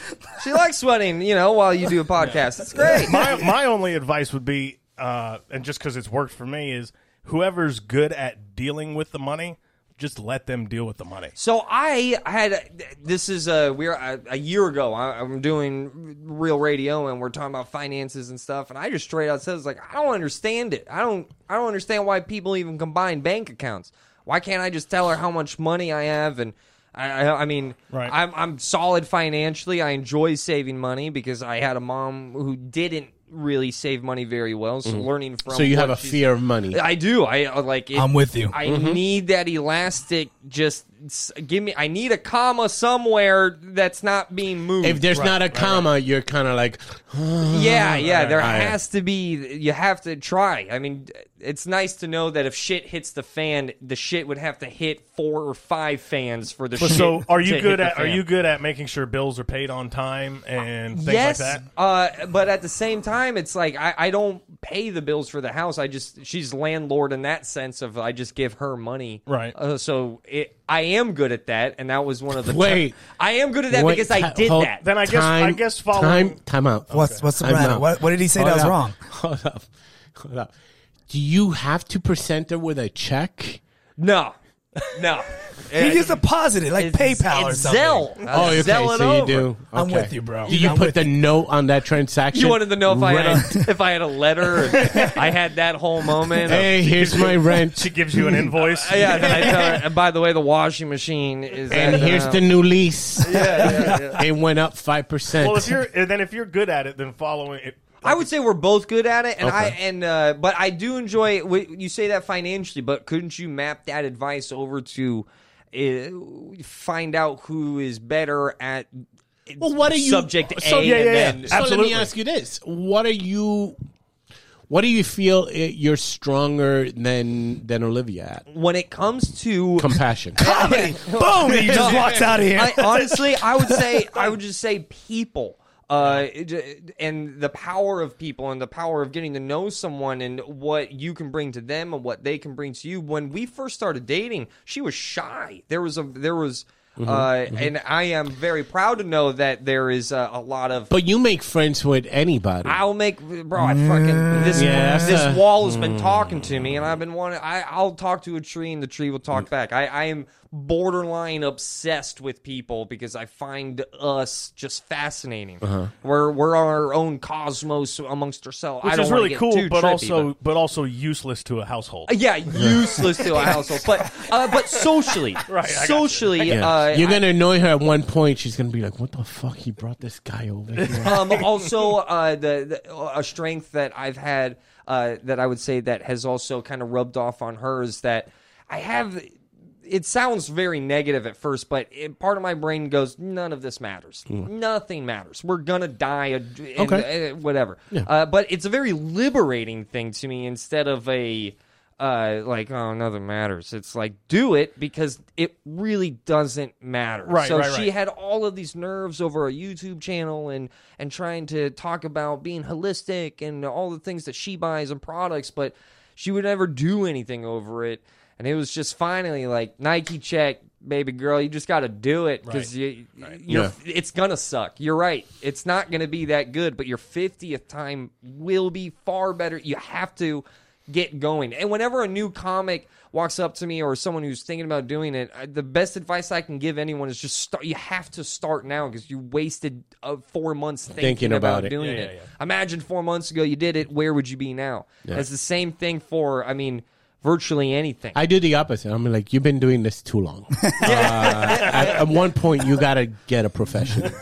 B: She likes sweating, you know, while you do a podcast. It's great.
D: my my only advice would be, uh, and just because it's worked for me, is whoever's good at dealing with the money, just let them deal with the money.
B: So I had this is a we're a, a year ago. I, I'm doing real radio, and we're talking about finances and stuff. And I just straight out says like, I don't understand it. I don't I don't understand why people even combine bank accounts. Why can't I just tell her how much money I have? And I I, I mean,
D: Right.
B: I'm I'm solid financially. I enjoy saving money because I had a mom who didn't really save money very well. So learning from
C: Mm-hmm. So you
B: what
C: have a
B: she's-
C: fear of money.
B: I do. I uh, like. It,
D: Mm-hmm.
A: I'm with you.
B: I need that elastic, just s- give me. I need a comma somewhere that's not being moved.
C: If there's not a comma, you're kind of like,
B: yeah, yeah, there
C: right.
B: has to be. You have to try. I mean, it's nice to know that if shit hits the fan, the shit would have to hit four or five fans for the
D: But
B: shit.
D: so, are
B: to
D: you
B: hit
D: good
B: the
D: at are
B: fan.
D: you good at making sure bills are paid on time and things
B: yes,
D: like that?
B: Uh, but at the same time, it's like I, I don't pay the bills for the house. I just she's landlord in that sense of I just give her money.
D: Right.
B: Uh, so it, I am good at that, and that was one of the
C: Wait.
B: I am good at that
C: Wait,
B: because I
C: ti-
B: did
C: hold-
B: that.
D: Then I guess I
C: time-
D: guess following
C: time time out.
A: What's- what's the
C: Time
A: matter?
C: out.
A: What- what did he say that was
C: up.
A: wrong?
C: Hold up, hold up. Do you have to present her with a check?
B: No, no.
A: He just deposited like PayPal
B: it's
A: or something.
B: Zelle. Uh,
C: oh, okay.
B: Zelle it
C: so you
B: over.
C: do.
A: I'm
C: Okay.
A: with you, bro.
C: Do you
A: I'm
C: put
A: with
C: the note on that transaction?
B: You wanted to know if I
C: Rent.
B: had a, if I had a letter. and I had that whole moment. of-
C: Hey, here's my rent,
D: she gives you an invoice.
B: yeah, and I tell her, and by the way, the washing machine is.
C: and
B: at,
C: here's
B: uh,
C: the new lease. It went up five percent.
D: Well, if you're and then if you're good at it, then following it.
B: I would say we're both good at it, and I
C: Okay.
B: and uh, but I do enjoy. w- You say that financially, but couldn't you map that advice over to uh, find out who is better at?
C: Well, what are you
B: subject A?
C: So,
B: and
D: yeah, yeah.
B: then-
C: so let
D: Absolutely.
C: me ask you this: What are you? What do you feel uh, you're stronger than than Olivia at?
B: When it comes to
C: Compassion.
A: Comedy. Boom! He just walks out of here.
B: I, honestly, I would say I would just say people. Uh, it- and the power of people and the power of getting to know someone and what you can bring to them and what they can bring to you. When we first started dating, she was shy. There was a there was, uh, and I am very proud to know that there is a, a lot of.
C: But you make friends with anybody.
B: I'll make bro. I fucking this
C: Yeah, that's
B: this
C: a-
B: wall has been talking to me, and I've been wanting. I I'll talk to a tree, and the tree will talk back. I I am borderline obsessed with people because I find us just fascinating. We're we're our own cosmos amongst ourselves, I
D: Which
B: don't
D: is
B: wanna
D: really
B: get
D: cool,
B: too
D: but
B: trippy,
D: also but also useless to a household.
B: uh, Yeah, useless to a household, but uh, but socially,
D: Right, I got you.
B: socially,
C: Yeah.
B: uh,
C: You're gonna annoy her at one point. She's gonna be like, "What the fuck? He brought this guy over here."
B: um, also, uh, the, the a strength that I've had uh, that I would say that has also kind of rubbed off on her is that I have. It sounds very negative at first, but it, part of my brain goes, "None of this matters. Nothing matters. We're gonna die, and,
C: Okay.
B: uh, whatever." Uh, but it's a very liberating thing to me instead of a. Uh, like oh nothing matters. It's like do it because it really doesn't matter.
D: Right,
B: So
D: right,
B: she
D: right.
B: had all of these nerves over a YouTube channel and and trying to talk about being holistic and all the things that she buys and products, but she would never do anything over it. And it was just finally like Nike check, baby girl, you just got to do it because you, you're, it's gonna suck. You're right. It's not gonna be that good, but your 50th time will be far better. You have to get going. And whenever a new comic walks up to me or someone who's thinking about doing it, I, the best advice I can give anyone is just start. You have to start now because you wasted uh, four months thinking,
C: Thinking
B: about,
C: about it.
B: doing
D: Yeah,
B: it.
D: yeah,
B: Imagine four months ago you did it. Where would you be now? It's the same thing for. I mean, virtually anything.
C: I do the opposite. I'm like, "You've been doing this too long." Uh, at, at one point, you gotta get a professional.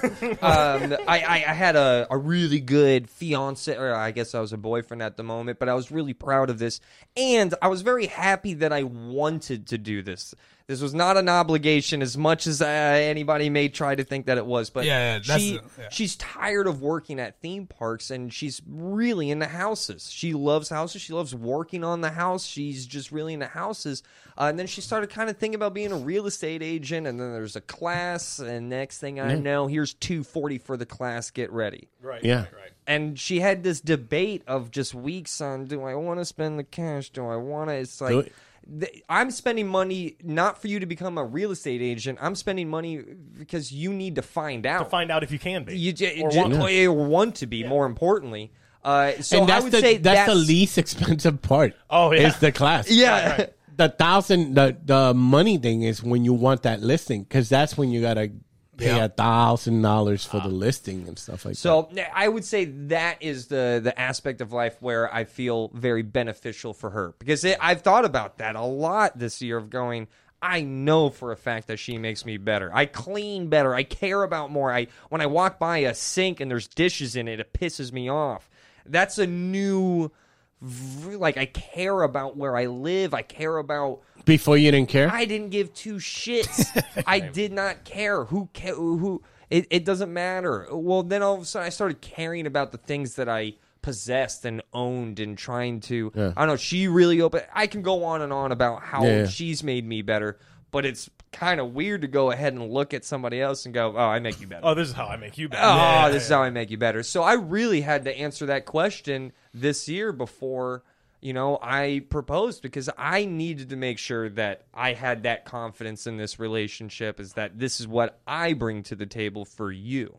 B: um, I, I, I had a, a really good fiance, or I guess I was a boyfriend at the moment, but I was really proud of this. And I was very happy that I wanted to do this. This was not an obligation as much as uh, anybody may try to think that it was. But
A: Yeah, yeah, that's-
B: she,
A: yeah.
B: she's tired of working at theme parks and she's really into houses. She loves houses. She loves working on the house. She's just really into houses. Uh, and then she started kind of thinking about being a real estate agent. And then there's a class. And next thing I know, here's 240 for the class. Get ready.
D: Right.
C: Yeah.
B: And she had this debate of just weeks on do I want to spend the cash? Do I want to? It's
C: Do
B: like.
C: it.
B: th- I'm spending money not for you to become a real estate agent. I'm spending money because you need to find out
D: Find out if you can be.
B: you j-
D: Or
B: j-
D: want to.
B: or you want to be more importantly uh so
C: and
B: i
C: that's
B: would
C: the
B: say
C: that's,
B: that's
C: the least expensive part.
D: Oh, yeah.
C: is the class.
B: yeah
C: the thousand the the money thing is when you want that listing because that's when you gotta pay a thousand dollars for the listing and stuff like that.
B: Uh, so n- i would say that is the the aspect of life where i feel very beneficial for her because it, i've thought about that a lot this year of going I know for a fact that she makes me better. I clean better. I care about more. I when I walk by a sink and there's dishes in it, it pisses me off. That's a new v- like I care about where I live. I care about
C: Before you didn't care?
B: I didn't give two shits. I did not care who ca- who. It, it doesn't matter. Well, then all of a sudden I started caring about the things that I possessed and owned and trying to. I don't know. She really opened. I can go on and on about how
C: Yeah, yeah.
B: she's made me better, but it's kind of weird to go ahead and look at somebody else and go, "Oh, I make you better."
D: Oh, this is how I make you better.
B: oh,
D: Yeah,
B: this is how I make you better. So I really had to answer that question this year before you know I proposed because I needed to make sure that I had that confidence in this relationship is that this is what I bring to the table for you.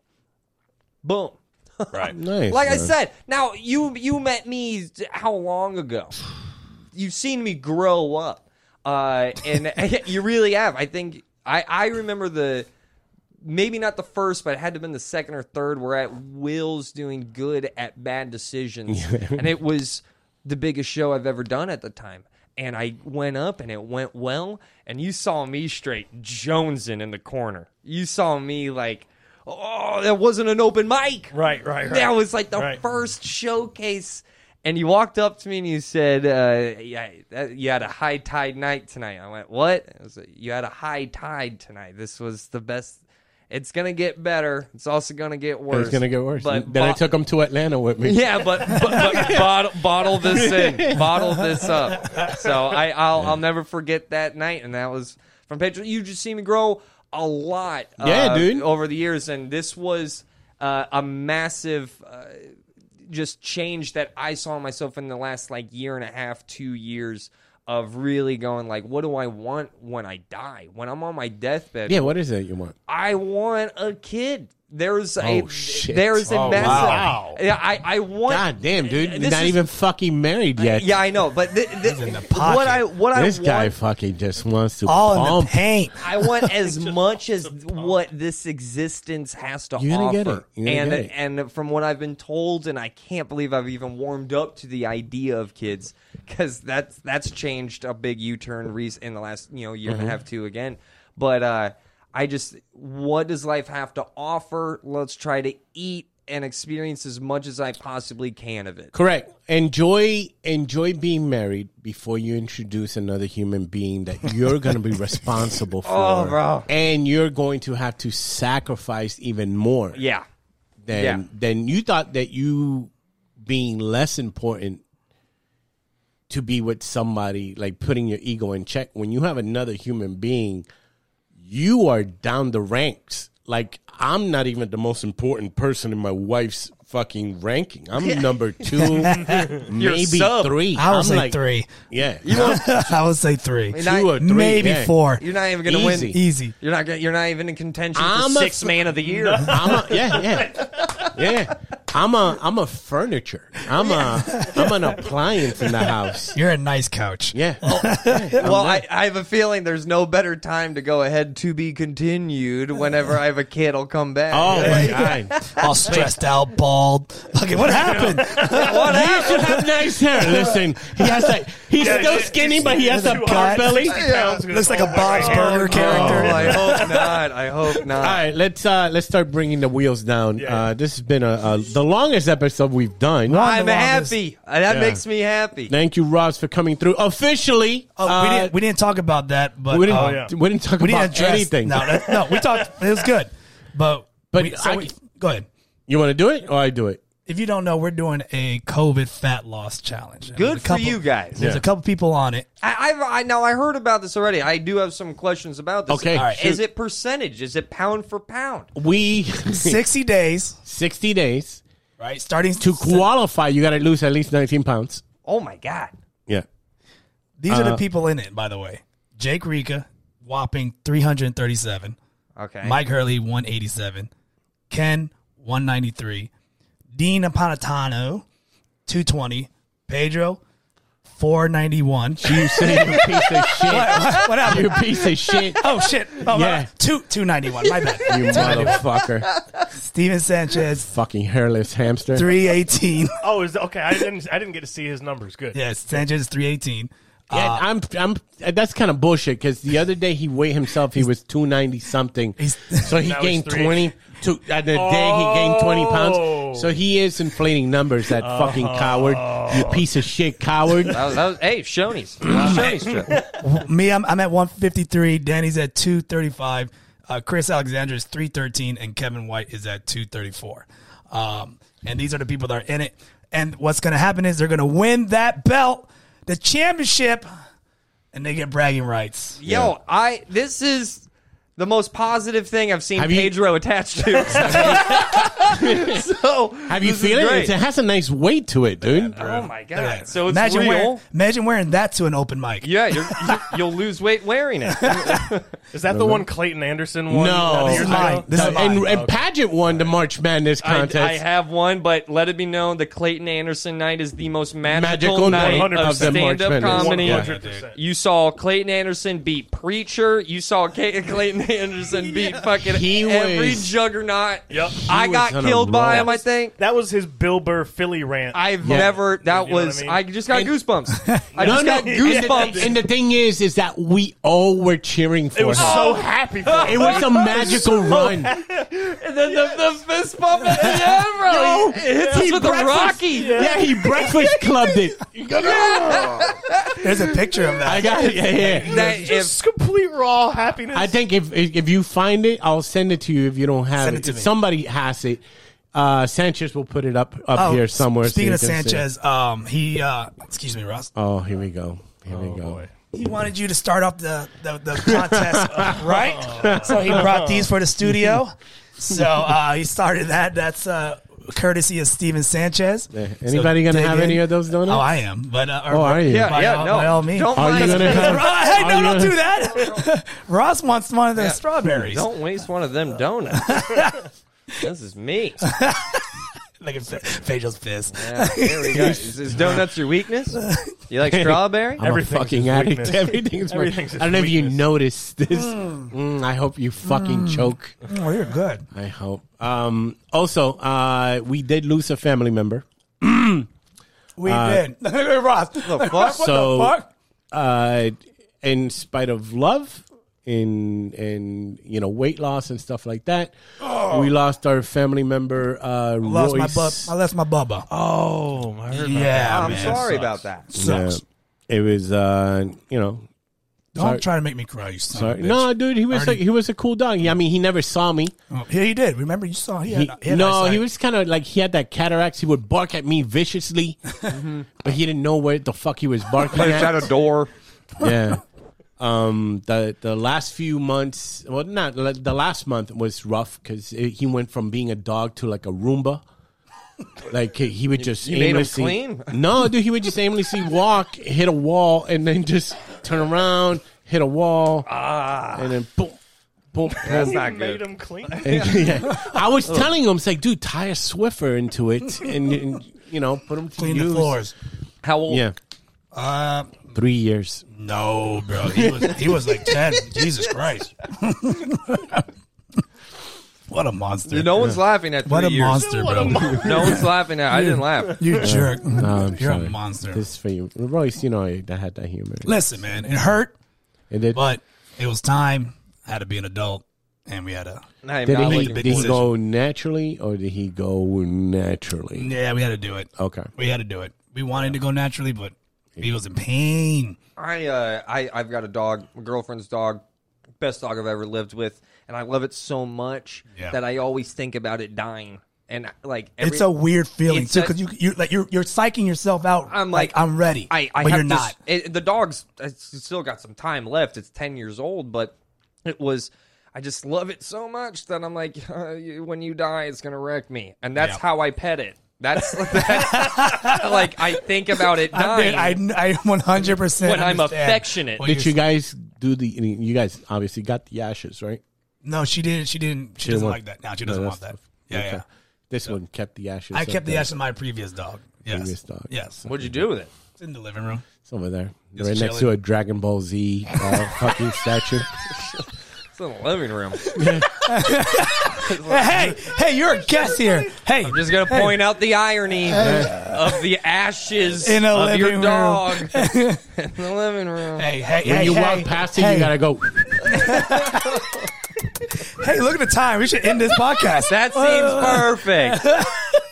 B: Boom.
D: right.
C: nice.
B: Like I
C: man.
B: said, now you you met me how long ago? You've seen me grow up, uh, and you really have. I think I I remember the maybe not the first, but it had to have been the second or third. We're at Will's doing good at bad decisions, and it was the biggest show I've ever done at the time. And I went up, and it went well. And you saw me straight jonesing in the corner. You saw me like, oh, that wasn't an open mic.
D: Right, right, right.
B: That was like the
D: Right.
B: first showcase. And you walked up to me and you said, uh, yeah, that- you had a high tide night tonight. I went, what? I was like, you had a high tide tonight. This was the best. It's going to get better. It's also going to get worse.
C: It's gonna get worse.
B: But
C: then I
B: bo-
C: took him to Atlanta with me.
B: Yeah, but, but, but bottle, bottle this in. Bottle this up. So I, I'll, I'll never forget that night. And that was from Pedro. You just see me grow a lot uh,
C: Yeah, dude.
B: over the years. And this was uh, a massive uh, just change that I saw myself in the last like year and a half, two years of really going like, what do I want when I die? When I'm on my deathbed,
C: Yeah, what is it you want?
B: I want a kid. There's a
C: Oh, shit.
B: there's a
D: Oh,
B: massive
D: wow.
B: yeah. I I want
C: God damn, dude.
B: Oh, uh, this
C: not
B: is-
C: even fucking married yet.
B: yeah I know, but th- th- what I what I Oh,
C: This
B: want,
C: guy fucking just wants to
A: All in
C: pump.
A: the paint.
B: I want as much as what this existence has to
C: You're gonna
B: offer.
C: get it. You're gonna
B: and
C: get it.
B: and from what I've been told, and I can't believe I've even warmed up to the idea of kids because that's that's changed a big U turn in the last you know year
C: Mm-hmm.
B: and a half two again. But uh, I just what does life have to offer? Let's try to eat and experience as much as I possibly can of it.
C: Correct. Enjoy enjoy being married before you introduce another human being that you're going to be responsible for.
B: bro.
C: And you're going to have to sacrifice even more
B: Yeah.
C: than
B: yeah.
C: than you thought that you being less important to be with somebody like putting your ego in check when you have another human being you are down the ranks like i'm not even the most important person in my wife's fucking ranking i'm number 2 maybe
B: sub.
C: 3
A: I would
C: I'm
A: say
C: like-
A: three.
C: yeah
A: I would say three.
B: Two I- or
C: three,
A: Maybe
C: yeah.
A: four.
B: You're not even gonna win.
C: Easy.
A: Easy.
B: You're not. gonna- You're not even in contention
C: I'm
B: for
C: a
B: sixth
C: f-
B: man of the year.
C: I'm a, yeah, yeah, yeah. I'm a I'm a furniture. I'm a I'm an appliance in the house.
A: You're a nice coach.
C: Yeah.
B: Oh, Well, I, I have a feeling there's no better time to go ahead to be continued. Whenever I have a kid, I'll come back.
C: Oh my god.
A: All stressed out, bald. Okay, what happened?
B: what happened?
C: have nice hair. Listen, he has that. He's still skinny, but he has a pot belly. All
A: Looks like a Bob's Burger character.
B: Oh, I hope not. I hope not.
C: right, let's uh, let's start bringing the wheels down.
D: Yeah.
C: Uh, this has been a, a the longest episode we've done.
B: I'm
A: the longest-
B: happy. That
C: Yeah.
B: makes me happy.
C: Thank you, Ross, for coming through officially.
A: Oh, we,
C: uh,
A: didn't, we didn't talk about that, but
C: we didn't,
A: uh,
D: yeah.
C: we didn't talk
A: we didn't
C: about
A: address
C: anything.
A: No, that, no, we talked. It was good, but
C: But
A: we, so
C: I-
A: we- go ahead.
C: You want to do it, or I do it?
A: If you don't know, we're doing a COVID fat loss challenge. And
B: Good
A: there's a
B: for you guys.
A: There's
C: Yeah.
A: a couple people on it.
B: I, I've, I now I heard about this already. I do have some questions about this.
C: Okay, All right.
B: is
C: shoot.
B: it percentage? Is it pound for pound?
C: We
A: Sixty days,
C: sixty days
A: right? Starting
C: to qualify. You got to lose at least nineteen pounds.
B: Oh my god!
C: Yeah.
A: These
C: uh-huh.
A: are the people in it, by the way. Jake Rika, whopping 337.
B: Okay,
A: Mike Hurley, 187. Ken, 193. Dean Napolitano, 220. Pedro, 491.
C: You say you piece of shit.
A: what happened?
C: You piece of shit.
A: Oh, shit. Oh,
C: Yeah.
A: yeah. two, 291. My bad.
C: You motherfucker.
A: Steven Sanchez,
C: Fucking hairless hamster.
A: 318.
D: Oh, is okay. I didn't. I didn't get to see his numbers. Good.
A: yes, Sanchez, 318.
C: Yeah, I'm, I'm. That's kind of bullshit. Because the other day he weighed himself, he was two ninety something.
A: He's-
C: So he
D: Now he's
C: gained
D: three.
C: twenty. Two, at the day he gained twenty pounds. So he is inflating numbers. That fucking coward, you piece of shit coward.
B: That was, that was, hey, Shoney's. Shoney's trip.
A: Me, I'm, I'm at 153. Danny's at 235. Uh, Chris Alexander is 313, and Kevin White is at 234. Um, and these are the people that are in it. And what's going to happen is they're going to win that belt, the championship, and they get bragging rights.
B: Yo, I this is the most positive thing I've seen
C: Have you-
B: Pedro attached to. so
C: Have you
B: this is
C: feel it?
B: great.
C: It's- It has a nice weight to it, dude.
B: Oh my god!
A: Look at that.
B: So it's
A: imagine
B: real.
A: Wearing, imagine wearing that to an open mic.
B: Yeah, you're, you, you'll lose weight wearing it.
D: Is that the one Clayton Anderson one?
C: No,
D: that years ago?
A: mine. This is
C: and,
A: mine.
C: and Pageant won the March Madness
B: I,
C: contest.
B: I have one, but let it be known the Clayton Anderson night is the most magical,
C: Magical
B: night
C: night
B: of
C: of the March
B: stand-up
C: Madness.
B: comedy.
D: Yeah, dude.
B: You saw Clayton Anderson beat Preacher. You saw K- Clayton Anderson beat fucking
C: He
B: every
C: was-
B: juggernaut.
D: Yep. He
B: I
C: was
B: got
C: on a
B: killed by
C: roll.
B: him. I think.
D: That was his Bill Burr Philly rant.
B: I've
C: Yeah.
B: never. That
D: You know what I
B: was. I,
D: mean?
B: just got
C: And-
B: goosebumps. I
C: no,
B: just
C: no,
B: got goosebumps.
C: And the, and the thing is, is that we all were cheering for
D: it was
C: him.
D: so happy for
C: it
D: him.
C: was a
A: Oh,
C: magical run.
B: And then the, the fist bump. at the end, bro.
A: oh,
C: Yo,
B: He hits
C: he
B: us with a
C: breakfast-
B: Rocky.
C: Yeah, he breakfast clubbed it.
A: There's a picture of that.
C: I got it. Yeah, yeah.
B: That
D: Just complete raw happiness.
C: I think if if if you find it, I'll send it to you. If you don't have
A: Send
C: it,
A: it to me.
C: somebody has it. Uh, Sanchez will put it up up
A: Oh,
C: here somewhere. so
A: Speaking
C: you
A: of
C: can see it.
A: Sanchez, um, he uh, excuse me, Ross.
C: Oh, here we go. Here we go.
A: He wanted you to start off the the, the contest, right? So he brought these for the studio. So uh, he started that. That's uh, courtesy of Steven Sanchez.
C: Yeah. Eh, Anybody gonna
A: dig
C: have
A: in.
C: any of those donuts?
A: Oh, I am. But uh,
C: Oh, are you?
B: Yeah,
A: By
B: yeah,
A: all-
B: no.
A: by all means.
B: Don't
C: Are
B: mind
C: you
B: us.
C: gonna have?
A: hey, no,
C: Are
A: don't
C: you-
A: do that. Ross wants one of the
B: Yeah.
A: strawberries.
B: Don't waste one of them donuts. this is me.
A: Look at Pedro's fist.
B: Yeah, there we go. Is, is donuts your weakness? You like strawberry?
C: I'm a
D: Everything's
C: fucking
D: his
C: addict. Everything's
D: weakness.
C: my. I
D: Everything's his
C: don't know if you
D: weakness.
C: noticed this. Mm, I hope you fucking choke.
A: Oh, you're good.
C: I hope. Um, also, uh, we did lose a family member.
A: We
C: Uh,
A: did. Look at Ross.
B: fuck?
A: What
C: So-
A: the fuck?
C: Uh, in spite of love, in in you know weight loss and stuff like that, we lost our family member. Uh,
A: Oh. Lost my
C: Royce.
A: bub. I left my bubba.
D: Oh, I heard about that.
A: yeah,
B: I'm
A: man.
B: sorry about that.
C: Yeah.
A: Sucks.
C: It was uh, you know.
A: Don't
C: Sorry.
A: try to make me cry. You son
C: Sorry.
A: Of a bitch.
C: No, dude, he was
A: Arnie.
C: like, he was a cool dog. Yeah, I mean, he never saw me.
A: Oh, yeah, he did. Remember, you saw he,
C: He-
A: had, he had
C: no,
A: eyesight.
C: he was kind of like he had that cataracts. He would bark at me viciously, but he didn't know where the fuck he was barking
B: It's at
C: at.
B: a door.
C: yeah. Um. The the last few months, well, not like, the last month was rough because he went from being a dog to like a Roomba. Like he- he would just
B: you made him
C: aimlessly-
B: clean?
C: No, dude, he would just aimlessly walk, hit a wall, and then just turn around, hit a wall,
B: Ah.
C: and then boom, boom, boom.
B: That's not
D: Made
B: good.
D: him clean.
C: Yeah. I was telling him, it's like, dude, tie a Swiffer into it and, and, you know, put him to
A: clean
C: use.
A: the floors.
B: How old?
C: Yeah,
A: Uh,
C: three years.
A: no, bro. He was he was like ten. Jesus Christ. what a monster.
B: No one's laughing at three
A: what a
B: years.
A: monster, bro.
B: No one's laughing at. I didn't laugh.
A: you jerk.
C: I'm
A: You're
C: sorry.
A: a monster.
C: This is for you, Royce. You know, I I had that humor.
A: Listen, man, it hurt,
C: And did
A: but it was time. I had to be an adult, and we had to.
B: I am
C: did,
B: not
C: he,
B: looking
A: big
C: did he
A: decision.
C: go naturally or did he go naturally?
A: Yeah, we had to do it.
C: Okay.
A: We had to do it. We wanted to go naturally, but he was in pain.
B: I uh, I I've got a dog, my girlfriend's dog, best dog I've ever lived with, and I love it so much
A: Yeah.
B: that I always think about it dying. And uh, like every,
A: It's a weird feeling
B: It's
A: too,
B: a-
A: because you you like you're you're psyching yourself out.
B: I'm like-
A: I'm ready,
B: I, I
A: but
B: have
A: you're
B: this-
A: not.
B: it- the dog's it's still got some time left. It's ten years old, but it was. I just love it so much that I'm like, uh, you- when you die, it's gonna wreck me, and that's
A: Yeah.
B: how I pet it. That's, that's like I think about it
A: I
B: dying.
A: did- I, I 100 percent.
B: When I'm affectionate.
C: Did you guys do the? You guys obviously got the ashes, right?
A: No, she didn't. She didn't. She, doesn't
C: want-
A: like that. No, she doesn't
C: No,
A: want that.
C: that's-
A: Yeah,
C: okay.
A: yeah.
C: This one kept the ashes.
A: I
C: up
A: kept the
C: there.
A: ash of my previous dog. Yes.
C: Previous dog.
A: Yes.
B: What'd you do with it?
A: It's in the living room.
C: It's over there,
A: Just
C: right next to
A: chilling.
C: a Dragon Ball Z uh, fucking statue.
B: It's in the living room.
A: hey, hey, you're a guest here. Hey,
B: I'm just gonna point out the irony of the ashes
A: In a
B: of
A: living
B: your
A: room.
B: dog in the living room.
A: Hey, hey,
C: When
A: hey,
C: you
A: hey,
C: walk past it,
A: hey,
C: you gotta go.
A: Hey, look at the time. We should end this podcast.
B: That seems perfect.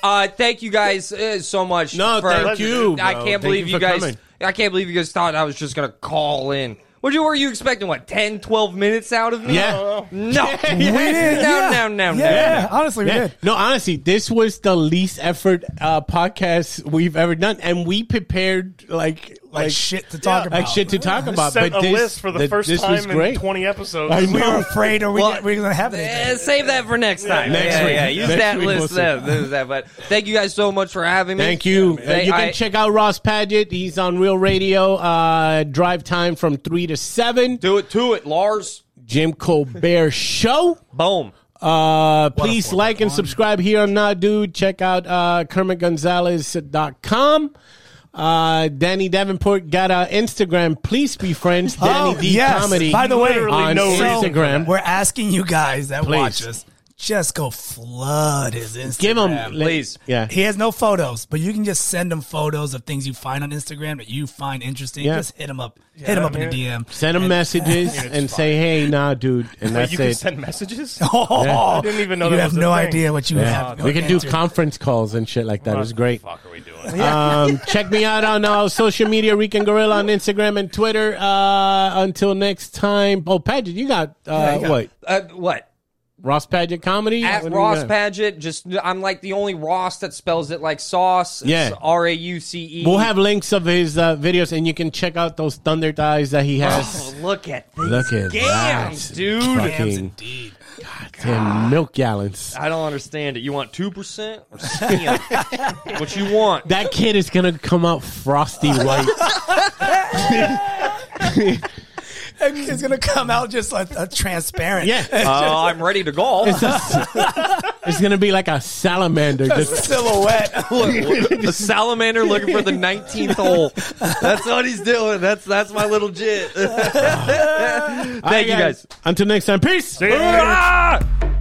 B: Uh, thank you guys uh, so much.
C: No,
B: for-
C: thank you, bro.
B: I can't
C: Thank
B: believe
C: you
B: you,
C: for
B: guys.
C: coming.
B: I can't believe you guys thought I was just gonna call in. What you were you expecting? What 10, 12 minutes out of me?
C: Yeah.
B: No,
A: we did.
B: No,
A: yeah.
B: no, no, no.
A: yeah. Honestly, we
C: Yeah.
A: did.
C: No, honestly, this was the least effort uh, podcast we've ever done, and we prepared like
A: Like,
C: like
A: shit to talk about.
C: like shit to talk about.
D: Sent
C: but
D: a
C: this,
D: list for the, first
C: this
D: time
C: was great.
D: in 20 episodes.
C: I
A: We were
C: know.
A: afraid, or we
B: Well,
A: didn't- we didn't have anything.
B: Eh, save that for next time.
C: Next
B: yeah,
C: week.
B: Yeah, use
C: Next
B: that
C: week we'll
B: list.
C: see.
B: then. This is that. But thank you guys so much for having me.
C: Thank you.
B: Yeah, man.
C: Uh, you can
B: I-
C: check out Ross Paget. He's on Real Radio. Uh, drive time from three to seven.
B: Do it to it, Lars.
C: Jim Colbert Show.
B: Boom.
C: Uh, please like and subscribe here on Not Dude. Check out uh, KermitGonzalez.com. Uh, Danny Davenport got an Instagram. Please be friends. Danny
A: Oh,
C: D
A: yes.
C: Comedy.
A: By the way,
D: Literally
C: on
D: no reason
A: so
C: Instagram.
A: we're asking you guys that
C: Please.
A: watch us just go flood his Instagram.
C: Give him,
B: please.
C: Yeah.
A: He has no photos, but you can just send him photos of things you find on Instagram that you find interesting.
C: Yeah.
A: Just hit him up. hit him up in
D: man.
A: the DM.
C: Send him messages and say, hey, nah, dude. And
D: Wait,
C: that's
D: you
C: it.
D: can send messages?
A: Oh,
D: I didn't even know
A: you
D: that
A: have
D: was a
A: no
D: thing. Oh,
A: idea what you have.
C: we can do
A: Answer.
C: conference calls and shit like that. It's great.
D: What the fuck are we doing?
C: Um, check me out on all social media, Rican Gorilla on Instagram and Twitter. Uh, until next time. Oh, Paget, you got, uh, what?
B: Uh, what?
C: Ross Paget Comedy?
B: At
C: What do you
B: Ross
C: got?
B: Paget, just I'm like the only Ross that spells it like sauce.
C: Yeah.
B: R A U C E.
C: We'll have links of his uh, videos and you can check out those thunder thighs that he
B: Oh,
C: has.
B: look at these
C: Look at
B: gams,
C: that.
B: dude.
A: Yes,
C: Fucking
A: indeed.
C: damn milk gallons.
B: I don't understand it. You want two percent or scam? what you want?
C: That kid is going to come out frosty white.
A: It's gonna come out just like a transparent.
C: yeah.
B: Uh, I'm ready to golf.
C: It's, a- it's gonna be like a salamander. Just,
A: Silhouette.
B: the salamander looking for the 19th hole. That's what he's doing. That's that's my little jit. Thank you guys.
C: Until next time, peace.
D: See you later.
B: Ah!